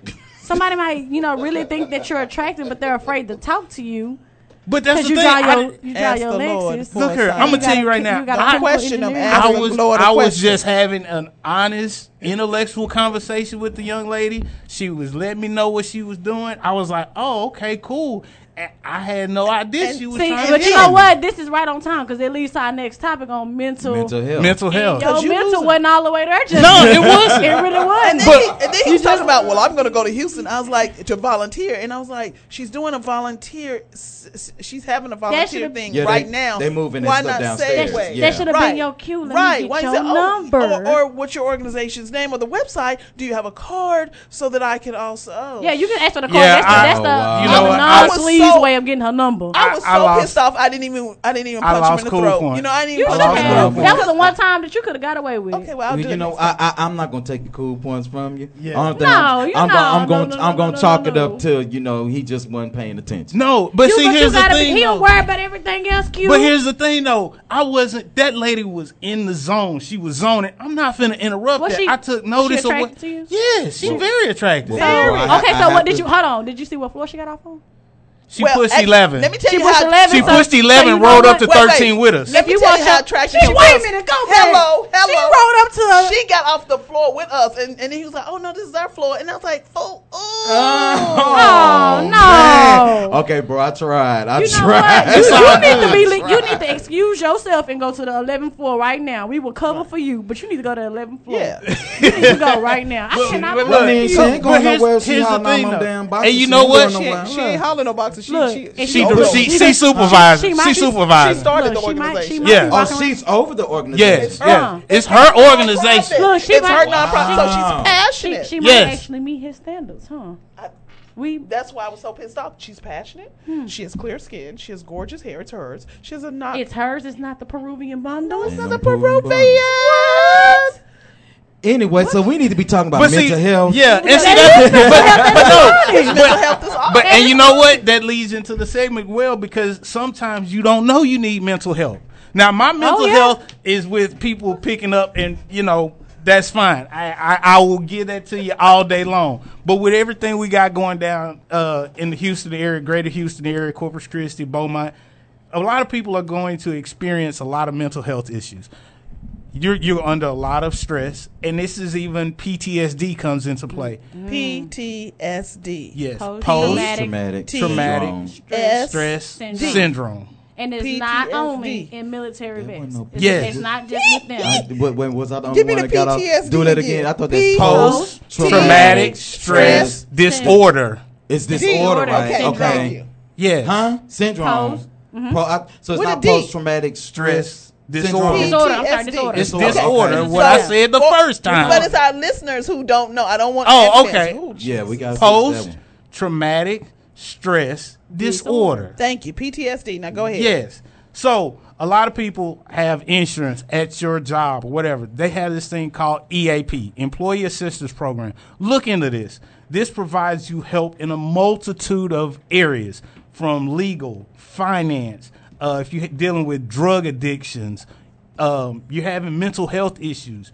[SPEAKER 4] Somebody might, you know, really think that you're attractive, but they're afraid to talk to you.
[SPEAKER 10] But that's
[SPEAKER 4] 'Cause
[SPEAKER 10] the
[SPEAKER 4] you
[SPEAKER 10] thing.
[SPEAKER 4] Draw
[SPEAKER 10] I-
[SPEAKER 4] your, you draw
[SPEAKER 3] Ask
[SPEAKER 4] your
[SPEAKER 3] the Lord
[SPEAKER 4] Lexus.
[SPEAKER 3] for
[SPEAKER 10] Look here,
[SPEAKER 3] Boy,
[SPEAKER 10] I'm gonna
[SPEAKER 3] you
[SPEAKER 10] tell you
[SPEAKER 4] gotta-
[SPEAKER 10] right
[SPEAKER 4] you
[SPEAKER 10] now.
[SPEAKER 4] gotta
[SPEAKER 10] I-
[SPEAKER 4] put
[SPEAKER 3] question them.
[SPEAKER 4] engineering.
[SPEAKER 10] I
[SPEAKER 3] Ask the
[SPEAKER 10] was
[SPEAKER 3] Lord a
[SPEAKER 10] I was
[SPEAKER 3] question.
[SPEAKER 10] just having an honest intellectual conversation with the young lady. She was letting me know what she was doing. I was like, "Oh, okay, cool." I- I had no idea she was
[SPEAKER 4] See,
[SPEAKER 10] trying
[SPEAKER 4] but
[SPEAKER 10] to
[SPEAKER 4] you
[SPEAKER 10] kill
[SPEAKER 4] know
[SPEAKER 10] me.
[SPEAKER 4] what? This is right on time because it leads to our next topic on mental
[SPEAKER 10] Mental health. Mental
[SPEAKER 4] And
[SPEAKER 10] health.
[SPEAKER 4] Your
[SPEAKER 10] 'Cause you
[SPEAKER 4] mental wasn't all the way there. Just
[SPEAKER 3] No, it wasn't.
[SPEAKER 4] It really was.
[SPEAKER 3] And then, he, and then he was talking about, well, I'm going to go to Houston. I was like, to volunteer. And I was like, she's doing a volunteer, s- s- she's having a volunteer
[SPEAKER 4] should've-
[SPEAKER 3] thing
[SPEAKER 7] Yeah, they-
[SPEAKER 3] right now.
[SPEAKER 7] they moving that
[SPEAKER 3] Why
[SPEAKER 7] stuff
[SPEAKER 3] not
[SPEAKER 7] downstairs.
[SPEAKER 3] segue?
[SPEAKER 7] That sh- that should've been
[SPEAKER 3] Right.
[SPEAKER 4] your cue. Let me
[SPEAKER 3] right.
[SPEAKER 4] get
[SPEAKER 3] Why you
[SPEAKER 4] your
[SPEAKER 3] say, oh,
[SPEAKER 4] number.
[SPEAKER 3] Or, or what's your organization's name or the website? Do you have a card so that I can also. Oh.
[SPEAKER 4] Yeah, you can ask for the card. that's the, that's the,
[SPEAKER 10] you know what? I-
[SPEAKER 4] non sleaze way of getting her number.
[SPEAKER 3] I was so
[SPEAKER 10] I lost-
[SPEAKER 3] pissed off. I didn't even. I didn't even
[SPEAKER 10] I
[SPEAKER 3] punch him
[SPEAKER 10] lost
[SPEAKER 3] in the
[SPEAKER 10] cool
[SPEAKER 3] throat.
[SPEAKER 10] points.
[SPEAKER 3] You know, I didn't
[SPEAKER 4] You
[SPEAKER 3] even
[SPEAKER 4] should
[SPEAKER 3] punch
[SPEAKER 4] have.
[SPEAKER 3] him in
[SPEAKER 7] cool
[SPEAKER 3] the
[SPEAKER 4] That
[SPEAKER 7] points.
[SPEAKER 4] was the one time that you could have got away with. Okay,
[SPEAKER 3] well, I'll
[SPEAKER 7] you know, I, I, I'm not gonna take the cool points from you. Yeah. I'm,
[SPEAKER 4] No,
[SPEAKER 7] I'm,
[SPEAKER 4] you're
[SPEAKER 7] I'm,
[SPEAKER 4] not.
[SPEAKER 7] gonna, I'm
[SPEAKER 4] No,
[SPEAKER 7] gonna,
[SPEAKER 4] no, no,
[SPEAKER 7] I'm gonna
[SPEAKER 4] no, no,
[SPEAKER 7] chalk it
[SPEAKER 4] no.
[SPEAKER 7] up to you know he just wasn't paying attention.
[SPEAKER 10] No, but
[SPEAKER 4] you,
[SPEAKER 10] see,
[SPEAKER 4] but you
[SPEAKER 10] here's the
[SPEAKER 4] gotta be-
[SPEAKER 10] thing.
[SPEAKER 4] He
[SPEAKER 10] though.
[SPEAKER 4] don't worry about everything else, Q.
[SPEAKER 10] But here's the thing, though. I wasn't. That lady was in the zone. She was zoning. I'm not finna interrupt
[SPEAKER 4] Was
[SPEAKER 10] that.
[SPEAKER 4] she-
[SPEAKER 10] I took notice
[SPEAKER 4] she
[SPEAKER 10] of what.
[SPEAKER 4] attracted to you?
[SPEAKER 10] Yeah, she very attractive.
[SPEAKER 4] So,
[SPEAKER 10] Very.
[SPEAKER 4] okay, so what did you? Hold on. Did you see what floor she got off on?
[SPEAKER 10] She pushed eleven.
[SPEAKER 3] Let me tell
[SPEAKER 4] She
[SPEAKER 3] you
[SPEAKER 4] pushed
[SPEAKER 3] how
[SPEAKER 4] 11,
[SPEAKER 10] She
[SPEAKER 4] so-
[SPEAKER 10] pushed
[SPEAKER 4] so
[SPEAKER 10] 11,
[SPEAKER 4] you know
[SPEAKER 10] rolled up
[SPEAKER 4] what?
[SPEAKER 10] to
[SPEAKER 4] Wait, wait.
[SPEAKER 10] 13 with us.
[SPEAKER 3] Let me
[SPEAKER 4] You
[SPEAKER 3] tell
[SPEAKER 4] want
[SPEAKER 3] you how
[SPEAKER 4] your-
[SPEAKER 3] attractive
[SPEAKER 4] She-
[SPEAKER 3] she
[SPEAKER 4] wait a
[SPEAKER 3] was.
[SPEAKER 4] minute, go back.
[SPEAKER 3] Hello, hello.
[SPEAKER 4] She rolled up to us.
[SPEAKER 3] She got off the floor with us, and, and he was like, "Oh no, this is our floor," and I was like, "Fool, ooh,
[SPEAKER 4] Oh,
[SPEAKER 7] Man. Okay, bro, I tried. I
[SPEAKER 4] You know
[SPEAKER 7] tried. Oh,
[SPEAKER 4] what? You, you need to be. le- You need to excuse yourself and go to the 11th floor right now. We will cover for you, but you need to go to the 11th floor. Yeah. you need to go right now. I cannot.
[SPEAKER 7] but
[SPEAKER 4] believe
[SPEAKER 7] look,
[SPEAKER 4] you.
[SPEAKER 7] she ain't going nowhere. She hollering on my
[SPEAKER 10] though.
[SPEAKER 7] damn boxes.
[SPEAKER 10] And you
[SPEAKER 7] She
[SPEAKER 10] know
[SPEAKER 7] ain't
[SPEAKER 10] what?
[SPEAKER 7] going
[SPEAKER 10] She-
[SPEAKER 7] nowhere.
[SPEAKER 3] She ain't hollering no boxes. She,
[SPEAKER 4] Look,
[SPEAKER 3] she,
[SPEAKER 4] and
[SPEAKER 10] she
[SPEAKER 3] over
[SPEAKER 10] the-
[SPEAKER 3] the-
[SPEAKER 10] she-
[SPEAKER 3] she
[SPEAKER 10] she
[SPEAKER 3] done-
[SPEAKER 10] supervisor.
[SPEAKER 3] might
[SPEAKER 10] She
[SPEAKER 3] be-
[SPEAKER 10] supervisor.
[SPEAKER 3] She started
[SPEAKER 4] Look,
[SPEAKER 3] the
[SPEAKER 4] she might-
[SPEAKER 3] organization.
[SPEAKER 4] she might
[SPEAKER 10] Yeah.
[SPEAKER 4] be
[SPEAKER 10] Oh,
[SPEAKER 4] walking
[SPEAKER 7] Oh, she's over the organization.
[SPEAKER 10] Yes,
[SPEAKER 3] her.
[SPEAKER 10] yes. It's her organization.
[SPEAKER 4] Look, she
[SPEAKER 3] it's
[SPEAKER 4] might-
[SPEAKER 3] her nonprofit, so
[SPEAKER 7] Wow.
[SPEAKER 3] she's
[SPEAKER 4] She,
[SPEAKER 3] passionate.
[SPEAKER 4] she might
[SPEAKER 10] Yes.
[SPEAKER 4] actually meet his standards, huh? We Hmm.
[SPEAKER 3] That's why I was so pissed off. She's passionate. She has clear skin. She has gorgeous hair. It's hers. She has a not.
[SPEAKER 4] it's hers. It's not the Peruvian bundle.
[SPEAKER 3] it's
[SPEAKER 10] Mm.
[SPEAKER 3] not
[SPEAKER 7] Ain't
[SPEAKER 3] the
[SPEAKER 7] no Peruvian bun.
[SPEAKER 3] Peruvian.
[SPEAKER 7] Anyway, so we need to be talking about
[SPEAKER 10] But see,
[SPEAKER 7] mental health.
[SPEAKER 10] yeah, and see
[SPEAKER 4] That
[SPEAKER 10] that's but, but no,
[SPEAKER 3] Mental health is all.
[SPEAKER 10] But and you know what? That leads into the segment well because sometimes you don't know you need mental health. Now my mental
[SPEAKER 4] yeah.
[SPEAKER 10] health is with people picking up and you know that's fine. I, I I will give that to you all day long. But with everything we got going down uh, in the Houston area, Greater Houston area, Corpus Christi, Beaumont, a lot of people are going to experience a lot of mental health issues you're you're under a lot of stress, and this is even PTSD comes into play.
[SPEAKER 3] PTSD.
[SPEAKER 10] Yes,
[SPEAKER 4] Mm. Post-traumatic
[SPEAKER 7] Traumatic.
[SPEAKER 3] T-
[SPEAKER 10] traumatic
[SPEAKER 7] syndrome.
[SPEAKER 3] S-
[SPEAKER 10] stress
[SPEAKER 4] Syndrome.
[SPEAKER 10] syndrome.
[SPEAKER 4] And it's not
[SPEAKER 3] PTSD.
[SPEAKER 4] only in military vets.
[SPEAKER 7] wasn't no
[SPEAKER 4] it's,
[SPEAKER 10] Yes.
[SPEAKER 4] it's not just with them.
[SPEAKER 7] I, what, when was I the only
[SPEAKER 3] Give me
[SPEAKER 7] one
[SPEAKER 3] the
[SPEAKER 7] that got off?
[SPEAKER 3] PTSD
[SPEAKER 7] Do that
[SPEAKER 3] again.
[SPEAKER 7] again. I thought that's
[SPEAKER 10] Post
[SPEAKER 7] post-traumatic
[SPEAKER 10] traumatic stress
[SPEAKER 7] stress Oh,
[SPEAKER 10] disorder.
[SPEAKER 7] It's disorder,
[SPEAKER 4] Disorder,
[SPEAKER 7] right?
[SPEAKER 4] syndrome.
[SPEAKER 7] Okay.
[SPEAKER 10] Yes.
[SPEAKER 7] Huh? Syndrome.
[SPEAKER 4] Post.
[SPEAKER 7] Pro- I- so it's
[SPEAKER 3] Mm-hmm. With
[SPEAKER 7] not
[SPEAKER 3] a D.
[SPEAKER 7] post traumatic stress
[SPEAKER 10] Stress
[SPEAKER 7] syndrome.
[SPEAKER 10] disorder.
[SPEAKER 4] Disorder. I'm sorry,
[SPEAKER 3] PTSD.
[SPEAKER 4] disorder.
[SPEAKER 10] It's
[SPEAKER 7] Disorder,
[SPEAKER 10] disorder.
[SPEAKER 7] okay.
[SPEAKER 10] What I
[SPEAKER 3] So-
[SPEAKER 10] said the
[SPEAKER 3] Well,
[SPEAKER 10] first time.
[SPEAKER 3] But it's our listeners who don't know. I don't want.
[SPEAKER 10] Oh,
[SPEAKER 3] offense.
[SPEAKER 10] okay.
[SPEAKER 3] Ooh, Jesus.
[SPEAKER 7] Yeah, we got
[SPEAKER 10] post traumatic stress disorder.
[SPEAKER 3] Thank you. PTSD. Now go ahead.
[SPEAKER 10] Yes. So a lot of people have insurance at your job, or whatever. They have this thing called EAP, Employee Assistance Program. Look into this. This provides you help in a multitude of areas, from legal, finance. Uh, if you're dealing with drug addictions, um, you're having mental health issues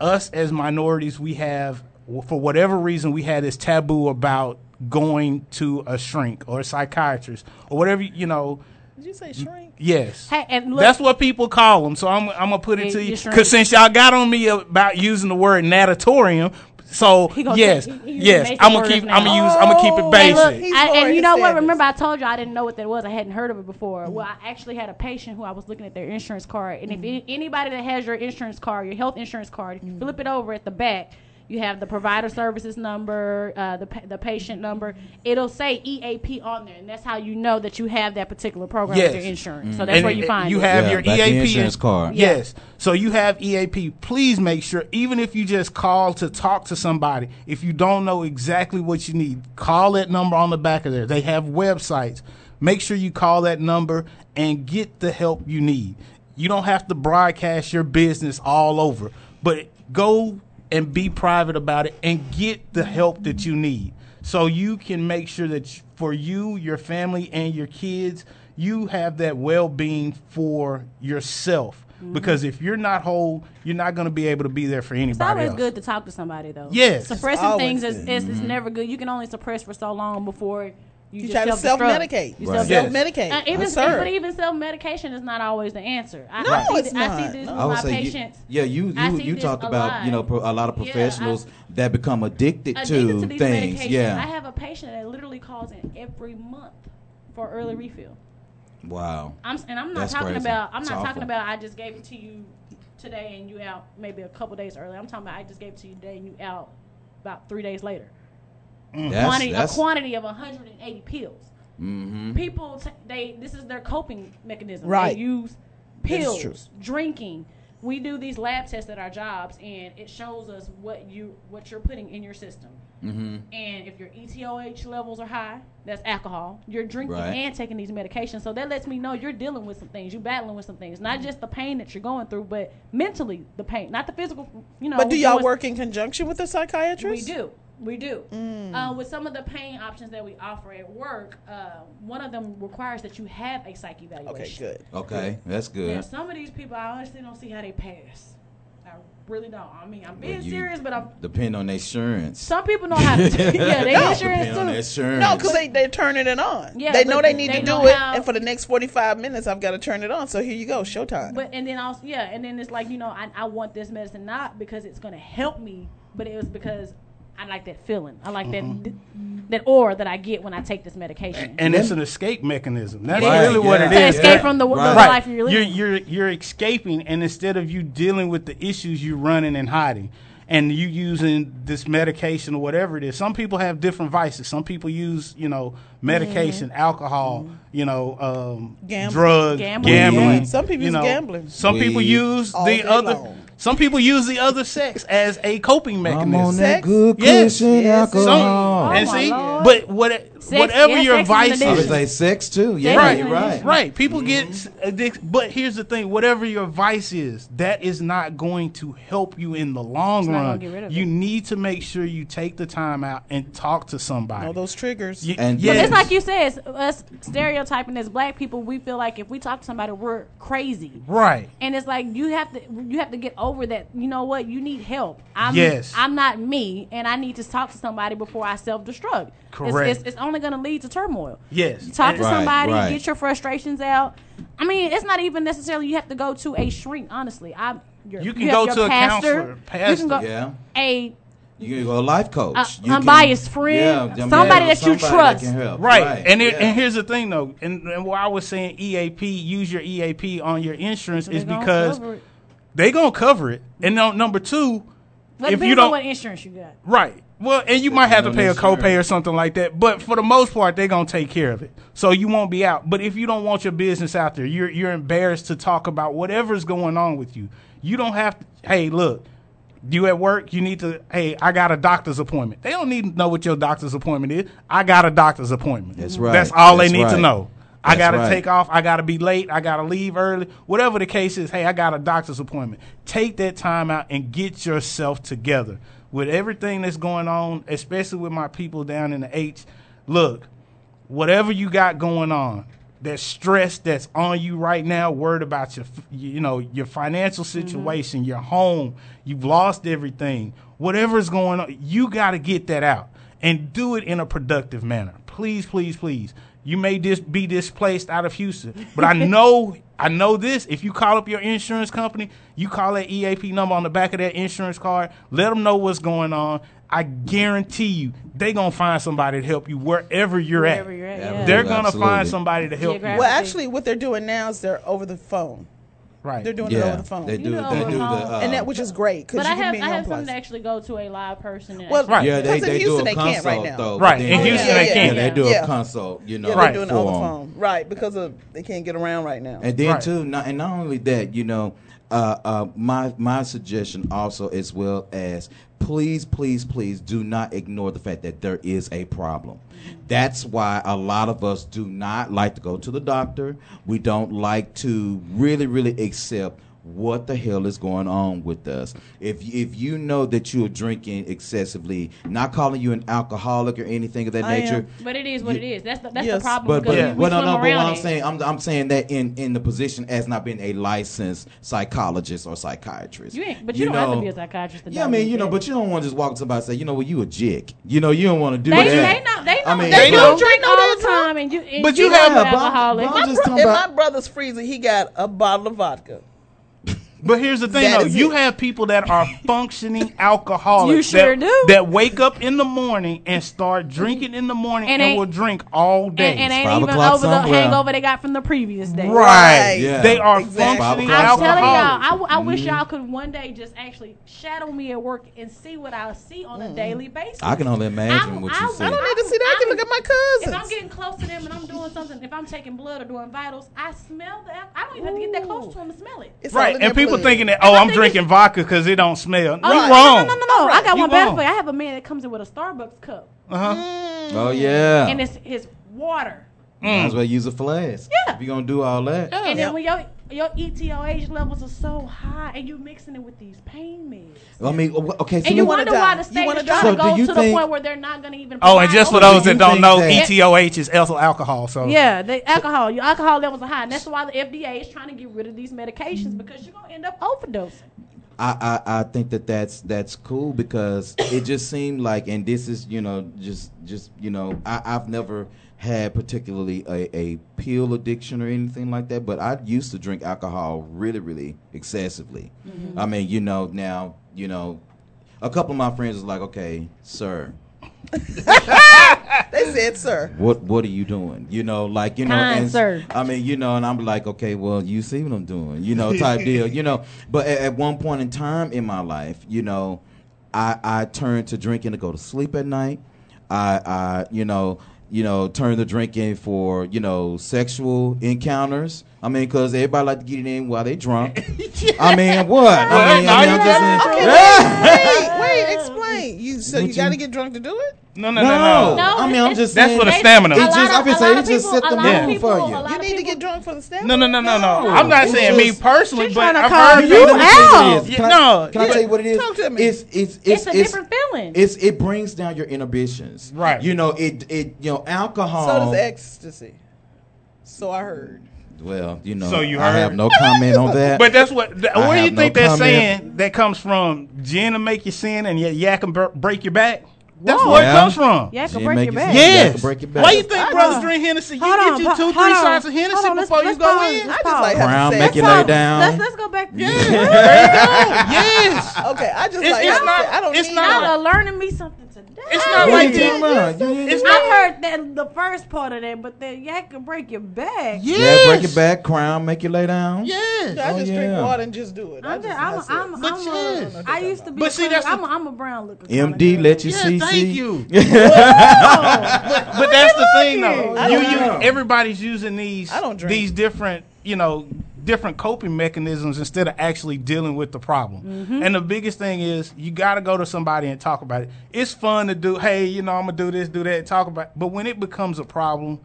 [SPEAKER 10] us as minorities, we have, for whatever reason, we had this taboo about going to a shrink or a psychiatrist or whatever, you know.
[SPEAKER 3] Did you say shrink?
[SPEAKER 10] Yes.
[SPEAKER 4] Hey, and look-
[SPEAKER 10] That's what people call them. So I'm, I'm going to put it
[SPEAKER 4] Yeah,
[SPEAKER 10] to you.
[SPEAKER 4] you're shrink.
[SPEAKER 10] Because since y'all got on me about using the word natatorium, so
[SPEAKER 4] gonna
[SPEAKER 10] yes,
[SPEAKER 4] take- he- he
[SPEAKER 10] yes,
[SPEAKER 4] making
[SPEAKER 10] I'm gonna
[SPEAKER 4] words
[SPEAKER 10] keep.
[SPEAKER 4] now.
[SPEAKER 10] I'm gonna use. I'm gonna keep it
[SPEAKER 4] Hey,
[SPEAKER 10] basic.
[SPEAKER 4] look,
[SPEAKER 3] Oh, He's
[SPEAKER 4] I,
[SPEAKER 3] lowering
[SPEAKER 4] and you
[SPEAKER 3] his
[SPEAKER 4] know what?
[SPEAKER 3] standards.
[SPEAKER 4] Remember, I told you I didn't know what that was. I hadn't heard of it before.
[SPEAKER 3] Mm-hmm.
[SPEAKER 4] Well, I actually had a patient who I was looking at their insurance card, and if any, anybody that has your insurance card, your health insurance card, if
[SPEAKER 3] Mm-hmm.
[SPEAKER 4] you flip it over at the back, you have the provider services number, uh, the pa- the patient number. It'll say EAP on there, and that's how you know that you have that particular program with
[SPEAKER 10] Yes. Mm-hmm. Mm.
[SPEAKER 4] your insurance. So that's
[SPEAKER 10] And
[SPEAKER 4] where you find
[SPEAKER 10] You
[SPEAKER 4] it.
[SPEAKER 10] have
[SPEAKER 7] Yeah,
[SPEAKER 10] your
[SPEAKER 7] that's the
[SPEAKER 10] EAP
[SPEAKER 7] insurance card.
[SPEAKER 4] Yeah.
[SPEAKER 10] Yes. So you have EAP. Please make sure, even if you just call to talk to somebody, if you don't know exactly what you need, call that number on the back of there. They have websites. Make sure you call that number and get the help you need. You don't have to broadcast your business all over, but go and be private about it and get the help that you need so you can make sure that you- for you, your family, and your kids, you have that well-being for yourself. Mm-hmm. Because if you're not whole, you're not going to be able to be there for anybody
[SPEAKER 4] It's always
[SPEAKER 10] else.
[SPEAKER 4] good to talk to somebody though.
[SPEAKER 10] Yes.
[SPEAKER 4] suppressing
[SPEAKER 3] Always Mm-hmm.
[SPEAKER 4] things is, is, is never good. You can only suppress for so long before you,
[SPEAKER 3] You
[SPEAKER 4] just
[SPEAKER 3] try to self
[SPEAKER 4] self-destruct.
[SPEAKER 3] medicate.
[SPEAKER 4] You
[SPEAKER 7] Right.
[SPEAKER 4] self-
[SPEAKER 7] Yes.
[SPEAKER 3] Self-medicate.
[SPEAKER 4] Uh, even,
[SPEAKER 3] Yes, sir.
[SPEAKER 4] but even self medication is not always the answer. I,
[SPEAKER 3] No,
[SPEAKER 4] I see
[SPEAKER 3] it's
[SPEAKER 4] th- I
[SPEAKER 3] not.
[SPEAKER 4] see this
[SPEAKER 3] I
[SPEAKER 4] with
[SPEAKER 7] I would
[SPEAKER 4] my
[SPEAKER 7] say, you-
[SPEAKER 4] patients.
[SPEAKER 7] yeah, you
[SPEAKER 4] I
[SPEAKER 7] you
[SPEAKER 4] see
[SPEAKER 7] you
[SPEAKER 4] this
[SPEAKER 7] talked
[SPEAKER 4] a
[SPEAKER 7] about you know
[SPEAKER 4] lot.
[SPEAKER 7] pro, a lot of
[SPEAKER 4] Yeah, I-
[SPEAKER 7] professionals that become addicted,
[SPEAKER 4] Addicted
[SPEAKER 7] to,
[SPEAKER 4] these
[SPEAKER 7] things.
[SPEAKER 4] medications. I
[SPEAKER 7] Yeah,
[SPEAKER 4] have a patient that literally calls in every month for early refill.
[SPEAKER 7] Wow.
[SPEAKER 4] I'm and I'm not
[SPEAKER 7] That's
[SPEAKER 4] talking
[SPEAKER 7] crazy.
[SPEAKER 4] about I'm
[SPEAKER 7] It's
[SPEAKER 4] not talking
[SPEAKER 7] awful.
[SPEAKER 4] about I just gave it to you today and you out maybe a couple days early. I'm talking about I just gave it to you today and you out about three days later.
[SPEAKER 7] Mm.
[SPEAKER 4] A
[SPEAKER 7] That's-
[SPEAKER 4] quantity,
[SPEAKER 7] that's-
[SPEAKER 4] a quantity of 180 pills.
[SPEAKER 7] Mm-hmm.
[SPEAKER 4] People t- they this is their coping mechanism.
[SPEAKER 7] Right.
[SPEAKER 4] They use
[SPEAKER 7] That is
[SPEAKER 4] pills, drinking. We do these lab tests at our jobs and it shows us what you what you're putting in your system.
[SPEAKER 7] Mm-hmm.
[SPEAKER 4] And if your E ETOH levels are high, that's alcohol. You're drinking
[SPEAKER 7] Right.
[SPEAKER 4] and taking these medications. So that lets me know you're dealing with some things. You're battling with some things. Not
[SPEAKER 19] Mm-hmm.
[SPEAKER 4] just the pain that you're going through, but mentally the pain. Not the physical, you know.
[SPEAKER 19] but do
[SPEAKER 4] we're
[SPEAKER 19] y'all
[SPEAKER 4] doing-
[SPEAKER 19] work in conjunction with the psychiatrist?
[SPEAKER 4] We do. We do.
[SPEAKER 19] Mm.
[SPEAKER 4] Uh, with some of the pain options that we offer at work, uh, one of them requires that you have a psych evaluation.
[SPEAKER 19] Okay, good.
[SPEAKER 7] Okay, that's
[SPEAKER 4] Now,
[SPEAKER 7] good.
[SPEAKER 4] some of these people, I honestly don't see how they pass. I really don't. I mean, I'm being
[SPEAKER 7] But you-
[SPEAKER 4] serious, but I'm
[SPEAKER 7] Depend on their insurance.
[SPEAKER 4] Some people know how to. do Yeah, they
[SPEAKER 7] No.
[SPEAKER 4] insurance
[SPEAKER 7] Depend on
[SPEAKER 4] too.
[SPEAKER 7] their insurance.
[SPEAKER 19] No, because they they're turning it on.
[SPEAKER 4] Yeah,
[SPEAKER 19] they
[SPEAKER 4] but
[SPEAKER 19] know they
[SPEAKER 4] they-
[SPEAKER 19] need
[SPEAKER 4] they
[SPEAKER 19] to
[SPEAKER 4] know
[SPEAKER 19] do it,
[SPEAKER 4] how-
[SPEAKER 19] and for the next forty five minutes, I've got to turn it on. So here you go, showtime.
[SPEAKER 4] But and then also yeah, and then it's like you know I, I want this medicine not because it's gonna help me, but it was because I like that feeling. I like
[SPEAKER 10] Mhm.
[SPEAKER 4] that that aura that I get when I take this medication.
[SPEAKER 10] and it's an escape mechanism. That's
[SPEAKER 4] Right,
[SPEAKER 10] really what
[SPEAKER 4] yeah.
[SPEAKER 10] it
[SPEAKER 4] To
[SPEAKER 10] is.
[SPEAKER 4] escape from the- the life you're living.
[SPEAKER 10] You're, you're you're escaping, and instead of you dealing with the issues, you're running and hiding, and you using this medication or whatever it is. Some people have different vices. Some people use you know medication, alcohol,
[SPEAKER 4] Mm-hmm.
[SPEAKER 10] you know, um,
[SPEAKER 19] Gambling.
[SPEAKER 10] drugs,
[SPEAKER 19] Gambling.
[SPEAKER 10] gambling.
[SPEAKER 19] Yeah, some people
[SPEAKER 10] you
[SPEAKER 19] use
[SPEAKER 10] know.
[SPEAKER 19] gambling.
[SPEAKER 10] Some people
[SPEAKER 19] Weed.
[SPEAKER 10] use
[SPEAKER 19] All day
[SPEAKER 10] the other.
[SPEAKER 19] long.
[SPEAKER 10] Some people use the other sex as a coping mechanism.
[SPEAKER 7] on that good Christian
[SPEAKER 10] Some-
[SPEAKER 7] alcohol.
[SPEAKER 10] and
[SPEAKER 7] Oh, my
[SPEAKER 10] see,
[SPEAKER 7] Lord.
[SPEAKER 10] but what, whatever your vice
[SPEAKER 7] I would
[SPEAKER 10] is,
[SPEAKER 7] say sex too. Yeah,
[SPEAKER 10] right,
[SPEAKER 7] you're right.
[SPEAKER 10] Right. People get addicted. But here's the thing whatever your vice is, that is not going to help you in the long
[SPEAKER 19] It's not gonna
[SPEAKER 10] run.
[SPEAKER 19] get rid of
[SPEAKER 10] you need to make sure you take the time out and talk to somebody. All
[SPEAKER 19] those triggers.
[SPEAKER 10] and
[SPEAKER 4] But it's like you said, it's us stereotyping as black people, we feel like if we talk to somebody, we're crazy.
[SPEAKER 10] Right.
[SPEAKER 4] And it's like you have to you have to get over that. You know what? You need help. I'm
[SPEAKER 10] Yes.
[SPEAKER 4] I'm not me, and I need to talk to somebody before I self destruct.
[SPEAKER 10] Correct.
[SPEAKER 4] It's, it's, it's only going to lead to turmoil.
[SPEAKER 10] Yes.
[SPEAKER 4] Talk to
[SPEAKER 10] Right,
[SPEAKER 4] somebody,
[SPEAKER 10] right.
[SPEAKER 4] get your frustrations out. I mean, it's not even necessarily you have to go to a shrink. Honestly, I your,
[SPEAKER 10] You can
[SPEAKER 4] have
[SPEAKER 10] go
[SPEAKER 4] your
[SPEAKER 10] to a
[SPEAKER 4] pastor,
[SPEAKER 10] counselor,
[SPEAKER 4] You can
[SPEAKER 10] pastor,
[SPEAKER 4] go
[SPEAKER 7] yeah.
[SPEAKER 4] a
[SPEAKER 7] You go life coach.
[SPEAKER 4] Uh,
[SPEAKER 7] you
[SPEAKER 4] unbiased friend, somebody that you trust.
[SPEAKER 10] Right. And it,
[SPEAKER 7] it
[SPEAKER 10] and here's the thing though, and, and why I was saying EAP, use your EAP on your insurance is
[SPEAKER 4] gonna
[SPEAKER 10] because
[SPEAKER 4] cover it.
[SPEAKER 10] they gonna cover it. And no, number two,
[SPEAKER 4] But
[SPEAKER 10] if
[SPEAKER 4] depends
[SPEAKER 10] you
[SPEAKER 4] on
[SPEAKER 10] don't
[SPEAKER 4] what insurance you got.
[SPEAKER 10] Right. Well, and you might have to
[SPEAKER 4] on
[SPEAKER 10] pay a
[SPEAKER 4] insurance.
[SPEAKER 10] copay or something like that, but for the most part, they're gonna take care of it, so you won't be out. But if you don't want your business out there, you're you're embarrassed to talk about whatever's going on with you. You don't have to. Hey, look, you at work. You need to. Hey, I got a doctor's appointment. They don't need to know what your doctor's appointment is. I got a doctor's appointment.
[SPEAKER 7] That's right.
[SPEAKER 10] That's all
[SPEAKER 7] That's
[SPEAKER 10] they need
[SPEAKER 7] right.
[SPEAKER 10] to know. I
[SPEAKER 7] That's
[SPEAKER 10] gotta
[SPEAKER 7] right.
[SPEAKER 10] take off. I gotta be late. I gotta leave early. Whatever the case is, hey, I got a doctor's appointment. Take that time out and get yourself together with everything that's going on, especially with my people down in the H. Look, whatever you got going on, that stress that's on you right now, worried about your, f- you know, your financial situation, your home, you've lost everything. Whatever's going on, you got to get that out and do it in a productive manner. Please, please, please. You may dis- be displaced out of Houston, but I know, I know this. If you call up your insurance company, you call that EAP number on the back of that insurance card. Let them know what's going on. I guarantee you, they gonna find somebody to help you wherever you're
[SPEAKER 4] Wherever
[SPEAKER 10] at.
[SPEAKER 4] you're at, yeah.
[SPEAKER 10] They're gonna
[SPEAKER 7] Absolutely.
[SPEAKER 10] find somebody to help
[SPEAKER 19] Well, actually, what they're doing now is they're over the phone.
[SPEAKER 10] Right.
[SPEAKER 19] They're doing it
[SPEAKER 7] Yeah,
[SPEAKER 19] over the phone.
[SPEAKER 7] they do- You do it they over do the phone. the, uh,
[SPEAKER 19] and that which is great because
[SPEAKER 4] um, But
[SPEAKER 19] you
[SPEAKER 4] I
[SPEAKER 19] can
[SPEAKER 4] have
[SPEAKER 19] be
[SPEAKER 4] I have
[SPEAKER 19] unplugged.
[SPEAKER 4] someone to actually go to a live person. And
[SPEAKER 19] Well,
[SPEAKER 4] actually-
[SPEAKER 7] Yeah, they,
[SPEAKER 19] Because in
[SPEAKER 7] they do
[SPEAKER 19] Houston,
[SPEAKER 7] a
[SPEAKER 19] they
[SPEAKER 7] consult
[SPEAKER 19] can't right now.
[SPEAKER 7] though. but
[SPEAKER 10] Right,
[SPEAKER 7] then
[SPEAKER 10] in Houston, they can't.
[SPEAKER 7] Yeah, they do
[SPEAKER 19] Yeah.
[SPEAKER 7] a consult. You know,
[SPEAKER 19] yeah, they're doing it over the
[SPEAKER 7] for 'em.
[SPEAKER 19] phone, right? Because of they can't get around right now.
[SPEAKER 7] And then
[SPEAKER 19] Right.
[SPEAKER 7] too, not, and not only that, you know, uh, uh, my my suggestion also as well as please, please, please do not ignore the fact that there is a problem. That's why a lot of us do not like to go to the doctor. We don't like to really, really accept what the hell is going on with us if if you know that you are drinking excessively not calling you an alcoholic or anything of that
[SPEAKER 4] I am.
[SPEAKER 7] nature
[SPEAKER 4] But it is what it is. That's the, that's
[SPEAKER 19] Yes.
[SPEAKER 4] the problem.
[SPEAKER 7] but, but,
[SPEAKER 4] because we
[SPEAKER 7] but no,
[SPEAKER 4] swim
[SPEAKER 7] no, but what
[SPEAKER 4] around
[SPEAKER 7] I'm
[SPEAKER 4] it.
[SPEAKER 7] saying, I'm, I'm saying that in, in the position as not being a licensed psychologist or psychiatrist.
[SPEAKER 4] You ain't, but you, don't have to be a psychiatrist. to
[SPEAKER 7] Yeah, I
[SPEAKER 4] know
[SPEAKER 7] mean,
[SPEAKER 4] these
[SPEAKER 7] you know,
[SPEAKER 4] things.
[SPEAKER 7] but you don't want to just walk up to somebody and say, you know what, you a jick. You know, you don't want to do
[SPEAKER 4] they,
[SPEAKER 7] that.
[SPEAKER 4] they know they know
[SPEAKER 7] I mean,
[SPEAKER 4] they,
[SPEAKER 7] they
[SPEAKER 4] know
[SPEAKER 7] don't
[SPEAKER 4] drink
[SPEAKER 7] drink
[SPEAKER 4] all
[SPEAKER 7] all
[SPEAKER 4] the time, and you and
[SPEAKER 7] But
[SPEAKER 4] you
[SPEAKER 7] you
[SPEAKER 4] are
[SPEAKER 7] have
[SPEAKER 4] an
[SPEAKER 7] a bo-
[SPEAKER 4] alcoholic.
[SPEAKER 7] bo- I'm
[SPEAKER 19] my
[SPEAKER 7] just
[SPEAKER 19] bro-
[SPEAKER 7] talking
[SPEAKER 19] in
[SPEAKER 7] about-
[SPEAKER 19] my brother's freezer, he got a bottle of vodka.
[SPEAKER 10] But here's the thing,
[SPEAKER 19] That
[SPEAKER 10] though.
[SPEAKER 19] is
[SPEAKER 10] You
[SPEAKER 19] it.
[SPEAKER 10] have people that are functioning alcoholics.
[SPEAKER 19] You sure
[SPEAKER 10] that,
[SPEAKER 19] do.
[SPEAKER 10] That wake up in the morning and start drinking in the morning
[SPEAKER 4] And
[SPEAKER 10] and,
[SPEAKER 4] ain't-
[SPEAKER 10] will drink all day.
[SPEAKER 4] And, and ain't even over the hangover they got from the previous day.
[SPEAKER 10] Right. Yeah. They are functioning
[SPEAKER 4] I'm telling y'all,
[SPEAKER 10] alcoholics.
[SPEAKER 4] I, w- I wish
[SPEAKER 7] Mhm.
[SPEAKER 4] y'all could one day just actually shadow me at work and see what I see on a daily basis.
[SPEAKER 7] I can only imagine what you
[SPEAKER 4] I
[SPEAKER 7] said.
[SPEAKER 4] don't need to see that. I can look at my
[SPEAKER 19] cousins.
[SPEAKER 4] If I'm getting close to them and I'm doing something, if I'm taking blood or doing vitals, I smell the. al- I don't even have to get that close to them to smell it.
[SPEAKER 10] right. And people thinking that, oh, I'm drinking vodka because it don't smell.
[SPEAKER 4] Oh,
[SPEAKER 10] you
[SPEAKER 4] no,
[SPEAKER 10] wrong.
[SPEAKER 4] No, no, no, no. I got
[SPEAKER 10] You
[SPEAKER 4] one better
[SPEAKER 10] wrong.
[SPEAKER 4] for you. I have a man that comes in with a Starbucks cup.
[SPEAKER 10] Uh-huh.
[SPEAKER 7] Oh, yeah.
[SPEAKER 4] And it's his water.
[SPEAKER 7] Mm. Might as
[SPEAKER 4] Mm.
[SPEAKER 7] well use a flask. Yeah. If you're going to do all that.
[SPEAKER 4] And then when your your E ETOH levels are so high, and you mixing it with these pain meds,
[SPEAKER 7] I mean, o- okay. So
[SPEAKER 4] and you
[SPEAKER 7] let-
[SPEAKER 4] wonder why the state is trying
[SPEAKER 7] So
[SPEAKER 4] to
[SPEAKER 7] do
[SPEAKER 4] go to
[SPEAKER 7] you
[SPEAKER 4] the
[SPEAKER 7] think-
[SPEAKER 4] point where they're not going to even.
[SPEAKER 10] Oh, and just for those that don't know, E
[SPEAKER 4] Yeah.
[SPEAKER 10] ETOH is also alcohol. So
[SPEAKER 4] Yeah, the alcohol. Your alcohol levels are high, and that's why the FDA is trying to get rid of these medications because you're gonna end up overdosing.
[SPEAKER 7] I, I I think that that's that's cool because it just seemed like, and this is you know just just you know I I've never had particularly a, a pill addiction or anything like that, but I used to drink alcohol really really excessively.
[SPEAKER 2] Mhm.
[SPEAKER 7] I mean, you know now you know, a couple of my friends is like, okay, sir,
[SPEAKER 19] They said, sir.
[SPEAKER 7] what what are you doing? You know, like you know,
[SPEAKER 19] Kind
[SPEAKER 7] and,
[SPEAKER 19] sir.
[SPEAKER 7] I mean, you know, and I'm like, okay, well, you see what I'm doing, you know, type deal, you know. But at, at one point in time in my life, you know, I I turned to drinking to go to sleep at night. I I you know you know turned to drinking for you know sexual encounters. I mean, cause everybody like to get it in while they drunk. I mean, what? I mean, I mean, I'm just saying-
[SPEAKER 19] Okay, wait, wait, wait, explain. You so
[SPEAKER 7] What
[SPEAKER 19] you got to
[SPEAKER 7] you-
[SPEAKER 19] get drunk to do it?
[SPEAKER 7] no, no, no. I mean, I'm just saying- It just, I been saying, it just set the mood for you.
[SPEAKER 19] You need to get drunk for the stamina.
[SPEAKER 10] No, no, no, no, no. I'm not
[SPEAKER 7] It's
[SPEAKER 10] saying me
[SPEAKER 7] just-
[SPEAKER 10] personally, but
[SPEAKER 7] tryna
[SPEAKER 10] I've
[SPEAKER 7] call
[SPEAKER 10] heard
[SPEAKER 7] you
[SPEAKER 10] people-
[SPEAKER 7] out.
[SPEAKER 10] Yeah,
[SPEAKER 7] Can I-
[SPEAKER 10] No,
[SPEAKER 7] can I tell you what it is?
[SPEAKER 10] Talk to me.
[SPEAKER 7] It's it's
[SPEAKER 4] It's
[SPEAKER 7] it's,
[SPEAKER 4] a different feeling.
[SPEAKER 7] It's it brings down your inhibitions. Right. You know it it you know
[SPEAKER 19] So
[SPEAKER 7] alcohol.
[SPEAKER 10] Oh.
[SPEAKER 19] does ecstasy. So I heard.
[SPEAKER 7] Well, you know.
[SPEAKER 10] So you
[SPEAKER 7] I have
[SPEAKER 10] heard.
[SPEAKER 7] no comment on that.
[SPEAKER 10] But that's what. Th-
[SPEAKER 7] I
[SPEAKER 10] where do you
[SPEAKER 7] have
[SPEAKER 10] think
[SPEAKER 7] no
[SPEAKER 10] that
[SPEAKER 7] comment.
[SPEAKER 10] saying that comes from? Gin will make you sin, and yet yak can br- break your back. That's
[SPEAKER 7] Whoa.
[SPEAKER 10] where
[SPEAKER 7] Yeah.
[SPEAKER 10] it comes from.
[SPEAKER 7] Yak can Gin break make your you back. sin, yak
[SPEAKER 10] Yes.
[SPEAKER 7] can break your
[SPEAKER 10] Why
[SPEAKER 7] back.
[SPEAKER 10] you think
[SPEAKER 7] Hold
[SPEAKER 10] brothers
[SPEAKER 7] on.
[SPEAKER 10] drink Hennessy? You
[SPEAKER 4] Hold
[SPEAKER 10] get
[SPEAKER 4] on,
[SPEAKER 10] you
[SPEAKER 4] pa-
[SPEAKER 10] two,
[SPEAKER 4] hold
[SPEAKER 10] three
[SPEAKER 4] on.
[SPEAKER 10] shots of Hennessy
[SPEAKER 4] Hold on, let's-
[SPEAKER 10] before you
[SPEAKER 4] let's
[SPEAKER 10] go
[SPEAKER 4] pause,
[SPEAKER 10] in.
[SPEAKER 4] let's pause.
[SPEAKER 7] Brown make you lay down.
[SPEAKER 4] Let's let's go back. Yeah.
[SPEAKER 10] Yes.
[SPEAKER 19] Okay, I just
[SPEAKER 4] It's-
[SPEAKER 19] like
[SPEAKER 4] it's
[SPEAKER 19] I
[SPEAKER 4] not-
[SPEAKER 19] said, I don't
[SPEAKER 4] it's
[SPEAKER 19] need
[SPEAKER 4] not-
[SPEAKER 19] it.
[SPEAKER 4] Y'all are learning me something today.
[SPEAKER 10] It's
[SPEAKER 7] not What are like you that. talking about? You-
[SPEAKER 4] It's
[SPEAKER 7] you-
[SPEAKER 4] I heard that the first part of that, but then yak can break your back.
[SPEAKER 7] Yeah, break your back, crown, make you lay down.
[SPEAKER 4] Yes.
[SPEAKER 19] I just
[SPEAKER 7] Oh,
[SPEAKER 19] drink
[SPEAKER 7] yeah.
[SPEAKER 19] water and just do it. I
[SPEAKER 4] I'm
[SPEAKER 19] just,
[SPEAKER 4] just, I'm,
[SPEAKER 19] that's it.
[SPEAKER 4] I'm, I'm,
[SPEAKER 19] But
[SPEAKER 4] a-
[SPEAKER 19] yes.
[SPEAKER 4] I used to be.
[SPEAKER 19] But
[SPEAKER 4] a
[SPEAKER 19] see,
[SPEAKER 4] clean-
[SPEAKER 19] that's the-
[SPEAKER 4] I'm, a- I'm a brown looker.
[SPEAKER 7] MD, let you
[SPEAKER 4] Yeah,
[SPEAKER 7] see.
[SPEAKER 4] thank
[SPEAKER 7] see.
[SPEAKER 10] you. but, but that's the thing, though.
[SPEAKER 7] I
[SPEAKER 10] You,
[SPEAKER 7] don't
[SPEAKER 10] you,
[SPEAKER 7] know.
[SPEAKER 10] everybody's using these
[SPEAKER 19] I don't drink.
[SPEAKER 10] these different, you know, different coping mechanisms instead of actually dealing with the problem.
[SPEAKER 19] Mhm.
[SPEAKER 10] And the biggest thing is you got to go to somebody and talk about it. It's fun to do. Hey, you know, I'm gonna do this, do that, talk about. But when it becomes a problem.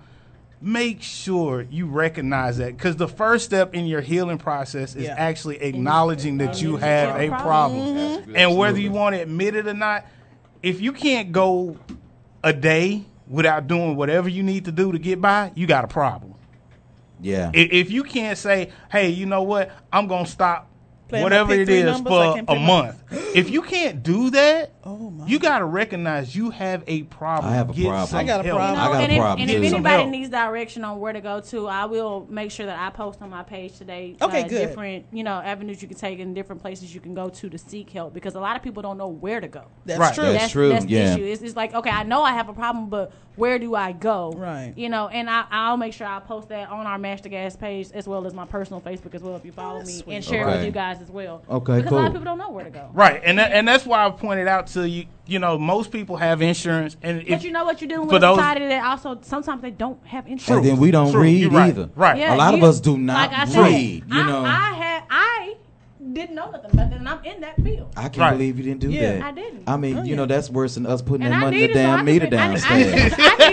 [SPEAKER 10] Make sure you recognize that because the first step in your healing process is
[SPEAKER 19] Yeah.
[SPEAKER 10] actually acknowledging that you
[SPEAKER 19] Acknowledging
[SPEAKER 10] have
[SPEAKER 19] you
[SPEAKER 10] a
[SPEAKER 19] have a
[SPEAKER 10] problem. Mm-hmm.
[SPEAKER 19] problem. Mhm.
[SPEAKER 10] And whether you want to admit it or not, if you can't go a day without doing whatever you need to do to get by, you got a problem.
[SPEAKER 7] Yeah.
[SPEAKER 10] I- If you can't say, "Hey, you know what? I'm gonna stop
[SPEAKER 19] Playing my
[SPEAKER 10] whatever
[SPEAKER 19] pick Oh
[SPEAKER 10] it
[SPEAKER 19] three
[SPEAKER 10] is
[SPEAKER 19] numbers, I
[SPEAKER 10] for
[SPEAKER 19] can't
[SPEAKER 10] a
[SPEAKER 19] play my-
[SPEAKER 10] month," if you can't do that, you got to recognize you have a problem.
[SPEAKER 7] I have a
[SPEAKER 10] Get
[SPEAKER 7] problem.
[SPEAKER 10] some
[SPEAKER 7] I got a
[SPEAKER 10] help.
[SPEAKER 7] problem. I got
[SPEAKER 4] and
[SPEAKER 7] a
[SPEAKER 4] if,
[SPEAKER 7] problem,
[SPEAKER 4] and if
[SPEAKER 7] too.
[SPEAKER 4] anybody
[SPEAKER 7] Help.
[SPEAKER 4] needs direction on where to go to, I will make sure that I post on my page today. uh,
[SPEAKER 19] Okay, good.
[SPEAKER 4] Different, you know, avenues you can take and different places you can go to to seek help because a lot of people don't know where to go.
[SPEAKER 19] That's Right. true. That's true,
[SPEAKER 4] That's the
[SPEAKER 19] yeah.
[SPEAKER 4] issue. It's, it's like okay, I know I have a problem, but where do I go?
[SPEAKER 19] Right.
[SPEAKER 4] You know, and I, I'll make sure I post that on our Master Gas page as well as my personal Facebook as well if you follow me
[SPEAKER 19] Oh, sweet.
[SPEAKER 4] and share it
[SPEAKER 10] Okay.
[SPEAKER 4] with you guys as well.
[SPEAKER 10] Okay,
[SPEAKER 4] because a lot
[SPEAKER 10] cool.
[SPEAKER 4] of people don't know where to go.
[SPEAKER 10] Right, and that, and that's why I pointed out to you. You know, most people have insurance, and
[SPEAKER 4] But
[SPEAKER 10] if,
[SPEAKER 4] you know what you're dealing
[SPEAKER 10] for
[SPEAKER 4] with a
[SPEAKER 10] those-
[SPEAKER 4] society that also sometimes they don't have insurance.
[SPEAKER 7] And then we don't
[SPEAKER 10] True,
[SPEAKER 7] read
[SPEAKER 10] you're right,
[SPEAKER 7] either.
[SPEAKER 10] right.
[SPEAKER 4] Yeah,
[SPEAKER 7] a lot of
[SPEAKER 4] you-
[SPEAKER 7] us do not
[SPEAKER 4] like I said,
[SPEAKER 7] read. you know.
[SPEAKER 4] I had I didn't know nothing about that, and I'm in that field.
[SPEAKER 7] I can't
[SPEAKER 4] Right. Oh,
[SPEAKER 7] believe you didn't do
[SPEAKER 4] Yeah.
[SPEAKER 7] that.
[SPEAKER 4] I didn't.
[SPEAKER 7] I
[SPEAKER 10] Oh,
[SPEAKER 7] mean, you know, that's worse than us putting
[SPEAKER 4] And
[SPEAKER 7] that
[SPEAKER 4] I
[SPEAKER 7] money in the
[SPEAKER 4] needed, so I
[SPEAKER 7] damn
[SPEAKER 4] could
[SPEAKER 7] meter
[SPEAKER 4] put- I-
[SPEAKER 7] down
[SPEAKER 4] I-
[SPEAKER 7] stairs.
[SPEAKER 4] I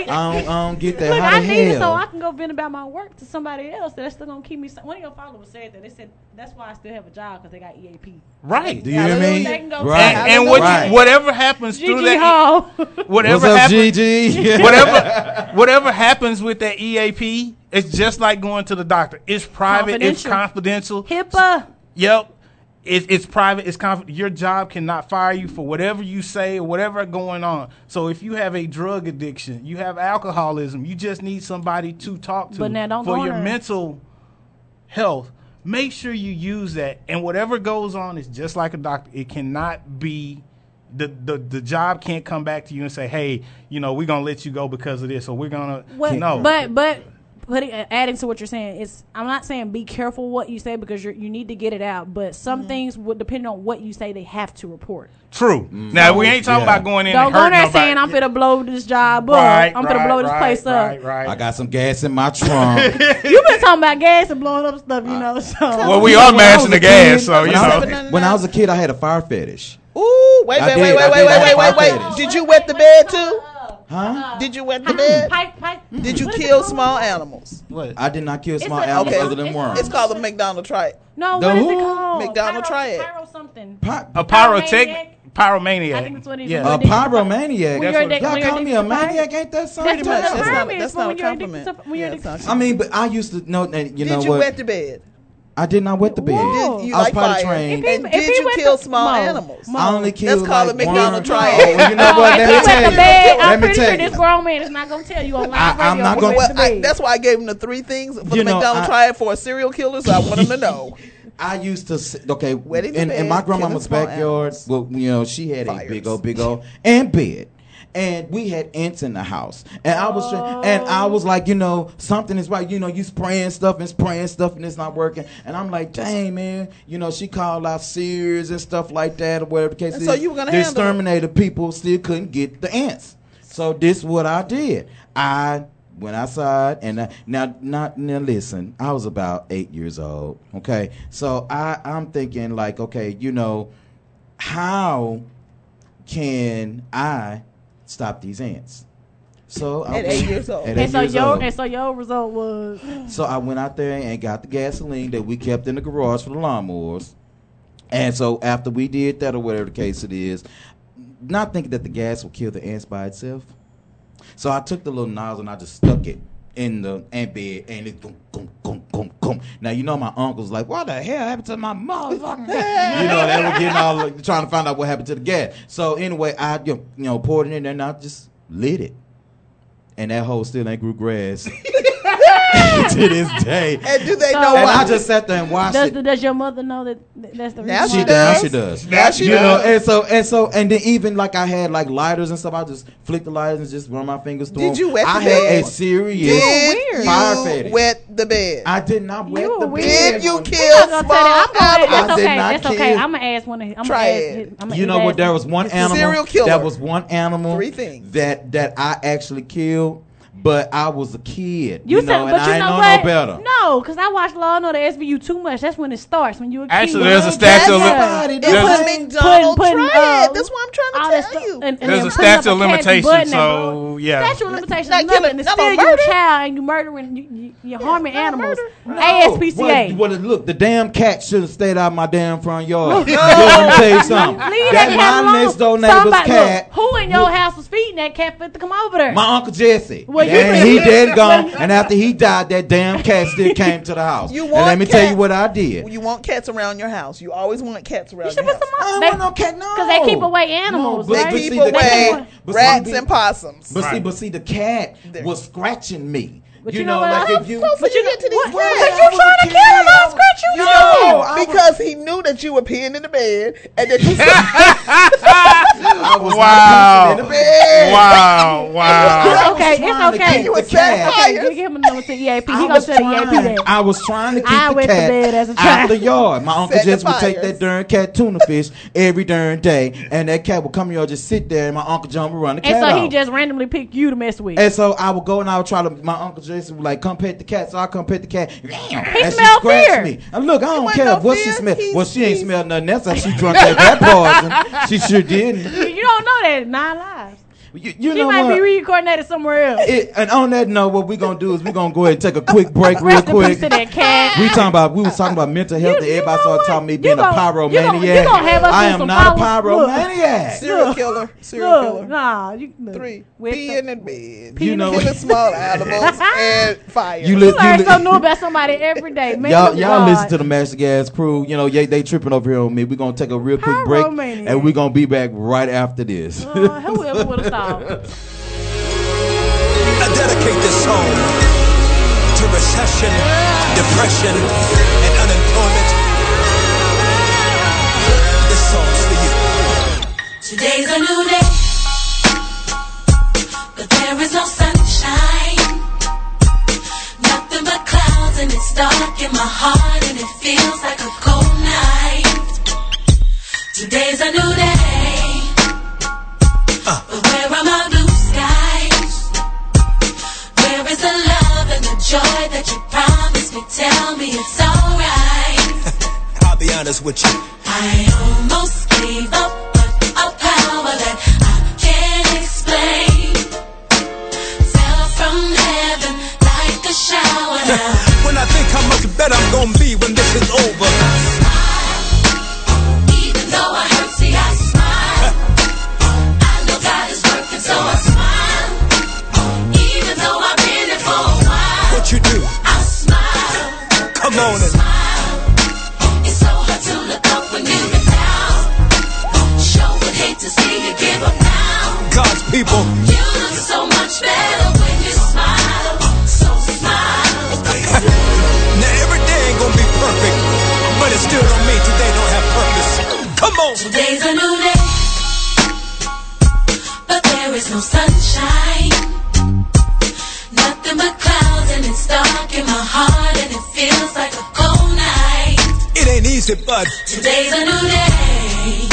[SPEAKER 7] I, don't, I don't get that.
[SPEAKER 4] Look,
[SPEAKER 7] How
[SPEAKER 4] I
[SPEAKER 7] the
[SPEAKER 4] need it so
[SPEAKER 7] hell?
[SPEAKER 4] I can go vent about my work to somebody else. That's still gonna keep me. Some, one of your followers said that they said that's why I still have a job because they got EAP.
[SPEAKER 10] Right.
[SPEAKER 7] Do you hear me?
[SPEAKER 4] They can go
[SPEAKER 7] Right.
[SPEAKER 4] tell
[SPEAKER 10] And, and
[SPEAKER 4] them
[SPEAKER 10] what
[SPEAKER 7] Right.
[SPEAKER 10] you, whatever happens through
[SPEAKER 4] Gigi
[SPEAKER 10] that, E
[SPEAKER 4] Hall.
[SPEAKER 10] whatever
[SPEAKER 7] What's up,
[SPEAKER 10] happens,
[SPEAKER 7] Gigi?
[SPEAKER 10] whatever, whatever happens with that EAP, it's just like going to the doctor. It's private. It's confidential.
[SPEAKER 4] HIPAA.
[SPEAKER 10] Yep. It, it's private. It's conf- your job cannot fire you for whatever you say or whatever going on. So if you have a drug addiction, you have alcoholism, you just need somebody to talk to
[SPEAKER 4] But now don't
[SPEAKER 10] for
[SPEAKER 4] go
[SPEAKER 10] your
[SPEAKER 4] there.
[SPEAKER 10] mental health. Make sure you use that, and whatever goes on is just like a doctor. It cannot be the the, the job can't come back to you and say, "Hey, you know, we're gonna let you go because of this," or "We're gonna."
[SPEAKER 4] What,
[SPEAKER 10] no,
[SPEAKER 4] But but putting uh, adding to what you're saying is, I'm not saying be careful what you say because you you need to get it out. But some things would depending on what you say, they have to report.
[SPEAKER 10] true. Now we ain't talking
[SPEAKER 7] Yeah.
[SPEAKER 10] about going in
[SPEAKER 4] Don't
[SPEAKER 10] and
[SPEAKER 4] go
[SPEAKER 10] hurting
[SPEAKER 4] there
[SPEAKER 10] nobody.
[SPEAKER 4] saying I'm finna blow this job
[SPEAKER 10] Right,
[SPEAKER 4] up. I'm finna
[SPEAKER 10] right,
[SPEAKER 4] blow this
[SPEAKER 10] right,
[SPEAKER 4] place up.
[SPEAKER 7] I got some gas in my trunk.
[SPEAKER 4] You've been talking about gas and blowing up stuff, you know. So
[SPEAKER 10] Well, we are matching the gas, so you
[SPEAKER 7] when I was-
[SPEAKER 10] know.
[SPEAKER 7] when I was a kid, I had a fire fetish.
[SPEAKER 19] Ooh, wait,
[SPEAKER 7] I
[SPEAKER 19] wait,
[SPEAKER 7] did,
[SPEAKER 19] wait, wait,
[SPEAKER 7] I did,
[SPEAKER 19] wait,
[SPEAKER 7] I
[SPEAKER 19] wait,
[SPEAKER 7] had
[SPEAKER 19] wait,
[SPEAKER 7] fire
[SPEAKER 19] wait,
[SPEAKER 7] fetish.
[SPEAKER 19] Did you wet the bed too?
[SPEAKER 7] Huh?
[SPEAKER 19] Did you wet the bed? Did you kill small animals?
[SPEAKER 7] I did not kill
[SPEAKER 19] It's
[SPEAKER 7] small
[SPEAKER 19] a-
[SPEAKER 7] animals
[SPEAKER 19] okay.
[SPEAKER 7] other than worms.
[SPEAKER 19] It's called a McDonald triad.
[SPEAKER 4] No,
[SPEAKER 7] The
[SPEAKER 4] what is it
[SPEAKER 7] who?
[SPEAKER 4] called?
[SPEAKER 19] McDonald triad.
[SPEAKER 4] Pyro something.
[SPEAKER 10] a pyrotech pyromaniac.
[SPEAKER 4] I think that's what it is.
[SPEAKER 10] Yeah.
[SPEAKER 7] A pyromaniac.
[SPEAKER 4] When you're addicted-
[SPEAKER 7] Y'all
[SPEAKER 4] when you're
[SPEAKER 7] call me a
[SPEAKER 4] addicted to
[SPEAKER 7] maniac?
[SPEAKER 4] fire-
[SPEAKER 7] Ain't that something?
[SPEAKER 4] That's what
[SPEAKER 19] That's
[SPEAKER 4] a
[SPEAKER 19] not-
[SPEAKER 4] pyro is,
[SPEAKER 19] that's
[SPEAKER 4] but
[SPEAKER 19] not
[SPEAKER 4] when
[SPEAKER 19] a
[SPEAKER 4] you're addicted
[SPEAKER 19] compliment.
[SPEAKER 4] to- when you're
[SPEAKER 19] Yeah, it's
[SPEAKER 4] addicted
[SPEAKER 7] I mean, but I used to know. And you know
[SPEAKER 19] Did you
[SPEAKER 7] what?
[SPEAKER 19] wet the bed?
[SPEAKER 7] I did not wet the bed.
[SPEAKER 19] Did you
[SPEAKER 7] I was
[SPEAKER 19] like
[SPEAKER 7] potty
[SPEAKER 19] fire?
[SPEAKER 7] trained.
[SPEAKER 19] And
[SPEAKER 4] Oh. if he
[SPEAKER 19] did you
[SPEAKER 4] went
[SPEAKER 19] kill
[SPEAKER 4] to-
[SPEAKER 19] small
[SPEAKER 4] Mo,
[SPEAKER 19] animals?
[SPEAKER 7] I only
[SPEAKER 19] That's
[SPEAKER 7] killed
[SPEAKER 19] called a
[SPEAKER 7] like one.
[SPEAKER 19] McDonald triad.
[SPEAKER 7] Oh, well, you know
[SPEAKER 4] if
[SPEAKER 7] what? Let
[SPEAKER 4] you
[SPEAKER 7] me
[SPEAKER 4] went
[SPEAKER 7] tell
[SPEAKER 4] to bed,
[SPEAKER 7] you.
[SPEAKER 4] I'm
[SPEAKER 7] Let me
[SPEAKER 4] pretty sure
[SPEAKER 7] tell you.
[SPEAKER 4] this grown man is not gonna tell you on live
[SPEAKER 7] I- I'm
[SPEAKER 4] radio.
[SPEAKER 7] not
[SPEAKER 4] who went
[SPEAKER 7] gonna-
[SPEAKER 19] Well,
[SPEAKER 4] to
[SPEAKER 19] I,
[SPEAKER 4] bed.
[SPEAKER 19] that's why I gave him the three things for
[SPEAKER 7] You
[SPEAKER 19] the
[SPEAKER 7] know,
[SPEAKER 19] McDonald
[SPEAKER 7] I-
[SPEAKER 19] triad for a serial killer, so I want him to know.
[SPEAKER 7] I used to s- okay
[SPEAKER 19] Wet in
[SPEAKER 7] in,
[SPEAKER 19] the
[SPEAKER 7] in,
[SPEAKER 19] bed,
[SPEAKER 7] my
[SPEAKER 19] killing
[SPEAKER 7] grandmama's
[SPEAKER 19] small
[SPEAKER 7] backyard. Well, you know she had a
[SPEAKER 19] Fires.
[SPEAKER 7] big old, big old and bed, and we had ants in the house. And I was try- and I was like, you know, something is right. You know, you spraying stuff and spraying stuff and it's not working. And I'm like, dang man, you know, she called out Sears and stuff like that or whatever the case
[SPEAKER 19] And
[SPEAKER 7] is.
[SPEAKER 19] so you were gonna
[SPEAKER 7] the
[SPEAKER 19] handle it.
[SPEAKER 7] exterminator people still couldn't get the ants. So this what I did. I went outside and I, now not now listen. I was about eight years old. Okay, so I I'm thinking like okay, you know, how can I stop these ants? So I
[SPEAKER 19] At eight years old.
[SPEAKER 7] At eight
[SPEAKER 4] and so
[SPEAKER 7] years
[SPEAKER 4] your
[SPEAKER 7] old.
[SPEAKER 4] and so your result was
[SPEAKER 7] So I went out there and got the gasoline that we kept in the garage for the lawnmowers. And so after we did that or whatever the case it is, not thinking that the gas will kill the ants by itself. So I took the little nozzle and I just stuck it in the ant bed and it gum gum gum gum gum. Now you know my uncle's like, what the hell happened to my motherfucking gas? you know they were getting all like, trying to find out what happened to the gas. So anyway, I you know, you know poured it in there and I just lit it, and that hole still ain't grew grass to this day.
[SPEAKER 19] And do they
[SPEAKER 4] So-
[SPEAKER 19] know
[SPEAKER 7] And
[SPEAKER 19] why?
[SPEAKER 7] I just sat there and watched
[SPEAKER 4] does,
[SPEAKER 7] it.
[SPEAKER 4] does your mother know that that- that's the
[SPEAKER 19] Now
[SPEAKER 4] reason?
[SPEAKER 7] She
[SPEAKER 4] why?
[SPEAKER 7] does. She does.
[SPEAKER 19] Now she
[SPEAKER 7] you
[SPEAKER 19] does.
[SPEAKER 7] know, and so and so and then even like I had like lighters and stuff. I just flick the lighters and just run my fingers through.
[SPEAKER 19] Did
[SPEAKER 7] 'em.
[SPEAKER 19] you wet the
[SPEAKER 7] I had
[SPEAKER 19] bed?
[SPEAKER 7] a serious
[SPEAKER 19] Did
[SPEAKER 7] fire
[SPEAKER 19] you
[SPEAKER 7] fetish.
[SPEAKER 19] wet the bed?
[SPEAKER 7] I did not wet
[SPEAKER 4] You a
[SPEAKER 7] the
[SPEAKER 4] weird-
[SPEAKER 7] bed.
[SPEAKER 19] Did you
[SPEAKER 4] We not
[SPEAKER 19] kill
[SPEAKER 4] gonna tell
[SPEAKER 19] small
[SPEAKER 4] that. I'm gonna,
[SPEAKER 7] I
[SPEAKER 4] that's
[SPEAKER 7] did
[SPEAKER 4] okay.
[SPEAKER 7] not
[SPEAKER 4] That's okay.
[SPEAKER 7] kill.
[SPEAKER 4] I'm gonna ask one. of
[SPEAKER 19] Try
[SPEAKER 4] I'm gonna ask,
[SPEAKER 19] it.
[SPEAKER 4] I'm
[SPEAKER 7] You know what? There was one animal.
[SPEAKER 19] serial killer.
[SPEAKER 7] That was one animal.
[SPEAKER 19] Three things.
[SPEAKER 7] That that I actually killed, but I was a kid.
[SPEAKER 4] You,
[SPEAKER 7] You, know,
[SPEAKER 4] said,
[SPEAKER 7] and
[SPEAKER 4] but
[SPEAKER 7] I
[SPEAKER 4] you
[SPEAKER 7] ain't
[SPEAKER 4] know
[SPEAKER 7] know
[SPEAKER 4] what?
[SPEAKER 7] no better.
[SPEAKER 4] No, because I watched Law and Order SVU too much. That's when it starts. When you a kid.
[SPEAKER 10] Actually, there's a statue of
[SPEAKER 4] Yeah.
[SPEAKER 7] li-
[SPEAKER 19] It
[SPEAKER 7] There's-
[SPEAKER 19] was McDonald
[SPEAKER 4] Putting- putting,
[SPEAKER 19] triad.
[SPEAKER 4] uh,
[SPEAKER 19] That's what
[SPEAKER 4] all
[SPEAKER 19] I'm
[SPEAKER 4] that
[SPEAKER 19] trying to
[SPEAKER 4] stuff-
[SPEAKER 19] tell you.
[SPEAKER 4] and- and
[SPEAKER 10] There's
[SPEAKER 4] then putting
[SPEAKER 10] a
[SPEAKER 4] up
[SPEAKER 10] statute
[SPEAKER 4] cat
[SPEAKER 10] of
[SPEAKER 4] butt in
[SPEAKER 10] limitations,
[SPEAKER 4] that
[SPEAKER 10] so
[SPEAKER 4] bro.
[SPEAKER 10] yeah.
[SPEAKER 4] statute of limitations
[SPEAKER 19] not
[SPEAKER 4] is nothing.
[SPEAKER 19] killing-
[SPEAKER 4] It's
[SPEAKER 19] not
[SPEAKER 4] still
[SPEAKER 19] on
[SPEAKER 4] you a
[SPEAKER 19] murder.
[SPEAKER 4] child and you murdering, you, you, you're harming animals.
[SPEAKER 7] Well,
[SPEAKER 4] ASPCA.
[SPEAKER 7] well, look, the damn cat should have stayed out my damn front yard. Let me tell you something.
[SPEAKER 4] Leave
[SPEAKER 7] that
[SPEAKER 4] that, cat
[SPEAKER 7] my
[SPEAKER 4] alone.
[SPEAKER 7] next door neighbor's
[SPEAKER 4] Somebody-
[SPEAKER 7] cat.
[SPEAKER 4] Look, who in your house was feeding that cat for it to come over there?
[SPEAKER 7] My uncle Jesse.
[SPEAKER 4] Well, you
[SPEAKER 7] and
[SPEAKER 4] think-
[SPEAKER 7] he dead gone. And after he died, that damn cat still came to the house.
[SPEAKER 19] You
[SPEAKER 7] and
[SPEAKER 19] want
[SPEAKER 7] let me tell
[SPEAKER 19] cat-
[SPEAKER 7] you what I did.
[SPEAKER 19] You want cats around your house. You always want cats around
[SPEAKER 4] you should
[SPEAKER 19] your
[SPEAKER 4] put
[SPEAKER 19] house.
[SPEAKER 4] some
[SPEAKER 7] I don't
[SPEAKER 4] they-
[SPEAKER 7] want no cat. No,
[SPEAKER 4] Because they keep away animals,
[SPEAKER 7] No, but-
[SPEAKER 4] right?
[SPEAKER 7] but
[SPEAKER 19] Keep
[SPEAKER 7] see, the
[SPEAKER 4] cat-
[SPEAKER 19] away
[SPEAKER 7] but see,
[SPEAKER 19] rats
[SPEAKER 7] the-
[SPEAKER 19] and possums.
[SPEAKER 7] But see,
[SPEAKER 10] Right.
[SPEAKER 7] but see, the cat
[SPEAKER 19] There.
[SPEAKER 7] was scratching me.
[SPEAKER 4] But you know what else?
[SPEAKER 7] like if you.
[SPEAKER 19] Close
[SPEAKER 4] But
[SPEAKER 19] you
[SPEAKER 4] you
[SPEAKER 19] get to
[SPEAKER 4] know-
[SPEAKER 19] these
[SPEAKER 4] what-
[SPEAKER 19] cats.
[SPEAKER 4] but you trying to kill them, I'll scratch you
[SPEAKER 19] You
[SPEAKER 4] down.
[SPEAKER 19] know
[SPEAKER 7] I
[SPEAKER 19] why?
[SPEAKER 7] was-
[SPEAKER 19] Because he knew that you were peeing in the bed and that you
[SPEAKER 7] I was
[SPEAKER 10] Wow.
[SPEAKER 7] wow. in the bed.
[SPEAKER 10] Wow! Wow!
[SPEAKER 4] It's okay.
[SPEAKER 7] trying
[SPEAKER 4] It's
[SPEAKER 7] to
[SPEAKER 4] okay.
[SPEAKER 7] keep the
[SPEAKER 4] It's
[SPEAKER 7] cat.
[SPEAKER 4] okay. You give him a number to EAP. He
[SPEAKER 7] I
[SPEAKER 4] gonna
[SPEAKER 7] was,
[SPEAKER 4] tell EAP
[SPEAKER 7] trying,
[SPEAKER 4] that.
[SPEAKER 7] I was trying to keep
[SPEAKER 4] I
[SPEAKER 7] the
[SPEAKER 4] went to bed
[SPEAKER 7] cat
[SPEAKER 4] as a
[SPEAKER 7] out
[SPEAKER 4] child.
[SPEAKER 7] the yard. My uncle
[SPEAKER 19] Set the
[SPEAKER 7] just would take
[SPEAKER 19] fires.
[SPEAKER 7] that darn cat tuna fish every darn day, and that cat would come here just sit there, and my uncle John would run the cat
[SPEAKER 4] And so he
[SPEAKER 7] out.
[SPEAKER 4] just randomly picked you to mess with.
[SPEAKER 7] And so I would go and I would try to. My uncle Jason would like come pet the cat, so I come pet the cat. He and she
[SPEAKER 4] smelled
[SPEAKER 7] scratched
[SPEAKER 4] fear.
[SPEAKER 7] me. And look, I don't
[SPEAKER 19] wasn't
[SPEAKER 7] care
[SPEAKER 19] no
[SPEAKER 7] what she
[SPEAKER 19] fear.
[SPEAKER 7] smelled.
[SPEAKER 19] He's-
[SPEAKER 7] Well, she ain't
[SPEAKER 19] he's-
[SPEAKER 7] smelled nothing. That's how she drunk that rat poison. She sure didn't.
[SPEAKER 4] You don't know that. in Nine lives.
[SPEAKER 7] You, you
[SPEAKER 4] She
[SPEAKER 7] know
[SPEAKER 4] might
[SPEAKER 7] what?
[SPEAKER 4] be reincarnated somewhere else.
[SPEAKER 7] It- and on that note, what we're gonna do is we're gonna go ahead and take a quick break, real
[SPEAKER 4] Rest in
[SPEAKER 7] quick.
[SPEAKER 4] peace to that cat.
[SPEAKER 7] We talking about we was talking about mental health. and
[SPEAKER 4] you
[SPEAKER 7] everybody
[SPEAKER 4] know
[SPEAKER 7] started
[SPEAKER 4] what?
[SPEAKER 7] talking about me
[SPEAKER 4] You
[SPEAKER 7] being
[SPEAKER 4] gon-
[SPEAKER 7] a pyromaniac.
[SPEAKER 4] you gon- you gon' have us
[SPEAKER 7] I
[SPEAKER 4] do
[SPEAKER 7] am
[SPEAKER 4] some
[SPEAKER 7] not a
[SPEAKER 4] follow- look.
[SPEAKER 7] pyromaniac.
[SPEAKER 19] serial killer. Serial
[SPEAKER 4] Look,
[SPEAKER 19] killer.
[SPEAKER 4] nah, you look.
[SPEAKER 19] Three.
[SPEAKER 4] With the-
[SPEAKER 19] Peeing in bed.
[SPEAKER 7] You know
[SPEAKER 19] Killing small animals and fire.
[SPEAKER 7] You li-
[SPEAKER 4] You learn
[SPEAKER 7] li-
[SPEAKER 4] something new about somebody every day. Man,
[SPEAKER 7] y'all,
[SPEAKER 4] look at
[SPEAKER 7] y'all
[SPEAKER 4] God.
[SPEAKER 7] listen to the Master Gas crew. You know, yeah, they tripping over here on me. We're going to take a real quick break,
[SPEAKER 4] Pyromaniac.
[SPEAKER 7] and we're going to be back right after this.
[SPEAKER 4] Uh, whoever would have thought.
[SPEAKER 20] I dedicate this song to recession, depression, and unemployment.
[SPEAKER 5] Today's a new day, but there is no sunshine. Nothing but clouds, and it's dark in my heart, and it feels like a cold night. Today's a new day, but where are my blue skies? Where is the love and the joy that you promised me? Tell me it's alright.
[SPEAKER 12] I'll be honest with you.
[SPEAKER 5] I almost gave up, but a power that I can't explain fell from heaven like a shower. Now
[SPEAKER 12] when I think how much better I'm gonna be when this is over.
[SPEAKER 5] even though I hurt, see I smile. I know God is working, so I smile. Even though I've been here for a while,
[SPEAKER 12] What you do?
[SPEAKER 5] I smile.
[SPEAKER 12] Come on and
[SPEAKER 5] It's so hard to look up when you're down. Sure would hate to see you give up now.
[SPEAKER 12] God's people.
[SPEAKER 5] You look so much better when you smile. So smile.
[SPEAKER 12] now every day ain't gonna be perfect, but it still don't mean today don't have purpose. Come on.
[SPEAKER 5] Today's a new day, but there is no sunshine. Nothing but clouds, and it's dark in my heart, and it feels like a cold night.
[SPEAKER 12] It ain't easy, but
[SPEAKER 5] Today's a new day,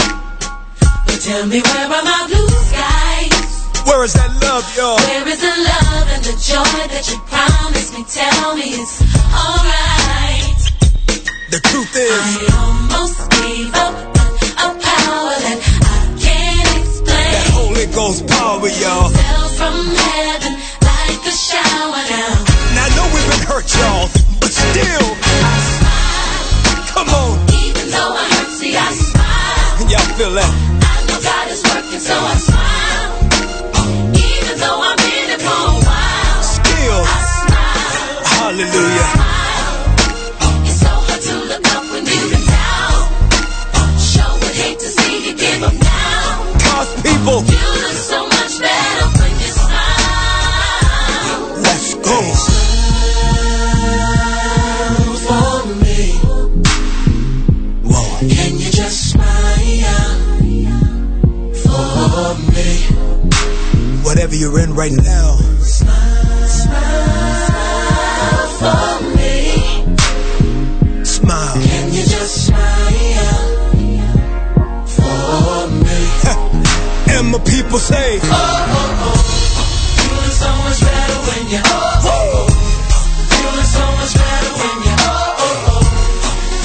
[SPEAKER 5] but tell me where are my blue skies?
[SPEAKER 12] where is that love, y'all?
[SPEAKER 5] Where is the love and the joy that you promised me? Tell me it's alright.
[SPEAKER 12] The truth is,
[SPEAKER 5] I almost gave up, but a power that I can't explain.
[SPEAKER 12] That Holy Ghost power, y'all.
[SPEAKER 5] Fell from heaven like a shower now.
[SPEAKER 12] Now I know we've been hurt, y'all, but still. Come on.
[SPEAKER 5] Even though I hurt, see, I smile.
[SPEAKER 12] Y'all feel that?
[SPEAKER 5] I know God is working, so I smile. Even though I've been here for a while,
[SPEAKER 12] Still.
[SPEAKER 5] I smile.
[SPEAKER 12] Hallelujah.
[SPEAKER 5] It's so hard to look up when you've been down. Sure would hate to see you give up now.
[SPEAKER 12] God's people.
[SPEAKER 5] You look so much better when you smile.
[SPEAKER 12] Let's go.
[SPEAKER 5] for me. Can you just smile for me?
[SPEAKER 12] Whatever you're in right now,
[SPEAKER 5] Smile for me.
[SPEAKER 12] smile.
[SPEAKER 5] Can you just smile for me?
[SPEAKER 12] And my people say,
[SPEAKER 5] Oh, oh, oh. You look so much better when you. Oh, oh, oh. You look so much better when you. Oh, oh, oh.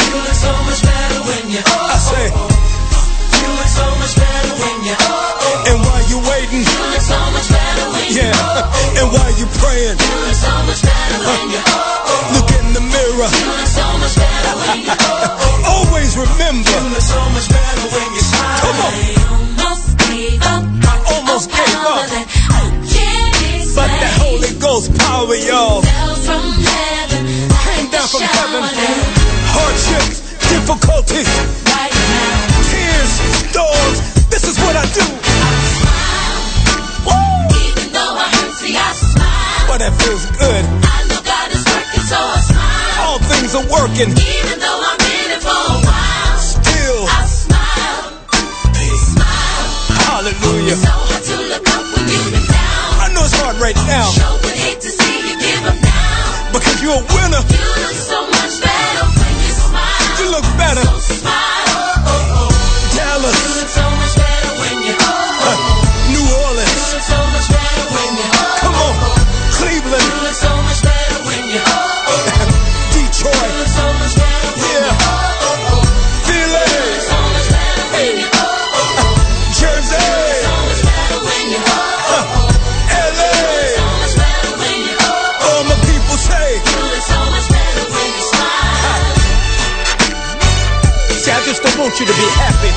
[SPEAKER 5] You look so much better when you. Oh,
[SPEAKER 12] I say,
[SPEAKER 5] You look so much better when you. Oh, oh, oh.
[SPEAKER 12] and while you waiting,
[SPEAKER 5] You look so much better when you.
[SPEAKER 12] yeah,
[SPEAKER 5] Oh, oh, oh.
[SPEAKER 12] and while you praying,
[SPEAKER 5] You look so much better when you. Oh, oh, oh.
[SPEAKER 12] look in the mirror.
[SPEAKER 5] You look so much better when you. Oh, oh, oh.
[SPEAKER 12] Always remember,
[SPEAKER 5] You look so much better when you smile.
[SPEAKER 12] Come on.
[SPEAKER 5] I almost gave up.
[SPEAKER 12] I almost gave up,
[SPEAKER 5] That I can't explain.
[SPEAKER 12] but that Holy Ghost power, y'all,
[SPEAKER 5] Fell from heaven.
[SPEAKER 12] came down from heaven. Hardships, difficulties,
[SPEAKER 5] Right now.
[SPEAKER 12] tears, storms. This is what I do. Woo!
[SPEAKER 5] Even though I hurt, see, I smile.
[SPEAKER 12] But that feels good.
[SPEAKER 5] I know God is working, so I smile.
[SPEAKER 12] All things are working.
[SPEAKER 5] Even though I've been here for a while,
[SPEAKER 12] Still,
[SPEAKER 5] I smile, smile.
[SPEAKER 12] hallelujah.
[SPEAKER 5] It's so hard to look up when you've been down.
[SPEAKER 12] I know it's hard right now
[SPEAKER 5] Sure would hate to see you give up now.
[SPEAKER 12] because you're a winner.
[SPEAKER 5] You look so much better when you smile.
[SPEAKER 12] You look better.
[SPEAKER 5] So smile, oh, oh, oh. You
[SPEAKER 12] Dallas,
[SPEAKER 5] look so much better when you, oh, oh,
[SPEAKER 12] uh,
[SPEAKER 5] oh.
[SPEAKER 12] New
[SPEAKER 5] You
[SPEAKER 12] Orleans,
[SPEAKER 5] look so much better when you, oh,
[SPEAKER 12] come
[SPEAKER 5] oh,
[SPEAKER 12] on,
[SPEAKER 5] oh.
[SPEAKER 12] Cleveland,
[SPEAKER 5] You look so much better when you, oh, oh, oh. You
[SPEAKER 12] Detroit,
[SPEAKER 5] look so much better when you,
[SPEAKER 12] Yeah.
[SPEAKER 5] oh, oh, oh.
[SPEAKER 12] Philly,
[SPEAKER 5] So much better when you, oh, oh, oh.
[SPEAKER 12] Jersey,
[SPEAKER 5] So much better when you, oh, oh, oh. So
[SPEAKER 12] LA.
[SPEAKER 5] much better when you, oh, oh,
[SPEAKER 12] All my people say,
[SPEAKER 5] oh. You look so much better when you smile.
[SPEAKER 12] see, I just don't want you to be happy.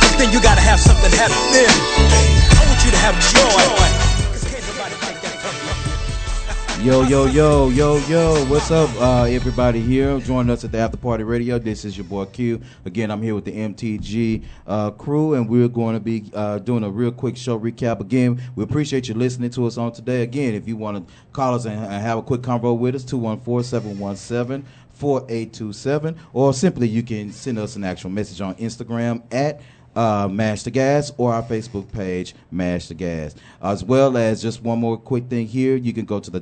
[SPEAKER 12] 'cause Then you gotta have something happen. Then I want you to have joy. 'Cause can't nobody take that from you.
[SPEAKER 7] Yo, yo, yo, yo, yo. What's up, uh, everybody here? Join us at the After Party Radio. This is your boy Q. Again, I'm here with the MTG uh, crew, and we're going to be uh, doing a real quick show recap. Again, we appreciate you listening to us on today. Again, if you want to call us and, and have a quick convo with us, 214 717 4827, or simply you can send us an actual message on Instagram at uh, Mash the Gas or our Facebook page, Mash the Gas. As well as just one more quick thing here, you can go to the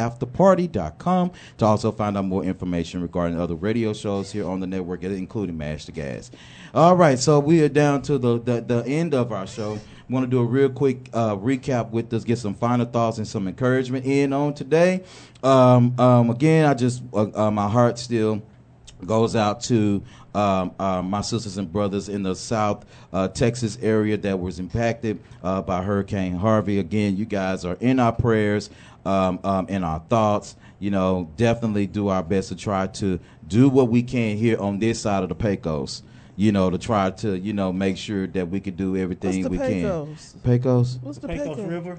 [SPEAKER 7] www.theafterparty.com to also find out more information regarding other radio shows here on the network, including Mash the Gas. All right, so we are down to the, the, the end of our show. Want to do a real quick uh, recap with us, get some final thoughts and some encouragement in on today. Um, um, again, I just, uh, uh, my heart still goes out to um, uh, my sisters and brothers in the South uh, Texas area that was impacted uh, by Hurricane Harvey. Again, you guys are in our prayers, um, um, in our thoughts. You know, definitely do our best to try to do what we can here on this side of the Pecos. You know, to try to you know make sure that we can do everything
[SPEAKER 3] What's the
[SPEAKER 7] we
[SPEAKER 3] Pecos?
[SPEAKER 7] can. Pecos.
[SPEAKER 3] What's the
[SPEAKER 10] Pecos
[SPEAKER 3] Pecos?
[SPEAKER 10] River?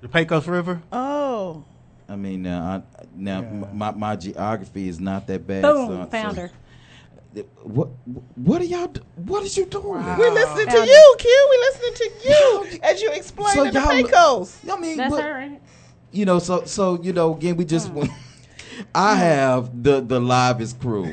[SPEAKER 10] The Pecos River?
[SPEAKER 3] Oh,
[SPEAKER 7] I mean, now, I, now my, my geography is not that bad.
[SPEAKER 3] Boom,
[SPEAKER 7] so- so-
[SPEAKER 3] found her.
[SPEAKER 7] What what are y'all? do- What is you doing?
[SPEAKER 3] we're listening to you, Q. We're listening to you as you explain
[SPEAKER 7] So
[SPEAKER 3] the
[SPEAKER 7] y'all-
[SPEAKER 3] Pecos.
[SPEAKER 7] I mean,
[SPEAKER 4] That's
[SPEAKER 7] but-
[SPEAKER 4] her, ain't it?
[SPEAKER 7] you know so so you know again we
[SPEAKER 3] Hmm.
[SPEAKER 7] just want i have the the live is cruel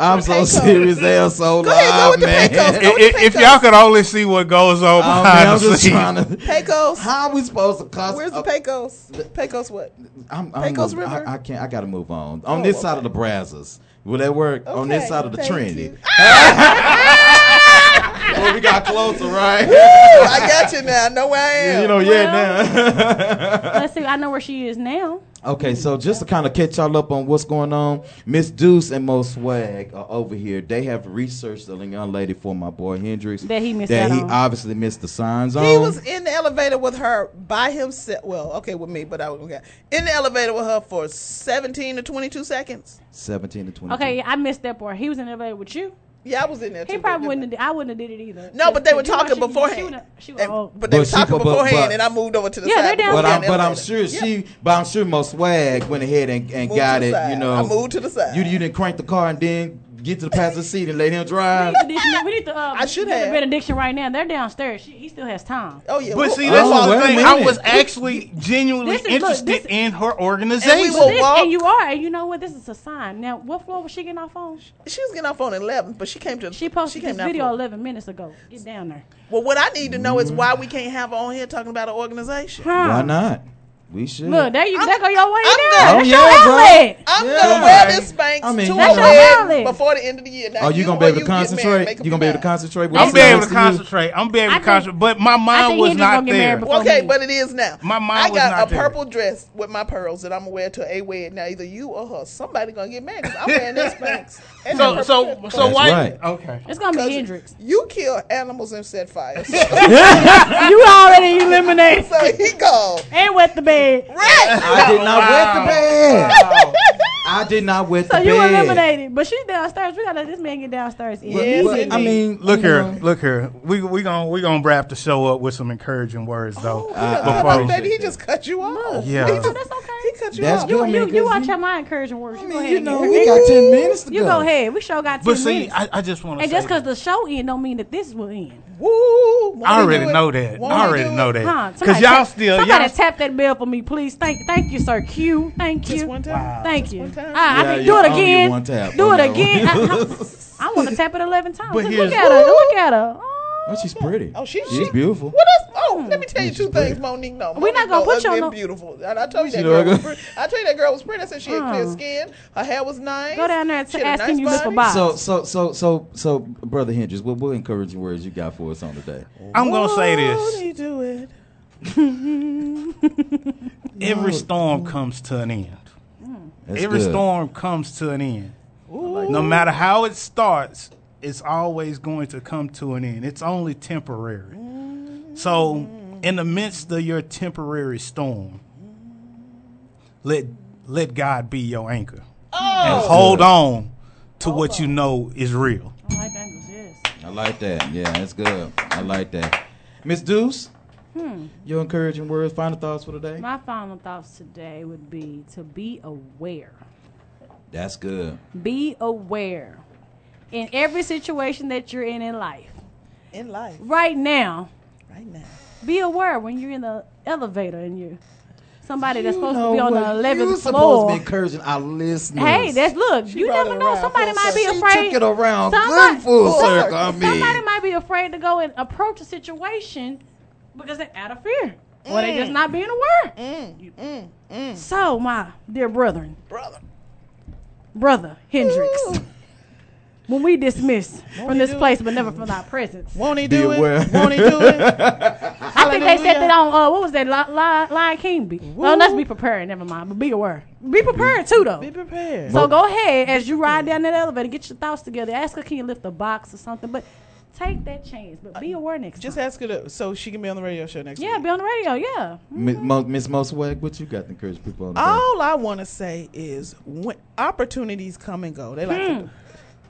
[SPEAKER 7] i'm so
[SPEAKER 10] Pecos.
[SPEAKER 7] serious they are so live man
[SPEAKER 10] If, y'all could only see what goes on
[SPEAKER 7] I mean,
[SPEAKER 10] behind
[SPEAKER 7] Oh, I'm
[SPEAKER 10] the
[SPEAKER 7] just
[SPEAKER 10] scenes.
[SPEAKER 7] trying to
[SPEAKER 3] Pecos.
[SPEAKER 7] How are we supposed to cuss? Uh,
[SPEAKER 3] Where's the Pecos? Pecos what?
[SPEAKER 7] I'm, I'm
[SPEAKER 3] Pecos
[SPEAKER 7] gonna-
[SPEAKER 3] River.
[SPEAKER 7] I, I can't. I gotta move on. On
[SPEAKER 3] Oh,
[SPEAKER 7] this side of the Brazos, will that work? on this
[SPEAKER 3] Okay,
[SPEAKER 7] side of the
[SPEAKER 3] thank
[SPEAKER 7] Trinity.
[SPEAKER 3] well,
[SPEAKER 7] we got closer, right?
[SPEAKER 3] Woo, I got you now. I know where I am.
[SPEAKER 7] You know, yeah. Now.
[SPEAKER 4] Let's see. I know where she is now.
[SPEAKER 7] Okay, so just to kind of catch y'all up on what's going on, Miss Deuce and Mo Swag are over here. They have researched the young lady for my boy Hendrix
[SPEAKER 3] That he missed
[SPEAKER 7] That
[SPEAKER 3] out
[SPEAKER 7] he
[SPEAKER 3] on.
[SPEAKER 7] obviously missed the signs on.
[SPEAKER 3] He was in the elevator with her by himself. Well, okay, with me, but I was okay. in the elevator with her for 17 to 22 seconds.
[SPEAKER 7] seventeen to twenty.
[SPEAKER 4] Okay, I missed that part. He was in the elevator with you.
[SPEAKER 3] Yeah, I was in there.
[SPEAKER 4] He
[SPEAKER 3] too,
[SPEAKER 4] probably
[SPEAKER 3] but
[SPEAKER 4] wouldn't. Have, I wouldn't have did it either.
[SPEAKER 3] No, but they were
[SPEAKER 4] You know,
[SPEAKER 3] talking
[SPEAKER 4] she- she
[SPEAKER 3] beforehand.
[SPEAKER 4] wouldn't- She oh. was old.
[SPEAKER 3] But they were
[SPEAKER 7] But she-
[SPEAKER 3] talking
[SPEAKER 7] but- but-
[SPEAKER 3] beforehand,
[SPEAKER 7] but-
[SPEAKER 3] and I moved over to the
[SPEAKER 4] Yeah,
[SPEAKER 3] side.
[SPEAKER 4] they're down
[SPEAKER 7] But I'm,
[SPEAKER 3] Yeah,
[SPEAKER 7] but I'm sure she, but I'm sure Mo Swag went ahead and, and
[SPEAKER 3] Moved
[SPEAKER 7] got
[SPEAKER 3] to the
[SPEAKER 7] it.
[SPEAKER 3] side.
[SPEAKER 7] You know,
[SPEAKER 3] I moved to the side.
[SPEAKER 7] You you didn't crank the car and then get to the passenger seat and let him drive.
[SPEAKER 4] We need to- we need to. Uh, I should
[SPEAKER 3] have.
[SPEAKER 4] have benediction right now. They're downstairs. She, he still has time.
[SPEAKER 3] Oh yeah.
[SPEAKER 10] But see,
[SPEAKER 7] Oh,
[SPEAKER 10] that's all
[SPEAKER 7] wait
[SPEAKER 10] the
[SPEAKER 7] a
[SPEAKER 10] thing. I
[SPEAKER 7] minute.
[SPEAKER 10] was actually genuinely
[SPEAKER 4] This is- look,
[SPEAKER 10] interested
[SPEAKER 4] this-
[SPEAKER 10] in her
[SPEAKER 4] And,
[SPEAKER 10] organization.
[SPEAKER 4] we will walk. and you are. And you know what? This is a sign. Now, what floor was she getting off on?
[SPEAKER 3] She was getting off on 11, but she came to.
[SPEAKER 4] She posted
[SPEAKER 3] she came
[SPEAKER 4] this
[SPEAKER 3] down
[SPEAKER 4] video
[SPEAKER 3] for-
[SPEAKER 4] 11 minutes ago. Get down there.
[SPEAKER 3] Well, what I need to know is why we can't have her on here talking about an organization.
[SPEAKER 7] Mm. Why not? We should.
[SPEAKER 4] Look, there you there go your way
[SPEAKER 7] gonna-
[SPEAKER 4] now. That's
[SPEAKER 7] Oh,
[SPEAKER 4] your
[SPEAKER 7] yeah, bro.
[SPEAKER 4] outlet.
[SPEAKER 3] I'm
[SPEAKER 7] Yeah.
[SPEAKER 3] gonna wear this Spanx
[SPEAKER 7] I mean,
[SPEAKER 3] to
[SPEAKER 7] That's
[SPEAKER 3] a
[SPEAKER 7] your
[SPEAKER 3] wedding
[SPEAKER 4] wallet.
[SPEAKER 3] before the end of the year. Now,
[SPEAKER 10] Oh,
[SPEAKER 7] Are Oh, you gonna be
[SPEAKER 3] or
[SPEAKER 7] able to
[SPEAKER 3] get married,
[SPEAKER 7] concentrate?
[SPEAKER 3] make up
[SPEAKER 7] You gonna be able to concentrate? with
[SPEAKER 10] I'm
[SPEAKER 7] the
[SPEAKER 10] be able to
[SPEAKER 7] signs you?
[SPEAKER 10] concentrate. I'm be able to concentrate. But my
[SPEAKER 4] I
[SPEAKER 10] mind
[SPEAKER 4] think
[SPEAKER 10] was
[SPEAKER 4] Hendrix
[SPEAKER 10] not
[SPEAKER 4] gonna get
[SPEAKER 10] there.
[SPEAKER 4] married before
[SPEAKER 3] Okay,
[SPEAKER 4] me.
[SPEAKER 3] but it is now.
[SPEAKER 10] My mind
[SPEAKER 3] I
[SPEAKER 10] was
[SPEAKER 3] got
[SPEAKER 10] not
[SPEAKER 3] a
[SPEAKER 10] there.
[SPEAKER 3] purple dress with my pearls that I'm gonna wear to a wedding. Now either you or her, somebody gonna get mad. 'cause I'm wearing this Spanx. and
[SPEAKER 10] So
[SPEAKER 3] that
[SPEAKER 10] so
[SPEAKER 3] purple
[SPEAKER 10] so
[SPEAKER 3] dress.
[SPEAKER 10] why? Okay.
[SPEAKER 4] It's gonna
[SPEAKER 3] Because
[SPEAKER 4] be Hendrix.
[SPEAKER 3] You kill animals and set fires.
[SPEAKER 4] you already eliminated.
[SPEAKER 3] so he go.
[SPEAKER 4] And wet the bed.
[SPEAKER 7] I did not wet the bed. I did not wet
[SPEAKER 4] So
[SPEAKER 7] the
[SPEAKER 4] you
[SPEAKER 7] bed.
[SPEAKER 4] eliminated. But she's downstairs. We gotta let this man get downstairs.
[SPEAKER 7] Yes, But- but, I indeed. mean,
[SPEAKER 10] look
[SPEAKER 7] you
[SPEAKER 10] here,
[SPEAKER 7] know.
[SPEAKER 10] look here. We we gonna we gonna wrap the show up with some encouraging words though.
[SPEAKER 3] Uh,
[SPEAKER 10] before we-
[SPEAKER 3] baby, he just cut you off.
[SPEAKER 10] Yeah.
[SPEAKER 3] He just-
[SPEAKER 4] That's okay.
[SPEAKER 3] he cut you
[SPEAKER 10] That's
[SPEAKER 3] off.
[SPEAKER 10] good,
[SPEAKER 4] You,
[SPEAKER 10] man,
[SPEAKER 4] you, you
[SPEAKER 10] 'cause
[SPEAKER 4] watch
[SPEAKER 10] you-
[SPEAKER 4] out my encouraging words. You go ahead
[SPEAKER 7] you
[SPEAKER 4] and
[SPEAKER 7] know,
[SPEAKER 4] get-
[SPEAKER 7] we got 10 minutes to
[SPEAKER 4] You
[SPEAKER 7] go.
[SPEAKER 4] go ahead. We sure got ten
[SPEAKER 10] But see,
[SPEAKER 4] minutes.
[SPEAKER 10] I, I just want to
[SPEAKER 4] and
[SPEAKER 10] say
[SPEAKER 4] just because the show end don't mean that this will end.
[SPEAKER 3] Woo!
[SPEAKER 10] I already know that.
[SPEAKER 4] Won't
[SPEAKER 10] I
[SPEAKER 4] we
[SPEAKER 10] already
[SPEAKER 4] do
[SPEAKER 10] know
[SPEAKER 4] it? Huh,
[SPEAKER 10] that. Because
[SPEAKER 4] somebody
[SPEAKER 10] y'all
[SPEAKER 4] tap-
[SPEAKER 10] still
[SPEAKER 4] somebody
[SPEAKER 10] y'all.
[SPEAKER 4] tap that bell for me, please. Thank, thank you, sir. Q, thank you. Thank you. Ah,
[SPEAKER 7] Yeah,
[SPEAKER 4] I mean,
[SPEAKER 7] yeah,
[SPEAKER 4] do
[SPEAKER 7] I
[SPEAKER 4] it
[SPEAKER 7] don't get
[SPEAKER 4] again.
[SPEAKER 7] one tap Oh,
[SPEAKER 4] do
[SPEAKER 7] on
[SPEAKER 4] it
[SPEAKER 7] that
[SPEAKER 4] again. I,
[SPEAKER 7] one.
[SPEAKER 4] I, want to tap it eleven times.
[SPEAKER 7] But
[SPEAKER 4] Look,
[SPEAKER 7] here's-
[SPEAKER 4] look at her. Look at her.
[SPEAKER 7] Oh, she's pretty.
[SPEAKER 3] Oh, she,
[SPEAKER 7] she's
[SPEAKER 3] she-
[SPEAKER 7] beautiful.
[SPEAKER 3] What else? Oh, let me tell you two things, Monique. No,
[SPEAKER 4] Mm, We're not
[SPEAKER 3] Monique
[SPEAKER 4] gonna
[SPEAKER 3] no
[SPEAKER 4] put you
[SPEAKER 3] ugly
[SPEAKER 4] on
[SPEAKER 3] and
[SPEAKER 4] no-
[SPEAKER 3] beautiful. And I told you
[SPEAKER 7] She
[SPEAKER 3] that
[SPEAKER 7] look
[SPEAKER 3] girl was
[SPEAKER 7] good.
[SPEAKER 3] pretty. I told you that girl was pretty. I said she had clear
[SPEAKER 4] Oh.
[SPEAKER 3] skin. Her hair was nice.
[SPEAKER 4] Go down there and
[SPEAKER 3] She
[SPEAKER 4] t-
[SPEAKER 3] had a
[SPEAKER 4] ask him you miss
[SPEAKER 3] body.
[SPEAKER 4] for Bob.
[SPEAKER 7] So, so, so, so, so, brother Hendricks, what, what encouraging words you got for us on today?
[SPEAKER 10] I'm gonna say this.
[SPEAKER 3] How do you do it?
[SPEAKER 10] Every storm comes to an end.
[SPEAKER 3] Mm.
[SPEAKER 7] That's
[SPEAKER 10] Every
[SPEAKER 7] good.
[SPEAKER 10] storm comes to an end. No matter how it starts, it's always going to come to an end. It's only temporary. So, in the midst of your temporary storm, let let God be your anchor
[SPEAKER 7] Oh.
[SPEAKER 10] and hold on to what you know is real.
[SPEAKER 7] I like that. Yeah, that's good. I like that. Miss Deuce,
[SPEAKER 4] Hmm.
[SPEAKER 7] your encouraging words, final thoughts for today.
[SPEAKER 4] My final thoughts today would be to be aware.
[SPEAKER 7] That's good.
[SPEAKER 4] Be aware in every situation that you're in in life.
[SPEAKER 3] In life,
[SPEAKER 4] Right now,
[SPEAKER 3] right now.
[SPEAKER 4] be aware when you're in the elevator and you somebody that's supposed
[SPEAKER 7] know
[SPEAKER 4] to be on the
[SPEAKER 7] what? Oh, You
[SPEAKER 4] eleventh
[SPEAKER 7] supposed
[SPEAKER 4] floor.
[SPEAKER 7] to be encouraging our listeners.
[SPEAKER 4] Hey, that's look. you
[SPEAKER 7] brought
[SPEAKER 4] never
[SPEAKER 7] it
[SPEAKER 4] know.
[SPEAKER 7] around
[SPEAKER 4] Somebody
[SPEAKER 7] full
[SPEAKER 4] might be
[SPEAKER 7] circle. She
[SPEAKER 4] afraid.
[SPEAKER 7] took it around good full circle, I mean.
[SPEAKER 4] somebody might be afraid to go and approach a situation because they're out of fear or they just
[SPEAKER 3] Mm.
[SPEAKER 4] not being aware. So, my dear brethren, brother, brother Hendrix, when we dismiss from this place, but never from our presence,
[SPEAKER 3] won't he
[SPEAKER 7] Be aware.
[SPEAKER 4] I think they said that on uh, what was that Li- Li- Lion King beat. Well, let's be prepared. Never mind, but be aware. Be prepared too, though. Be
[SPEAKER 3] prepared.
[SPEAKER 4] So go ahead as you ride down that elevator, get your thoughts together. Ask her, can you lift a box or something? But take that chance. But be aware next
[SPEAKER 3] Just
[SPEAKER 4] time.
[SPEAKER 3] ask her to, so she can be on the radio show next
[SPEAKER 4] Yeah,
[SPEAKER 3] week.
[SPEAKER 4] be on the radio. Yeah.
[SPEAKER 7] Miss Mo- Miss Moswag, what you got to encourage people on? the day?
[SPEAKER 3] All I want to say is when opportunities come and go. They like
[SPEAKER 4] Hmm.
[SPEAKER 3] to,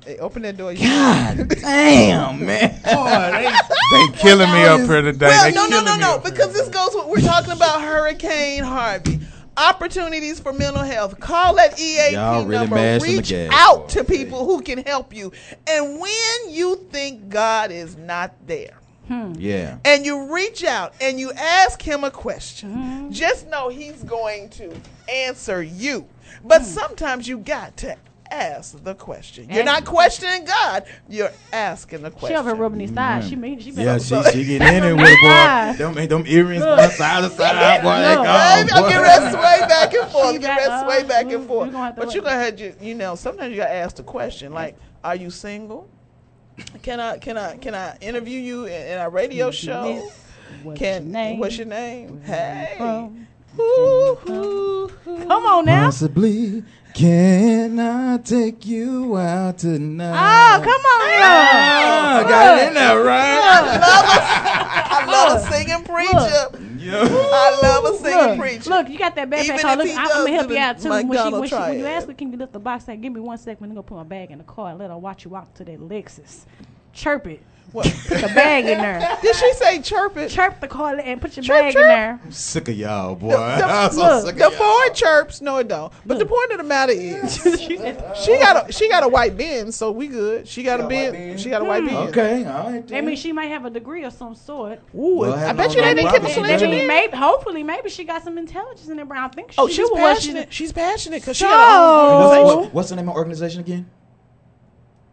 [SPEAKER 3] they open that door. God
[SPEAKER 7] damn, man.
[SPEAKER 21] They killing me up here today.
[SPEAKER 3] oh, Well,
[SPEAKER 21] They
[SPEAKER 3] no, no,
[SPEAKER 21] killing
[SPEAKER 3] no,
[SPEAKER 21] me
[SPEAKER 3] no,
[SPEAKER 21] up
[SPEAKER 3] because this goes with we're talking about Hurricane Harvey. Opportunities for mental health. Call that EAP
[SPEAKER 7] Y'all really
[SPEAKER 3] number.
[SPEAKER 7] mashing the
[SPEAKER 3] Reach
[SPEAKER 7] gas
[SPEAKER 3] out to people who can help you. And when you think God is not there,
[SPEAKER 7] Yeah.
[SPEAKER 3] and you reach out and you ask him a question,
[SPEAKER 4] Mm-hmm.
[SPEAKER 3] just know he's going to answer you. But
[SPEAKER 4] Hmm.
[SPEAKER 3] sometimes you got to ask the question. You're not questioning God, you're asking the
[SPEAKER 4] She
[SPEAKER 3] question.
[SPEAKER 4] over rubbing his thighs. She
[SPEAKER 3] Mm-hmm.
[SPEAKER 4] mean she
[SPEAKER 7] Yeah,
[SPEAKER 4] better.
[SPEAKER 7] she, she getting in it with it, boy. Them, them earrings from
[SPEAKER 4] Look.
[SPEAKER 7] side to side, boy.
[SPEAKER 3] Look,
[SPEAKER 7] they
[SPEAKER 3] baby,
[SPEAKER 7] gone,
[SPEAKER 3] I'm
[SPEAKER 7] boy.
[SPEAKER 3] getting ready to sway back and forth.
[SPEAKER 4] She
[SPEAKER 3] Get
[SPEAKER 4] got-
[SPEAKER 3] ready to sway
[SPEAKER 4] uh,
[SPEAKER 3] back
[SPEAKER 4] you-
[SPEAKER 3] and forth.
[SPEAKER 4] you gonna have to
[SPEAKER 3] but
[SPEAKER 4] wait.
[SPEAKER 3] you're gonna have to, you know, sometimes you gotta ask the question, like, are you single? Can I can I can I interview you in, in our radio show?
[SPEAKER 4] What's
[SPEAKER 3] Can
[SPEAKER 4] your name?
[SPEAKER 3] what's your name? Hey.
[SPEAKER 4] From-
[SPEAKER 3] Come
[SPEAKER 4] on now.
[SPEAKER 7] Possibly, can I take you out tonight?
[SPEAKER 4] Oh, come on.
[SPEAKER 7] Ah, got it in there, right?
[SPEAKER 3] I love a singing preacher. I love a singing
[SPEAKER 4] look,
[SPEAKER 3] preacher.
[SPEAKER 4] Look, you got that
[SPEAKER 3] Even
[SPEAKER 4] backpack. on.
[SPEAKER 3] if
[SPEAKER 4] Look,
[SPEAKER 3] he
[SPEAKER 4] I'm gonna
[SPEAKER 3] does
[SPEAKER 4] help
[SPEAKER 3] do
[SPEAKER 4] you
[SPEAKER 3] the
[SPEAKER 4] out too. When she, when,
[SPEAKER 3] McDonald
[SPEAKER 4] she, when you
[SPEAKER 3] triad.
[SPEAKER 4] ask her, can you lift the box? Say, give me one second. I'm gonna put my bag in the car. and Let her watch you walk to that Lexus. Chirp it.
[SPEAKER 3] What?
[SPEAKER 4] Put the bag in there.
[SPEAKER 3] Did she say chirp it?
[SPEAKER 4] Chirp the car and put your
[SPEAKER 3] Chirp,
[SPEAKER 4] bag
[SPEAKER 3] chirp.
[SPEAKER 4] in there.
[SPEAKER 7] I'm sick of y'all, boy.
[SPEAKER 3] The,
[SPEAKER 7] I'm so
[SPEAKER 3] look,
[SPEAKER 7] sick of
[SPEAKER 3] the
[SPEAKER 7] y'all.
[SPEAKER 3] Ford chirps, no, it don't. But the point of the matter is, she got a she got a white Benz, so we good. She got a Benz. She got a white
[SPEAKER 4] Hmm.
[SPEAKER 3] Benz.
[SPEAKER 7] Okay, all right.
[SPEAKER 4] I mean, she might have a degree of some sort.
[SPEAKER 3] Ooh,
[SPEAKER 7] Well,
[SPEAKER 3] I
[SPEAKER 7] hell,
[SPEAKER 3] bet
[SPEAKER 7] no,
[SPEAKER 3] you they
[SPEAKER 7] no
[SPEAKER 3] didn't
[SPEAKER 7] problem.
[SPEAKER 3] chemical
[SPEAKER 7] She didn't.
[SPEAKER 3] engineer.
[SPEAKER 4] Maybe, hopefully, maybe she got some intelligence in there. But I don't think she.
[SPEAKER 3] Oh,
[SPEAKER 4] do
[SPEAKER 3] she's
[SPEAKER 4] what she-
[SPEAKER 3] passionate. She's passionate because she
[SPEAKER 4] So-
[SPEAKER 3] got a
[SPEAKER 7] And
[SPEAKER 3] whole
[SPEAKER 7] what's-
[SPEAKER 4] Oh.
[SPEAKER 3] organization.
[SPEAKER 7] what- what's the name of the organization again?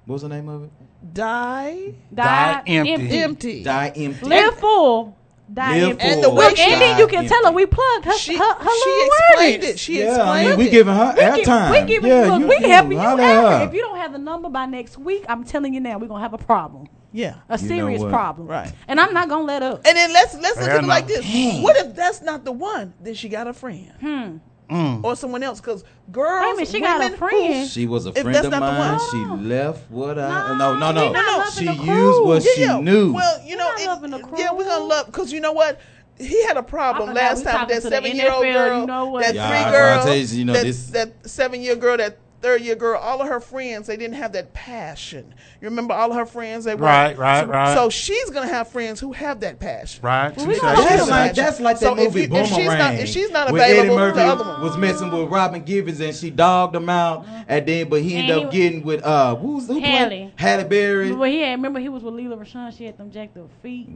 [SPEAKER 7] What was the name of it?
[SPEAKER 3] Die,
[SPEAKER 4] Die empty.
[SPEAKER 3] empty.
[SPEAKER 4] empty.
[SPEAKER 7] Die empty.
[SPEAKER 4] Live full. Die
[SPEAKER 7] Live
[SPEAKER 4] empty.
[SPEAKER 7] full. And the
[SPEAKER 4] Look,
[SPEAKER 7] way
[SPEAKER 4] and
[SPEAKER 7] she-
[SPEAKER 4] then you
[SPEAKER 7] Die
[SPEAKER 4] can
[SPEAKER 7] empty.
[SPEAKER 4] tell her we plugged her.
[SPEAKER 3] She-
[SPEAKER 4] her, her
[SPEAKER 3] she
[SPEAKER 4] little
[SPEAKER 3] explained
[SPEAKER 4] words.
[SPEAKER 3] it. She
[SPEAKER 7] Yeah, I
[SPEAKER 3] explained
[SPEAKER 7] mean, we
[SPEAKER 3] it.
[SPEAKER 7] giving her
[SPEAKER 4] We give-
[SPEAKER 7] airtime.
[SPEAKER 4] We giving
[SPEAKER 7] yeah,
[SPEAKER 4] you, look,
[SPEAKER 7] you,
[SPEAKER 4] we can help you
[SPEAKER 7] holler
[SPEAKER 4] after.
[SPEAKER 7] at her.
[SPEAKER 4] If you don't have the number by next week, I'm telling you now, we're gonna have a problem.
[SPEAKER 3] Yeah.
[SPEAKER 4] A
[SPEAKER 7] know
[SPEAKER 4] serious
[SPEAKER 7] what?
[SPEAKER 4] problem.
[SPEAKER 3] Right.
[SPEAKER 4] And I'm not gonna let up.
[SPEAKER 3] And then let's let's look
[SPEAKER 21] Hell
[SPEAKER 3] at it
[SPEAKER 21] no.
[SPEAKER 3] like this. What if that's not the one? Then she got a friend
[SPEAKER 4] Hmm.
[SPEAKER 3] or someone else. Because girls,
[SPEAKER 4] Wait a minute, she got a
[SPEAKER 3] women who-
[SPEAKER 4] friend?
[SPEAKER 7] She was a
[SPEAKER 3] If
[SPEAKER 7] friend
[SPEAKER 3] that's
[SPEAKER 7] of
[SPEAKER 3] not the
[SPEAKER 7] mine.
[SPEAKER 3] one.
[SPEAKER 7] She left what I no no no.
[SPEAKER 4] we not loving
[SPEAKER 7] She
[SPEAKER 4] the
[SPEAKER 7] used what
[SPEAKER 3] Yeah,
[SPEAKER 7] she
[SPEAKER 3] yeah.
[SPEAKER 7] knew.
[SPEAKER 3] Well, you know, it- yeah, we're gonna love because you know what. He had a problem
[SPEAKER 4] I forgot
[SPEAKER 3] last
[SPEAKER 4] we
[SPEAKER 3] time.
[SPEAKER 4] talking
[SPEAKER 3] That
[SPEAKER 4] to the
[SPEAKER 3] seven-year-old
[SPEAKER 4] NFL,
[SPEAKER 3] girl,
[SPEAKER 4] you know what?
[SPEAKER 3] that
[SPEAKER 7] Yeah,
[SPEAKER 3] three
[SPEAKER 7] I- I
[SPEAKER 3] girl,
[SPEAKER 7] tell you, you know,
[SPEAKER 3] that,
[SPEAKER 7] this-
[SPEAKER 3] that seven-year girl, that third-year girl. All of her friends, they didn't have that passion. You remember all of her friends? They were-
[SPEAKER 21] Right, right, right.
[SPEAKER 3] So she's gonna have friends who have that passion.
[SPEAKER 21] Right.
[SPEAKER 3] Well,
[SPEAKER 21] two
[SPEAKER 3] we gonna
[SPEAKER 21] seconds.
[SPEAKER 3] have
[SPEAKER 7] That's like, that's like
[SPEAKER 3] So
[SPEAKER 7] that
[SPEAKER 3] if
[SPEAKER 7] movie
[SPEAKER 3] you- if
[SPEAKER 7] Boomerang.
[SPEAKER 3] she's not- if she's not
[SPEAKER 7] where Eddie
[SPEAKER 3] available,
[SPEAKER 7] Murphy
[SPEAKER 3] the other one.
[SPEAKER 7] was messing with Robin Givens and she dogged him out, Mm-hmm. and then but he
[SPEAKER 4] And
[SPEAKER 7] ended
[SPEAKER 4] he
[SPEAKER 7] up
[SPEAKER 4] was-
[SPEAKER 7] getting with uh who's who
[SPEAKER 4] Halle.
[SPEAKER 7] played Halle Berry.
[SPEAKER 4] Well, yeah, remember he was with Leela Rashawn. She had them jacked up feet.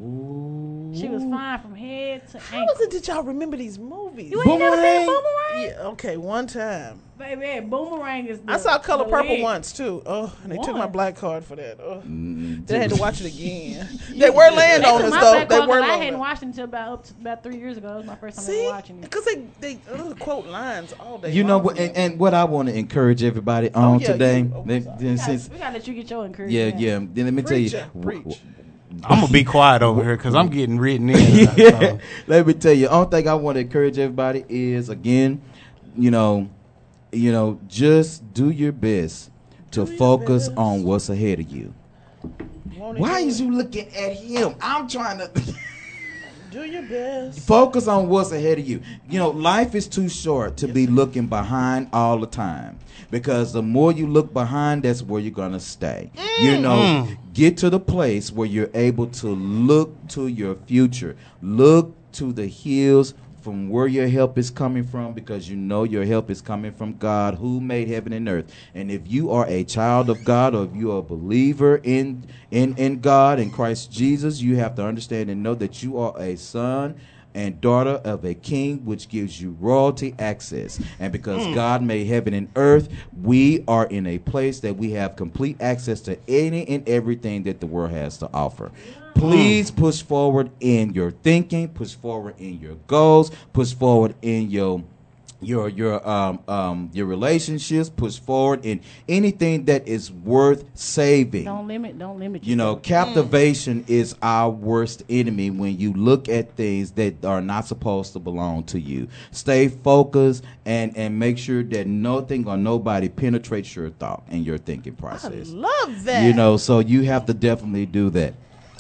[SPEAKER 4] She was fine from head to
[SPEAKER 3] How
[SPEAKER 4] ankle.
[SPEAKER 3] was it? Did y'all remember these movies?
[SPEAKER 4] You ain't never seen
[SPEAKER 7] Boomerang?
[SPEAKER 4] Boomerang?
[SPEAKER 3] Yeah, okay, one time.
[SPEAKER 4] Baby, yeah, Boomerang is. The,
[SPEAKER 3] I saw Color
[SPEAKER 4] the
[SPEAKER 3] Purple
[SPEAKER 4] leg.
[SPEAKER 3] once too. Oh, and they took my
[SPEAKER 4] Once?
[SPEAKER 3] black card for that. Oh.
[SPEAKER 7] Mm,
[SPEAKER 3] Then I had to
[SPEAKER 7] dude.
[SPEAKER 3] watch it again. they were
[SPEAKER 4] They took
[SPEAKER 3] landowners
[SPEAKER 4] my
[SPEAKER 3] though.
[SPEAKER 4] black
[SPEAKER 3] They
[SPEAKER 4] card 'cause
[SPEAKER 3] were
[SPEAKER 4] I hadn't
[SPEAKER 3] landowners.
[SPEAKER 4] watched it until about up to about three years ago. It was my first time ever
[SPEAKER 3] See,
[SPEAKER 4] watching it.
[SPEAKER 3] because they they ugh, quote lines all day.
[SPEAKER 7] You know
[SPEAKER 3] long.
[SPEAKER 7] what? And, and what I want to encourage everybody on
[SPEAKER 3] yeah,
[SPEAKER 7] today.
[SPEAKER 3] you- oh,
[SPEAKER 7] then- then
[SPEAKER 4] We gotta,
[SPEAKER 7] since-
[SPEAKER 4] we gotta let you get your encouragement.
[SPEAKER 7] yeah, yeah. Then let me tell you.
[SPEAKER 3] Preacher,
[SPEAKER 7] w-
[SPEAKER 3] preach.
[SPEAKER 10] I'm gonna be quiet over here because I'm getting written in.
[SPEAKER 7] yeah. Let me tell you, only thing I want to encourage everybody is again, you know, you know, just do your best to focus on what's ahead of you. Why is you looking at him? I'm trying to
[SPEAKER 3] Do your best.
[SPEAKER 7] focus on what's ahead of you. You know, life is too short to be looking behind all the time because the more you look behind, that's where you're going to stay. You know, get to the place where you're able to look to your future, look to the hills. From where your help is coming from, because you know your help is coming from God who made heaven and earth. And if you are a child of God or if you are a believer in in, in God and Christ Jesus, you have to understand and know that you are a son and daughter of a king, which gives you royalty access. And because
[SPEAKER 2] Mm.
[SPEAKER 7] God made heaven and earth, we are in a place that we have complete access to any and everything that the world has to offer. Please push forward in your thinking, push forward in your goals, push forward in your your your um um your relationships push forward in anything that is worth saving
[SPEAKER 4] Don't limit. Don't limit.
[SPEAKER 7] you know,
[SPEAKER 4] yourself.
[SPEAKER 7] captivation is our worst enemy when you look at things that are not supposed to belong to you. Stay focused and and make sure that nothing or nobody penetrates your thought and your thinking process.
[SPEAKER 19] Love that.
[SPEAKER 7] You know, so you have to definitely do that.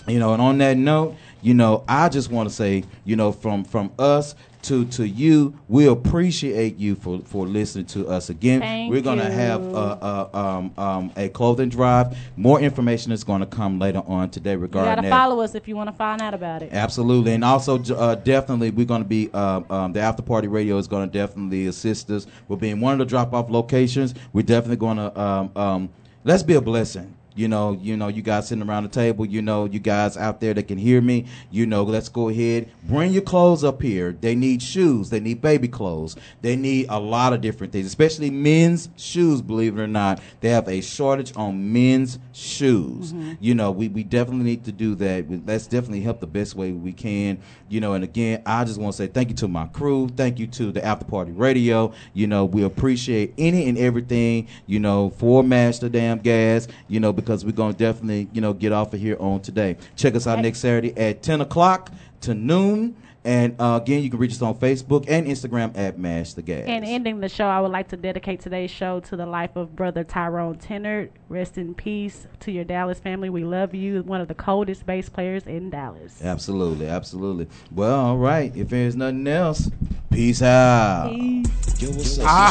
[SPEAKER 7] You know, and on that note, you know, I just want to say, you know, from from us to to you, we appreciate you for for listening to us again.
[SPEAKER 2] Thank
[SPEAKER 7] We're gonna
[SPEAKER 2] you.
[SPEAKER 7] have uh, uh, um, um, a clothing drive. More information is going to come later on today
[SPEAKER 4] you
[SPEAKER 7] regarding
[SPEAKER 4] gotta
[SPEAKER 7] that.
[SPEAKER 4] follow us if you want to find out about it.
[SPEAKER 7] Absolutely, and also j- uh, definitely, we're going to be uh, um, the after party radio is going to definitely assist us. We'll be in one of the drop off locations. We're definitely going to um, um, let's be a blessing. You know, you know, you guys sitting around the table. You know, you guys out there that can hear me. You know, let's go ahead, bring your clothes up here. They need shoes. They need baby clothes. They need a lot of different things, especially men's shoes. Believe it or not, they have a shortage on men's shoes
[SPEAKER 4] Mm-hmm.
[SPEAKER 2] Mhm.
[SPEAKER 7] you know we, we definitely need to do that We- let's definitely help the best way we can you know and again i just want to say thank you to my crew thank you to the after party radio you know we appreciate any and everything you know for master damn gas you know because we're going to definitely you know get off of here on today check us out next saturday at 10 o'clock to noon and uh, again you can reach us on facebook and instagram at mash the gas
[SPEAKER 4] And ending the show, I would like to dedicate today's show to the life of Brother Tyrone Tennard. Rest in peace to your Dallas family. We love you. One of the coldest bass players in Dallas.
[SPEAKER 7] absolutely absolutely well all right if there's nothing else peace out
[SPEAKER 19] I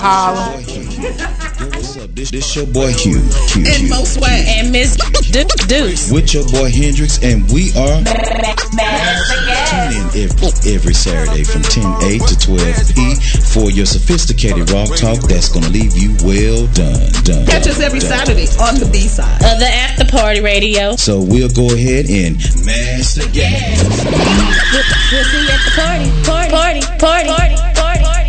[SPEAKER 19] holla.
[SPEAKER 2] What's up? This, this your boy Q. Q.
[SPEAKER 19] In most ways. And Miss Deuce.
[SPEAKER 2] With your boy Hendrix, and we are. Tune in every, every Saturday from 10 a to 12 p for your sophisticated rock talk that's going to leave you well done. done
[SPEAKER 22] Catch us every
[SPEAKER 2] done.
[SPEAKER 22] Saturday on the B side of the After Party Radio.
[SPEAKER 2] So we'll go ahead and mash the gas.
[SPEAKER 23] We'll, we'll see you at the party, party, party, party, party, party.